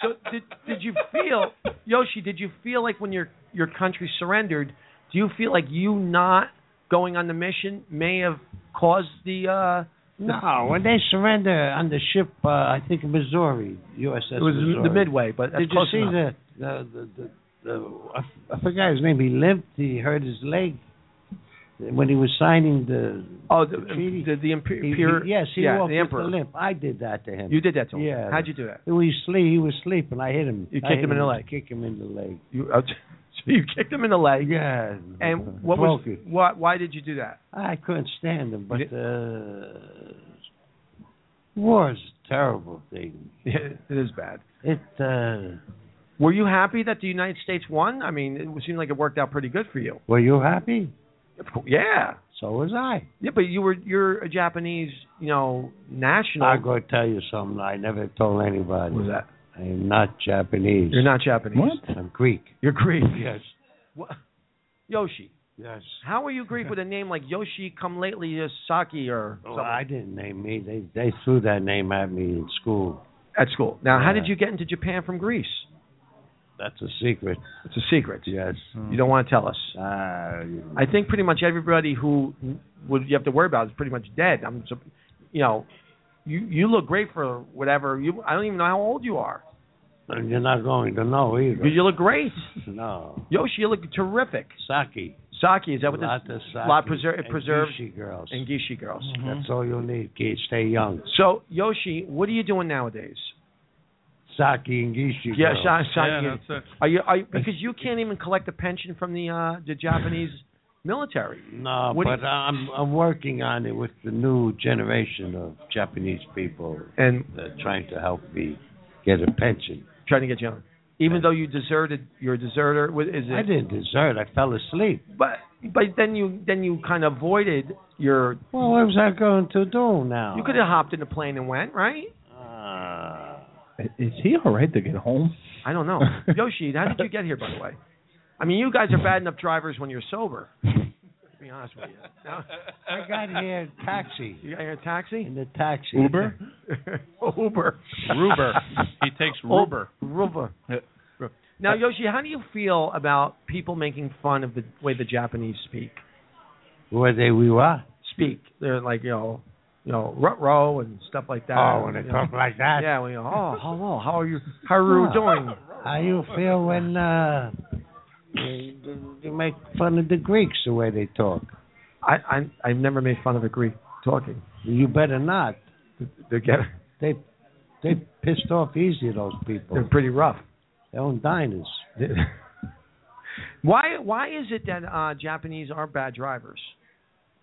Speaker 1: so did did you feel Yoshi? Did you feel like when your your country surrendered? Do you feel like you not going on the mission may have caused the? uh
Speaker 6: No, when they surrender on the ship, uh, I think Missouri, USS
Speaker 1: It was
Speaker 6: Missouri.
Speaker 1: the Midway, but that's
Speaker 6: Did you
Speaker 1: close
Speaker 6: see
Speaker 1: enough.
Speaker 6: the the the, the, the I, f- I forgot his name. He limped. He hurt his leg when he was signing the.
Speaker 1: oh the
Speaker 6: the treaty?
Speaker 1: the, the, imper-
Speaker 6: he- he-
Speaker 1: peer-
Speaker 6: yes, he
Speaker 1: yeah,
Speaker 6: walked
Speaker 1: the
Speaker 6: with
Speaker 1: emperor.
Speaker 6: the limp. I did that to him.
Speaker 1: You did that to him.
Speaker 6: Yeah.
Speaker 1: How'd you do that?
Speaker 6: He was sleep. He was sleeping. I hit him.
Speaker 1: You
Speaker 6: I
Speaker 1: kicked
Speaker 6: hit
Speaker 1: him in the leg. Uh,
Speaker 6: Kick him in the leg.
Speaker 1: You uh, so you kicked him in the leg.
Speaker 6: Yeah.
Speaker 1: And what was
Speaker 6: broke it.
Speaker 1: what? Why did you do that?
Speaker 6: I couldn't stand him, but
Speaker 1: You
Speaker 6: uh, war is a terrible thing.
Speaker 1: it is bad.
Speaker 6: It uh,
Speaker 1: Were you happy that the United States won? I mean, it seemed like it worked out pretty good for you.
Speaker 6: were you happy?
Speaker 1: Of course, yeah,
Speaker 6: So was I.
Speaker 1: yeah, but you were you're a Japanese, you know, national.
Speaker 6: I'm going to tell you something I never told anybody.
Speaker 1: What was that?
Speaker 6: I'm not Japanese.
Speaker 1: You're not Japanese.
Speaker 6: I'm Greek.
Speaker 1: You're Greek.
Speaker 6: Yes.
Speaker 1: What? Yoshi,
Speaker 6: Yes.
Speaker 1: how are you Greek with a name like Yoshi? Come lately, uh, Saki or
Speaker 6: Well,
Speaker 1: something?
Speaker 6: I didn't name me. They they threw that name at me in school.
Speaker 1: at school. Now, how
Speaker 6: Yeah.
Speaker 1: did you get into Japan from Greece? That's a secret. It's a secret. Yes. You don't want to tell us.
Speaker 6: Uh,
Speaker 1: I think pretty much everybody who would you have to worry about is pretty much dead. I'm, so, you know, you you look great for whatever. You I don't even know how old you are.
Speaker 6: And you're not going to know either.
Speaker 1: You, you look great.
Speaker 6: No.
Speaker 1: Yoshi, you look terrific.
Speaker 6: Saki.
Speaker 1: Saki, is that what this?
Speaker 6: Lot of sake
Speaker 1: lot preser-
Speaker 6: and
Speaker 1: preserved.
Speaker 6: Gishi girls. Mm-hmm.
Speaker 1: And Gishi girls.
Speaker 6: That's all you'll need, kids. Stay young.
Speaker 1: So Yoshi, what are you doing nowadays?
Speaker 6: Saki and Gishi
Speaker 1: Yeah,
Speaker 6: girls.
Speaker 1: Sha- Sha- Yeah, that's Are you, are you because you can't even collect a pension from the uh, the Japanese military.
Speaker 6: No,
Speaker 1: What do
Speaker 6: but
Speaker 1: you-
Speaker 6: I'm I'm working on it with the new generation of Japanese people
Speaker 1: and
Speaker 6: they're trying to help me get a pension.
Speaker 1: Trying to get you on. Even though you deserted, you're a deserter. What Is it?
Speaker 6: I didn't desert. I fell asleep.
Speaker 1: But but then you then you kind of avoided your.
Speaker 6: Well, what was I going to do now?
Speaker 1: You could have hopped in a plane and went, right?
Speaker 6: Ah,
Speaker 4: Is he all right to get home?
Speaker 1: I don't know. Yoshi, how did you get here, by the way? I mean, you guys are bad enough drivers when you're sober. To be honest with you.
Speaker 6: I got here taxi.
Speaker 1: You got here taxi?
Speaker 6: In the taxi.
Speaker 4: Uber?
Speaker 1: Uber.
Speaker 5: Ruber. He takes Ruber.
Speaker 1: Oh, Ruber. Now, Yoshi, how do you feel about people making fun of the way the Japanese speak?
Speaker 6: Where they we were?
Speaker 1: Speak. They're like, you know, you know, rut-row and stuff like that.
Speaker 6: Oh, when they
Speaker 1: You
Speaker 6: talk
Speaker 1: know.
Speaker 6: like that.
Speaker 1: Yeah, we go, oh, hello, how are you? How are you
Speaker 6: Yeah.
Speaker 1: doing?
Speaker 6: How you feel when uh you, you make fun of the Greeks the way they talk?
Speaker 1: I I I've never made fun of a Greek talking.
Speaker 6: You better not.
Speaker 1: They get
Speaker 6: they they pissed off easy those people.
Speaker 1: They're pretty rough.
Speaker 6: They own diners.
Speaker 1: Why why is it that uh Japanese are bad drivers?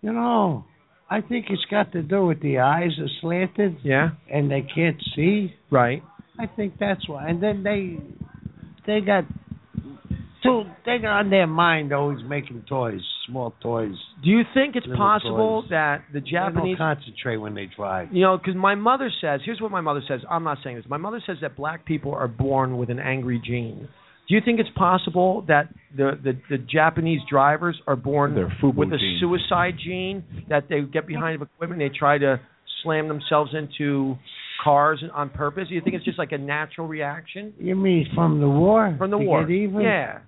Speaker 6: You know, I think it's got to do with the eyes are slanted.
Speaker 1: Yeah.
Speaker 6: And they can't see.
Speaker 1: Right.
Speaker 6: I think that's why. And then they they got too they got on their mind always making toys, small toys.
Speaker 1: Do you think it's
Speaker 6: Little
Speaker 1: possible
Speaker 6: toys.
Speaker 1: that the Japanese
Speaker 6: They don't concentrate when they drive.
Speaker 1: You know, because my mother says, here's what my mother says. I'm not saying this. My mother says that black people are born with an angry gene. Do you think it's possible that the the, the Japanese drivers are born
Speaker 4: Their FUBU
Speaker 1: with a
Speaker 4: gene.
Speaker 1: suicide gene that they get behind equipment, they try to slam themselves into cars on purpose? Do you think it's just like a natural reaction
Speaker 6: You mean from the war?
Speaker 1: from the
Speaker 6: to
Speaker 1: war?
Speaker 6: Get even?
Speaker 1: Yeah,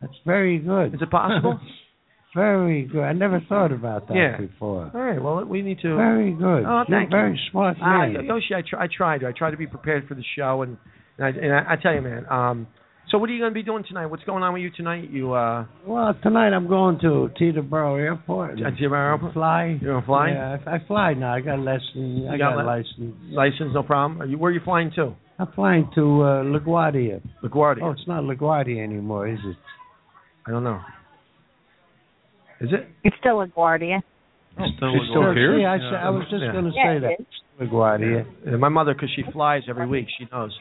Speaker 6: That's very good.
Speaker 1: is it possible?
Speaker 6: very good. I never thought about that
Speaker 1: Yeah.
Speaker 6: before.
Speaker 1: All right. Well, we need to.
Speaker 6: Very good.
Speaker 1: Oh,
Speaker 6: You're a
Speaker 1: thank
Speaker 6: very
Speaker 1: you.
Speaker 6: smart
Speaker 1: Ah,
Speaker 6: man.
Speaker 1: Yo- Yoshi, I, try, I tried. I tried to be prepared for the show, and and I, and I, I tell you, man. Um, so what are you going to be doing tonight? What's going on with you tonight? You uh,
Speaker 6: Well, tonight I'm going to Teterboro Airport. and
Speaker 1: At Teterboro Airport?
Speaker 6: Fly.
Speaker 1: You're gonna fly?
Speaker 6: Yeah, I, I fly now. I got a lesson. I
Speaker 1: You got
Speaker 6: got, a
Speaker 1: le-
Speaker 6: license.
Speaker 1: license, no problem. Are you, where are you flying to?
Speaker 6: I'm flying to uh, LaGuardia.
Speaker 1: LaGuardia.
Speaker 6: Oh, it's not LaGuardia anymore, is it?
Speaker 1: I don't know. Is it?
Speaker 3: It's still LaGuardia.
Speaker 1: still
Speaker 6: It's still here? See, I s- I was just gonna say that. LaGuardia.
Speaker 1: Yeah, Uh, my mother, because she flies every week, she knows.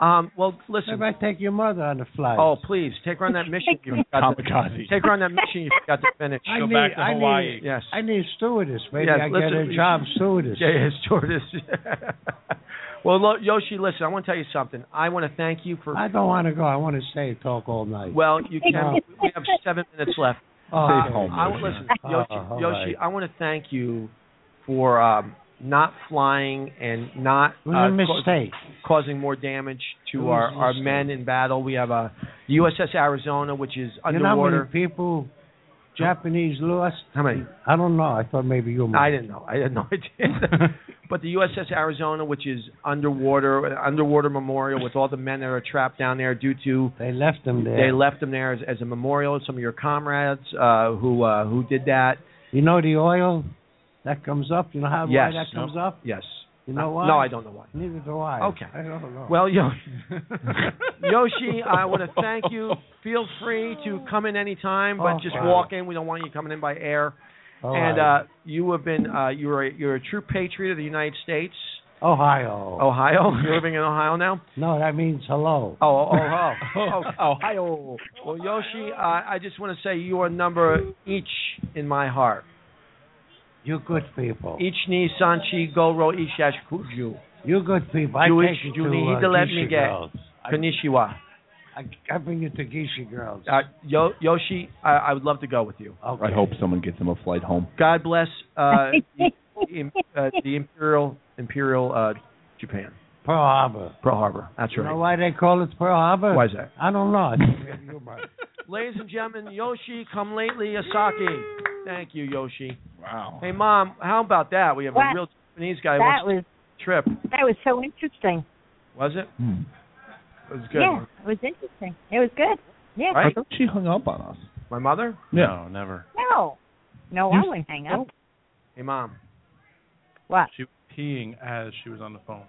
Speaker 1: Um, well, listen.
Speaker 6: Maybe I take your mother on the flight.
Speaker 1: Oh, please take her on that mission. You forgot to,
Speaker 4: Kamikaze.
Speaker 1: take her on that mission you forgot to finish.
Speaker 6: I need, I Need,
Speaker 1: Yes.
Speaker 6: I need stewardess. Maybe
Speaker 1: Yes,
Speaker 6: I get
Speaker 1: listen-
Speaker 6: a job stewardess.
Speaker 1: Yeah, yeah, stewardess. well, lo- Yoshi, listen, I want to tell you something. I want to thank you for.
Speaker 6: I don't want to go. I want to stay and talk all night.
Speaker 1: Well, you can.
Speaker 6: No.
Speaker 1: we have seven minutes left.
Speaker 6: Oh,
Speaker 1: Uh,
Speaker 6: okay.
Speaker 1: I want listen,
Speaker 6: Oh,
Speaker 1: Yoshi.
Speaker 6: all
Speaker 1: Yoshi, uh,
Speaker 6: right.
Speaker 1: I want to thank you for um, not flying and not
Speaker 6: It was a
Speaker 1: uh, ca-
Speaker 6: mistake.
Speaker 1: causing more damage
Speaker 6: It
Speaker 1: to
Speaker 6: was
Speaker 1: our,
Speaker 6: a
Speaker 1: our
Speaker 6: mistake.
Speaker 1: men in battle. We have a the USS Arizona, which is
Speaker 6: You know how
Speaker 1: underwater.
Speaker 6: many people Japanese lost?
Speaker 1: How many?
Speaker 6: I don't know. I thought maybe you.
Speaker 1: I didn't know. I had no idea. but the USS Arizona, which is underwater, an underwater memorial with all the men that are trapped down there due to
Speaker 6: They left them there.
Speaker 1: they left them there as, as a memorial. Some of your comrades uh, who uh, who did that.
Speaker 6: You know the oil that comes up. You know how
Speaker 1: Yes.
Speaker 6: why that comes up.
Speaker 1: Yes.
Speaker 6: You know
Speaker 1: Uh,
Speaker 6: why?
Speaker 1: No, I don't know why.
Speaker 6: Neither do I.
Speaker 1: Okay.
Speaker 6: I don't know.
Speaker 1: Well, Yo- Yoshi, I want to thank you. Feel free to come in anytime, but
Speaker 6: Oh,
Speaker 1: just
Speaker 6: wow.
Speaker 1: walk in. We don't want you coming in by air.
Speaker 6: All
Speaker 1: and
Speaker 6: right.
Speaker 1: uh, you have been uh, you're a, you're a true patriot of the United States,
Speaker 6: Ohio.
Speaker 1: Ohio. You're living in Ohio now.
Speaker 6: No, that means hello.
Speaker 1: Oh, oh, oh, oh, oh, Ohio. Well, Yoshi, uh, I just want to say you are number each in my heart.
Speaker 6: You good people.
Speaker 1: Each ni sanchi goro ishash kuju.
Speaker 6: You good people. I
Speaker 1: You
Speaker 6: take
Speaker 1: is-
Speaker 6: you,
Speaker 1: you
Speaker 6: to
Speaker 1: need
Speaker 6: uh,
Speaker 1: to let me
Speaker 6: Geisha
Speaker 1: get-
Speaker 6: Girls.
Speaker 1: Kanishiwa.
Speaker 6: I, I bring you to Geisha Girls.
Speaker 1: Uh, Yo- Yoshi, I-, I would love to go with you.
Speaker 6: okay.
Speaker 4: I hope someone gets him a flight home.
Speaker 1: God bless uh, the, the, uh, the Imperial Imperial uh, Japan.
Speaker 6: Pearl Harbor.
Speaker 1: Pearl Harbor. That's
Speaker 6: You
Speaker 1: right.
Speaker 6: know why they call it Pearl Harbor?
Speaker 1: Why is that?
Speaker 6: I don't know.
Speaker 1: Ladies and gentlemen, Yoshi, come lately, Asaki. Thank you, Yoshi.
Speaker 4: Wow.
Speaker 1: Hey, mom, how about that? We have
Speaker 3: That-
Speaker 1: a real Japanese guy. who
Speaker 3: that
Speaker 1: wants to trip.
Speaker 3: That was so interesting.
Speaker 1: Was it?
Speaker 4: Hmm.
Speaker 1: It was good.
Speaker 3: Yeah, it was interesting. It was good. Yeah.
Speaker 1: Right?
Speaker 4: she hung up on us.
Speaker 1: My mother?
Speaker 4: No, never.
Speaker 3: No, no, I wouldn't hang up.
Speaker 1: Hey, mom.
Speaker 3: What?
Speaker 5: She was peeing as she was on the phone.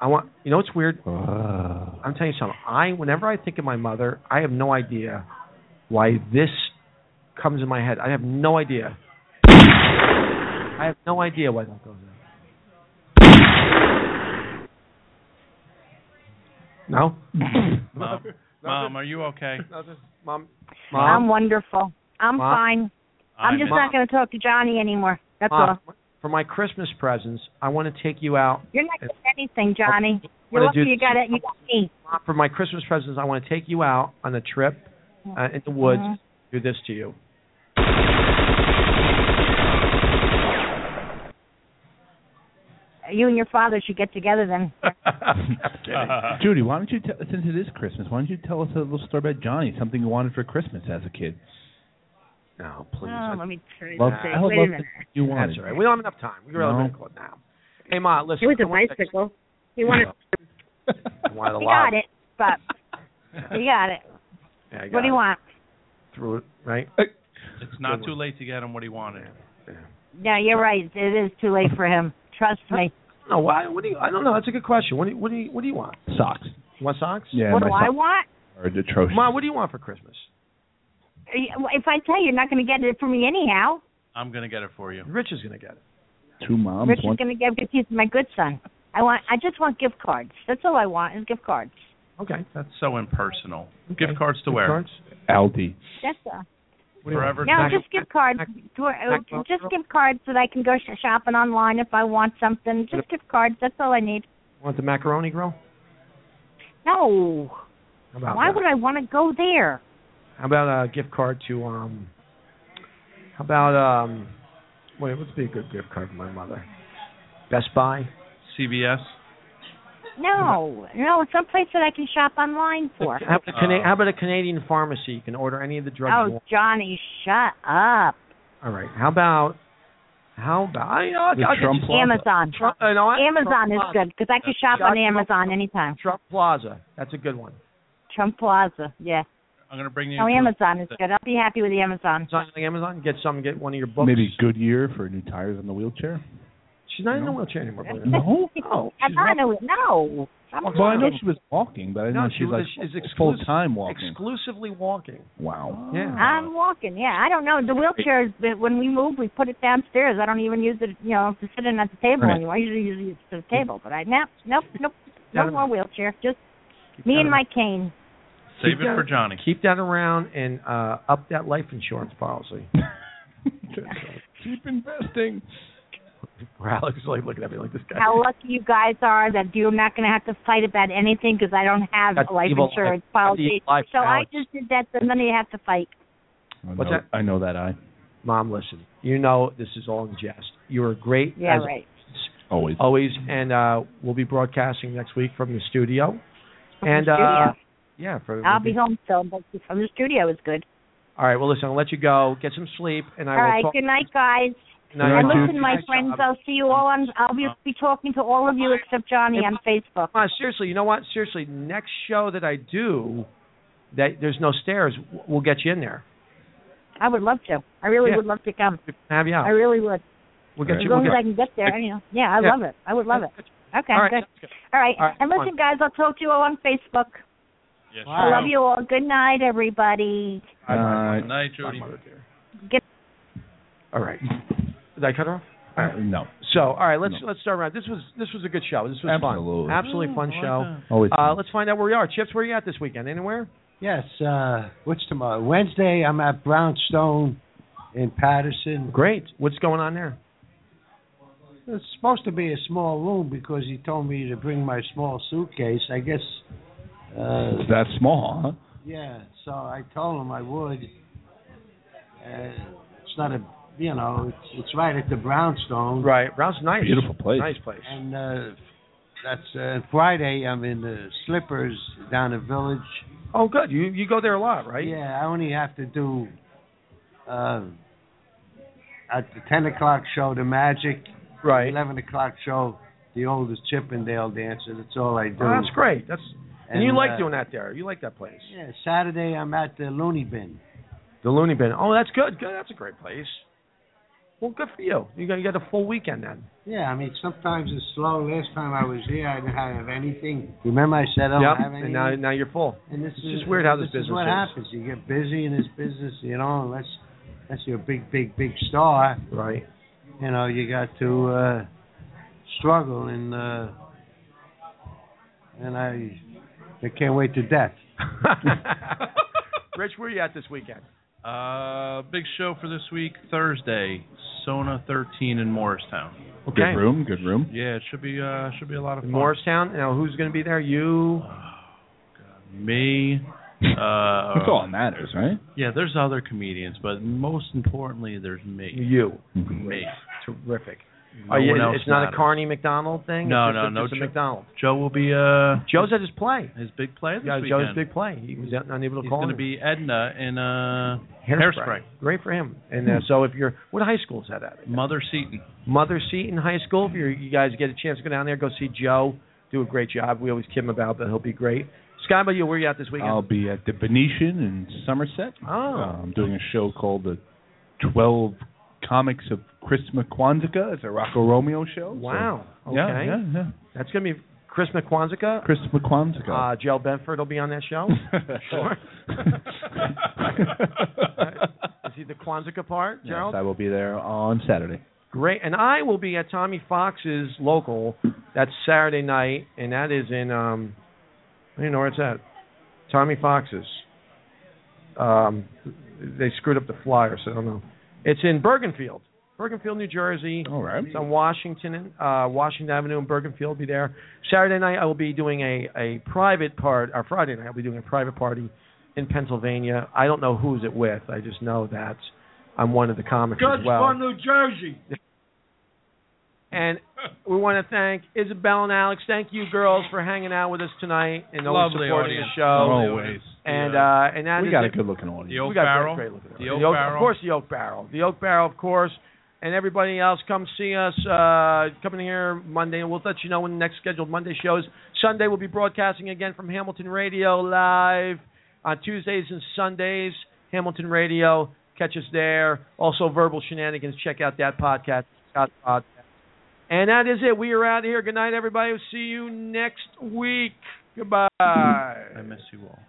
Speaker 1: I want. You know what's weird? I'm telling you something. I whenever I think of my mother, I have no idea why this comes in my head. I have no idea. I have no idea why that goes in. No.
Speaker 5: Mom, Mom are you okay?
Speaker 1: Mom,
Speaker 3: I'm wonderful. I'm
Speaker 1: Mom?
Speaker 3: fine. I'm
Speaker 1: I
Speaker 3: just
Speaker 1: know.
Speaker 3: not going to talk to Johnny anymore. That's
Speaker 1: Mom,
Speaker 3: all.
Speaker 1: for my Christmas presents, I want to take you out.
Speaker 3: You're not getting anything, Johnny. You're
Speaker 1: Wanna
Speaker 3: lucky
Speaker 1: do
Speaker 3: you got it. You got me.
Speaker 1: Mom, For my Christmas presents, I want to take you out on a trip uh, in the woods.
Speaker 3: Mhm.
Speaker 1: Do this to you.
Speaker 3: You and your father should get together then.
Speaker 4: Judy, why don't you tell, since it is Christmas, why don't you tell us a little story about Johnny, something you wanted for Christmas as a kid?
Speaker 1: No,
Speaker 7: Oh, let me try
Speaker 4: Love-
Speaker 7: to think.
Speaker 4: I would
Speaker 7: Wait
Speaker 4: love
Speaker 7: a minute.
Speaker 4: to- you wanted.
Speaker 1: That's all right. We don't have enough time. We really
Speaker 4: No.
Speaker 1: no. call it now. Hey, Ma, listen.
Speaker 7: It was a bicycle. He wanted.
Speaker 1: I wanted a
Speaker 3: He
Speaker 1: lot.
Speaker 3: got it, but he got it.
Speaker 1: Yeah, I got
Speaker 3: What do you want?
Speaker 1: Through it, right?
Speaker 5: It's not too late to get him what he wanted.
Speaker 3: No, you're right. It is too late for him. Trust me.
Speaker 1: No, why? What do you? I don't know. That's a good question. What do you? What do you? What do you want?
Speaker 4: Socks.
Speaker 1: You want socks?
Speaker 4: Yeah,
Speaker 3: what
Speaker 4: my
Speaker 3: do I
Speaker 4: socks
Speaker 3: want?
Speaker 4: are atrocious.
Speaker 1: Ma, what do you want for Christmas?
Speaker 3: If I tell you, you're not going to get it from me anyhow.
Speaker 5: I'm gonna get it for you.
Speaker 1: Rich is gonna get it.
Speaker 4: Two moms.
Speaker 3: Rich
Speaker 4: one-
Speaker 3: is going to give because he's my good son. I want. I just want gift cards. That's all I want is gift cards.
Speaker 1: Okay.
Speaker 5: That's so impersonal. Gift cards to
Speaker 4: Gift
Speaker 5: wear.
Speaker 4: cards? Aldi.
Speaker 3: That's all.
Speaker 5: Forever.
Speaker 3: No, just gift cards. Do- uh,
Speaker 1: Maxwell
Speaker 3: Just
Speaker 1: Girl?
Speaker 3: gift cards so that I can go sh- shopping online if I want something. Just gift cards. That's all I need.
Speaker 1: Want the macaroni grill?
Speaker 3: No.
Speaker 1: How about
Speaker 3: Why
Speaker 1: that?
Speaker 3: would I want to go there?
Speaker 1: How about a gift card to um? How about um? Wait, what's be a good gift card for my mother? Best Buy.
Speaker 5: CBS.
Speaker 3: No, no, someplace that I can shop online for.
Speaker 1: How about a,
Speaker 5: Uh,
Speaker 1: Cana- how about a Canadian pharmacy? You can order any of the drugs you
Speaker 3: Oh,
Speaker 1: want.
Speaker 3: Johnny, shut up.
Speaker 1: All right. How about how about I, I'll,
Speaker 4: The
Speaker 1: I'll get
Speaker 4: Trump
Speaker 1: you-
Speaker 4: Plaza.
Speaker 3: Amazon.
Speaker 1: Trump, uh, no, I-
Speaker 3: Amazon is
Speaker 1: Trump
Speaker 3: good because I can shop on Amazon anytime.
Speaker 1: Trump Plaza. That's a good one.
Speaker 3: Trump Plaza, yeah.
Speaker 5: I'm gonna bring you.
Speaker 3: No,
Speaker 5: to-
Speaker 3: Amazon is good. I'll be happy with the Amazon.
Speaker 1: It's on Amazon. Get some. Get one of your books.
Speaker 4: Maybe Goodyear for new tires on the wheelchair.
Speaker 1: she's not in the
Speaker 4: No.
Speaker 1: wheelchair anymore. believe it or not.
Speaker 4: No.
Speaker 1: No,
Speaker 3: I'm not in it. No. I'm
Speaker 4: Well, I
Speaker 3: not.
Speaker 4: know she was walking, but I didn't
Speaker 1: No,
Speaker 4: know
Speaker 1: she
Speaker 4: she's
Speaker 1: was-
Speaker 4: like
Speaker 1: she's exclusive-
Speaker 4: full time walking.
Speaker 1: Exclusively walking.
Speaker 3: Um,
Speaker 4: wow.
Speaker 1: Yeah.
Speaker 3: I'm walking. Yeah, I don't know. The wheelchair is but when we move, we put it downstairs. I don't even use it, you know, to sit in at the table
Speaker 4: Right.
Speaker 3: anymore. I usually use it to the table, but I no, nope, nope,
Speaker 1: Down
Speaker 3: no
Speaker 1: in-
Speaker 3: more wheelchair. Just
Speaker 1: Keep
Speaker 3: me
Speaker 1: that
Speaker 3: and
Speaker 1: in-
Speaker 3: my cane.
Speaker 5: Save
Speaker 1: keep
Speaker 5: it for
Speaker 1: that-
Speaker 5: Johnny.
Speaker 1: Keep that around and uh up that life insurance policy.
Speaker 4: Keep investing.
Speaker 1: Alex is like looking at me like this guy.
Speaker 3: How lucky you guys are that you're not going to have to fight about anything because I don't have
Speaker 1: That's
Speaker 3: a life
Speaker 1: evil.
Speaker 3: insurance
Speaker 1: That's
Speaker 3: policy.
Speaker 1: evil life,
Speaker 3: so I
Speaker 1: Alex.
Speaker 3: just did that, so none of you have to fight.
Speaker 4: I
Speaker 1: What's
Speaker 4: know-
Speaker 1: that?
Speaker 4: I know that I
Speaker 1: Mom, listen. You know this is all in jest. You are great.
Speaker 3: Yeah,
Speaker 1: as
Speaker 3: right.
Speaker 4: always.
Speaker 1: Always, and uh, we'll be broadcasting next week from the studio.
Speaker 3: From the
Speaker 1: And uh,
Speaker 3: studio.
Speaker 1: yeah, for,
Speaker 3: I'll be home still, but from the studio is good.
Speaker 1: All right. Well, listen. I'll let you go. Get some sleep, and I
Speaker 3: All
Speaker 1: will
Speaker 3: right,
Speaker 1: talk.
Speaker 3: good night, guys.
Speaker 1: Good night,
Speaker 3: and
Speaker 1: Judy.
Speaker 3: listen, my
Speaker 1: Nice
Speaker 3: friends,
Speaker 1: job.
Speaker 3: I'll see you all on. I'll be, be talking to all of you except Johnny on Facebook.
Speaker 1: Come on, seriously. You know what? Seriously, next show that I do, that there's no stairs. w- We'll get you in there.
Speaker 3: I would love to. I really
Speaker 1: Yeah.
Speaker 3: would love to come.
Speaker 1: We can Have you
Speaker 3: I
Speaker 1: out.
Speaker 3: really would.
Speaker 1: We'll get
Speaker 4: All
Speaker 3: As
Speaker 1: you.
Speaker 4: right.
Speaker 1: We'll
Speaker 3: long as
Speaker 1: get
Speaker 3: I can get there, you know. Yeah, I
Speaker 1: Yeah.
Speaker 3: love it. I would love it. Okay,
Speaker 1: All right.
Speaker 3: good.
Speaker 1: sounds good.
Speaker 3: All right.
Speaker 1: All right,
Speaker 3: And
Speaker 1: come
Speaker 3: listen, guys, I'll talk to you all on Facebook.
Speaker 5: Yes,
Speaker 6: Wow.
Speaker 5: sir.
Speaker 3: I love you all. Good night, everybody.
Speaker 1: Bye, bye,
Speaker 5: Good night,
Speaker 1: bye,
Speaker 5: Judy.
Speaker 1: mother dear.
Speaker 3: Get-
Speaker 1: All right. Did I cut her off? All right.
Speaker 4: uh, no.
Speaker 1: So, all right, let's
Speaker 4: No.
Speaker 1: let's start around. This was this was a good show. This was
Speaker 4: Absolutely.
Speaker 1: fun. Absolutely fun show.
Speaker 4: Always.
Speaker 1: Uh, let's find out where we are. Chips, where you at this weekend? Anywhere?
Speaker 6: Yes. Uh, what's tomorrow? Wednesday. I'm at Brownstone in Patterson.
Speaker 1: Great. What's going on there?
Speaker 6: It's supposed to be a small room because he told me to bring my small suitcase. I guess. Uh,
Speaker 4: that small, huh?
Speaker 6: yeah. So I told him I would. Uh, it's not a. You know, it's it's right at the Brownstone.
Speaker 1: Right. Rouse nice.
Speaker 4: Beautiful place.
Speaker 1: Nice place.
Speaker 6: And uh, That's uh, Friday. I'm in the slippers down the village.
Speaker 1: Oh, good. You you go there a lot, right?
Speaker 6: Yeah, I only have to do uh, at the ten o'clock show the magic.
Speaker 1: Right.
Speaker 6: Eleven o'clock show the oldest Chippendale dancer. That's all I do.
Speaker 1: Oh, that's great. That's and, you
Speaker 6: And,
Speaker 1: like
Speaker 6: uh,
Speaker 1: doing that there. You like that place.
Speaker 6: Yeah, Saturday I'm at the Looney Bin.
Speaker 1: The Looney Bin. Oh, that's good. Good. That's a great place. Well, good for you. You got you got a full weekend then.
Speaker 6: Yeah, I mean sometimes it's slow. Last time I was here, I didn't have anything. Remember I said I don't
Speaker 1: yep.
Speaker 6: have
Speaker 1: And now
Speaker 6: anything?
Speaker 1: now you're full.
Speaker 6: And this
Speaker 1: it's
Speaker 6: is
Speaker 1: just weird how this,
Speaker 6: this
Speaker 1: business
Speaker 6: is what
Speaker 1: is.
Speaker 6: happens. You get busy in this business, you know. Unless unless you're a big, big, big star,
Speaker 1: right?
Speaker 6: You know, you got to uh, struggle, and uh, and I I can't wait to death.
Speaker 1: Rich, where you at this weekend?
Speaker 5: Uh, big show for this week, Thursday, Sona 13 in Morristown.
Speaker 1: Okay.
Speaker 4: Good room. Good room.
Speaker 5: Yeah, it should be uh should be a lot of fun. Oh,
Speaker 1: Morristown. Now, who's going to be there? You.
Speaker 5: Me. Uh,
Speaker 4: That's all that matters, right?
Speaker 5: Yeah, there's other comedians, but most importantly, there's me.
Speaker 1: You. Mm-hmm.
Speaker 5: Me.
Speaker 1: Terrific.
Speaker 5: No
Speaker 1: Are you-
Speaker 5: one else
Speaker 1: it's not
Speaker 5: matters.
Speaker 1: a Carney McDonald thing.
Speaker 5: No,
Speaker 1: it's just
Speaker 5: no,
Speaker 1: a,
Speaker 5: no,
Speaker 1: Just a
Speaker 5: Joe-
Speaker 1: McDonald.
Speaker 5: Joe will be uh
Speaker 1: Joe's at his play.
Speaker 5: His big play this
Speaker 1: yeah,
Speaker 5: weekend.
Speaker 1: Joe's big play. He was unable to
Speaker 5: He's
Speaker 1: call.
Speaker 5: going to
Speaker 1: in.
Speaker 5: be Edna in uh
Speaker 1: Hairspray.
Speaker 5: Hairspray. Hmm.
Speaker 1: Great for him. And uh, so, if you're, what high school is that at?
Speaker 5: Mother Seton.
Speaker 1: Mother Seton High School. If you're, you guys get a chance to go down there, go see Joe. Do a great job. We always kid him about, but he'll be great. Scott, about you, where you at this weekend?
Speaker 4: I'll be at the Venetian in Somerset.
Speaker 1: Oh.
Speaker 4: I'm doing a show called the Twelve Comics of Chris McQuanzica. It's a Rocco Romeo show. so-
Speaker 1: Wow. Okay.
Speaker 4: Yeah, yeah, yeah.
Speaker 1: That's going to be Chris McQuanzica.
Speaker 4: Chris McQuanzica.
Speaker 1: Uh, Joe Benford will be on that show. Uh, sure. Is he the Quanzica part,
Speaker 4: yes,
Speaker 1: Gerald?
Speaker 4: I will be there on Saturday.
Speaker 1: Great. And I will be at Tommy Fox's local. That's Saturday night, and that is in um, I don't know where it's at. Tommy Fox's. Um, they screwed up the flyer, so I don't know. It's in Bergenfield, Bergenfield, New Jersey.
Speaker 4: All right.
Speaker 1: It's on Washington, uh, Washington Avenue in Bergenfield. Be there Saturday night. I will be doing a a private part. Or Friday night, I'll be doing a private party in Pennsylvania. I don't know who's it with. I just know that I'm one of the comics as well.
Speaker 15: New Jersey.
Speaker 1: And we want to thank Isabel and Alex. Thank you, girls, for hanging out with us tonight and always
Speaker 5: Lovely
Speaker 1: supporting
Speaker 5: audience.
Speaker 1: the show.
Speaker 4: Lovely Always.
Speaker 1: And
Speaker 4: Yeah.
Speaker 1: uh, and that
Speaker 4: We
Speaker 1: is
Speaker 4: got a
Speaker 1: it.
Speaker 4: good-looking audience.
Speaker 5: The Oak
Speaker 1: we got
Speaker 5: Barrel.
Speaker 1: Great looking audience.
Speaker 5: The Oak
Speaker 1: Of
Speaker 5: Barrel.
Speaker 1: course, the Oak Barrel. The Oak Barrel, of course. And everybody else, come see us. Uh, coming here Monday, and we'll let you know when the next scheduled Monday shows. Sunday, we'll be broadcasting again from Hamilton Radio live on Tuesdays and Sundays. Hamilton Radio, catch us there. Also, Verbal Shenanigans, check out that podcast. Scott's podcast. And that is it. We are out here. Good night, everybody. We'll see you next week. Goodbye.
Speaker 5: I miss you all.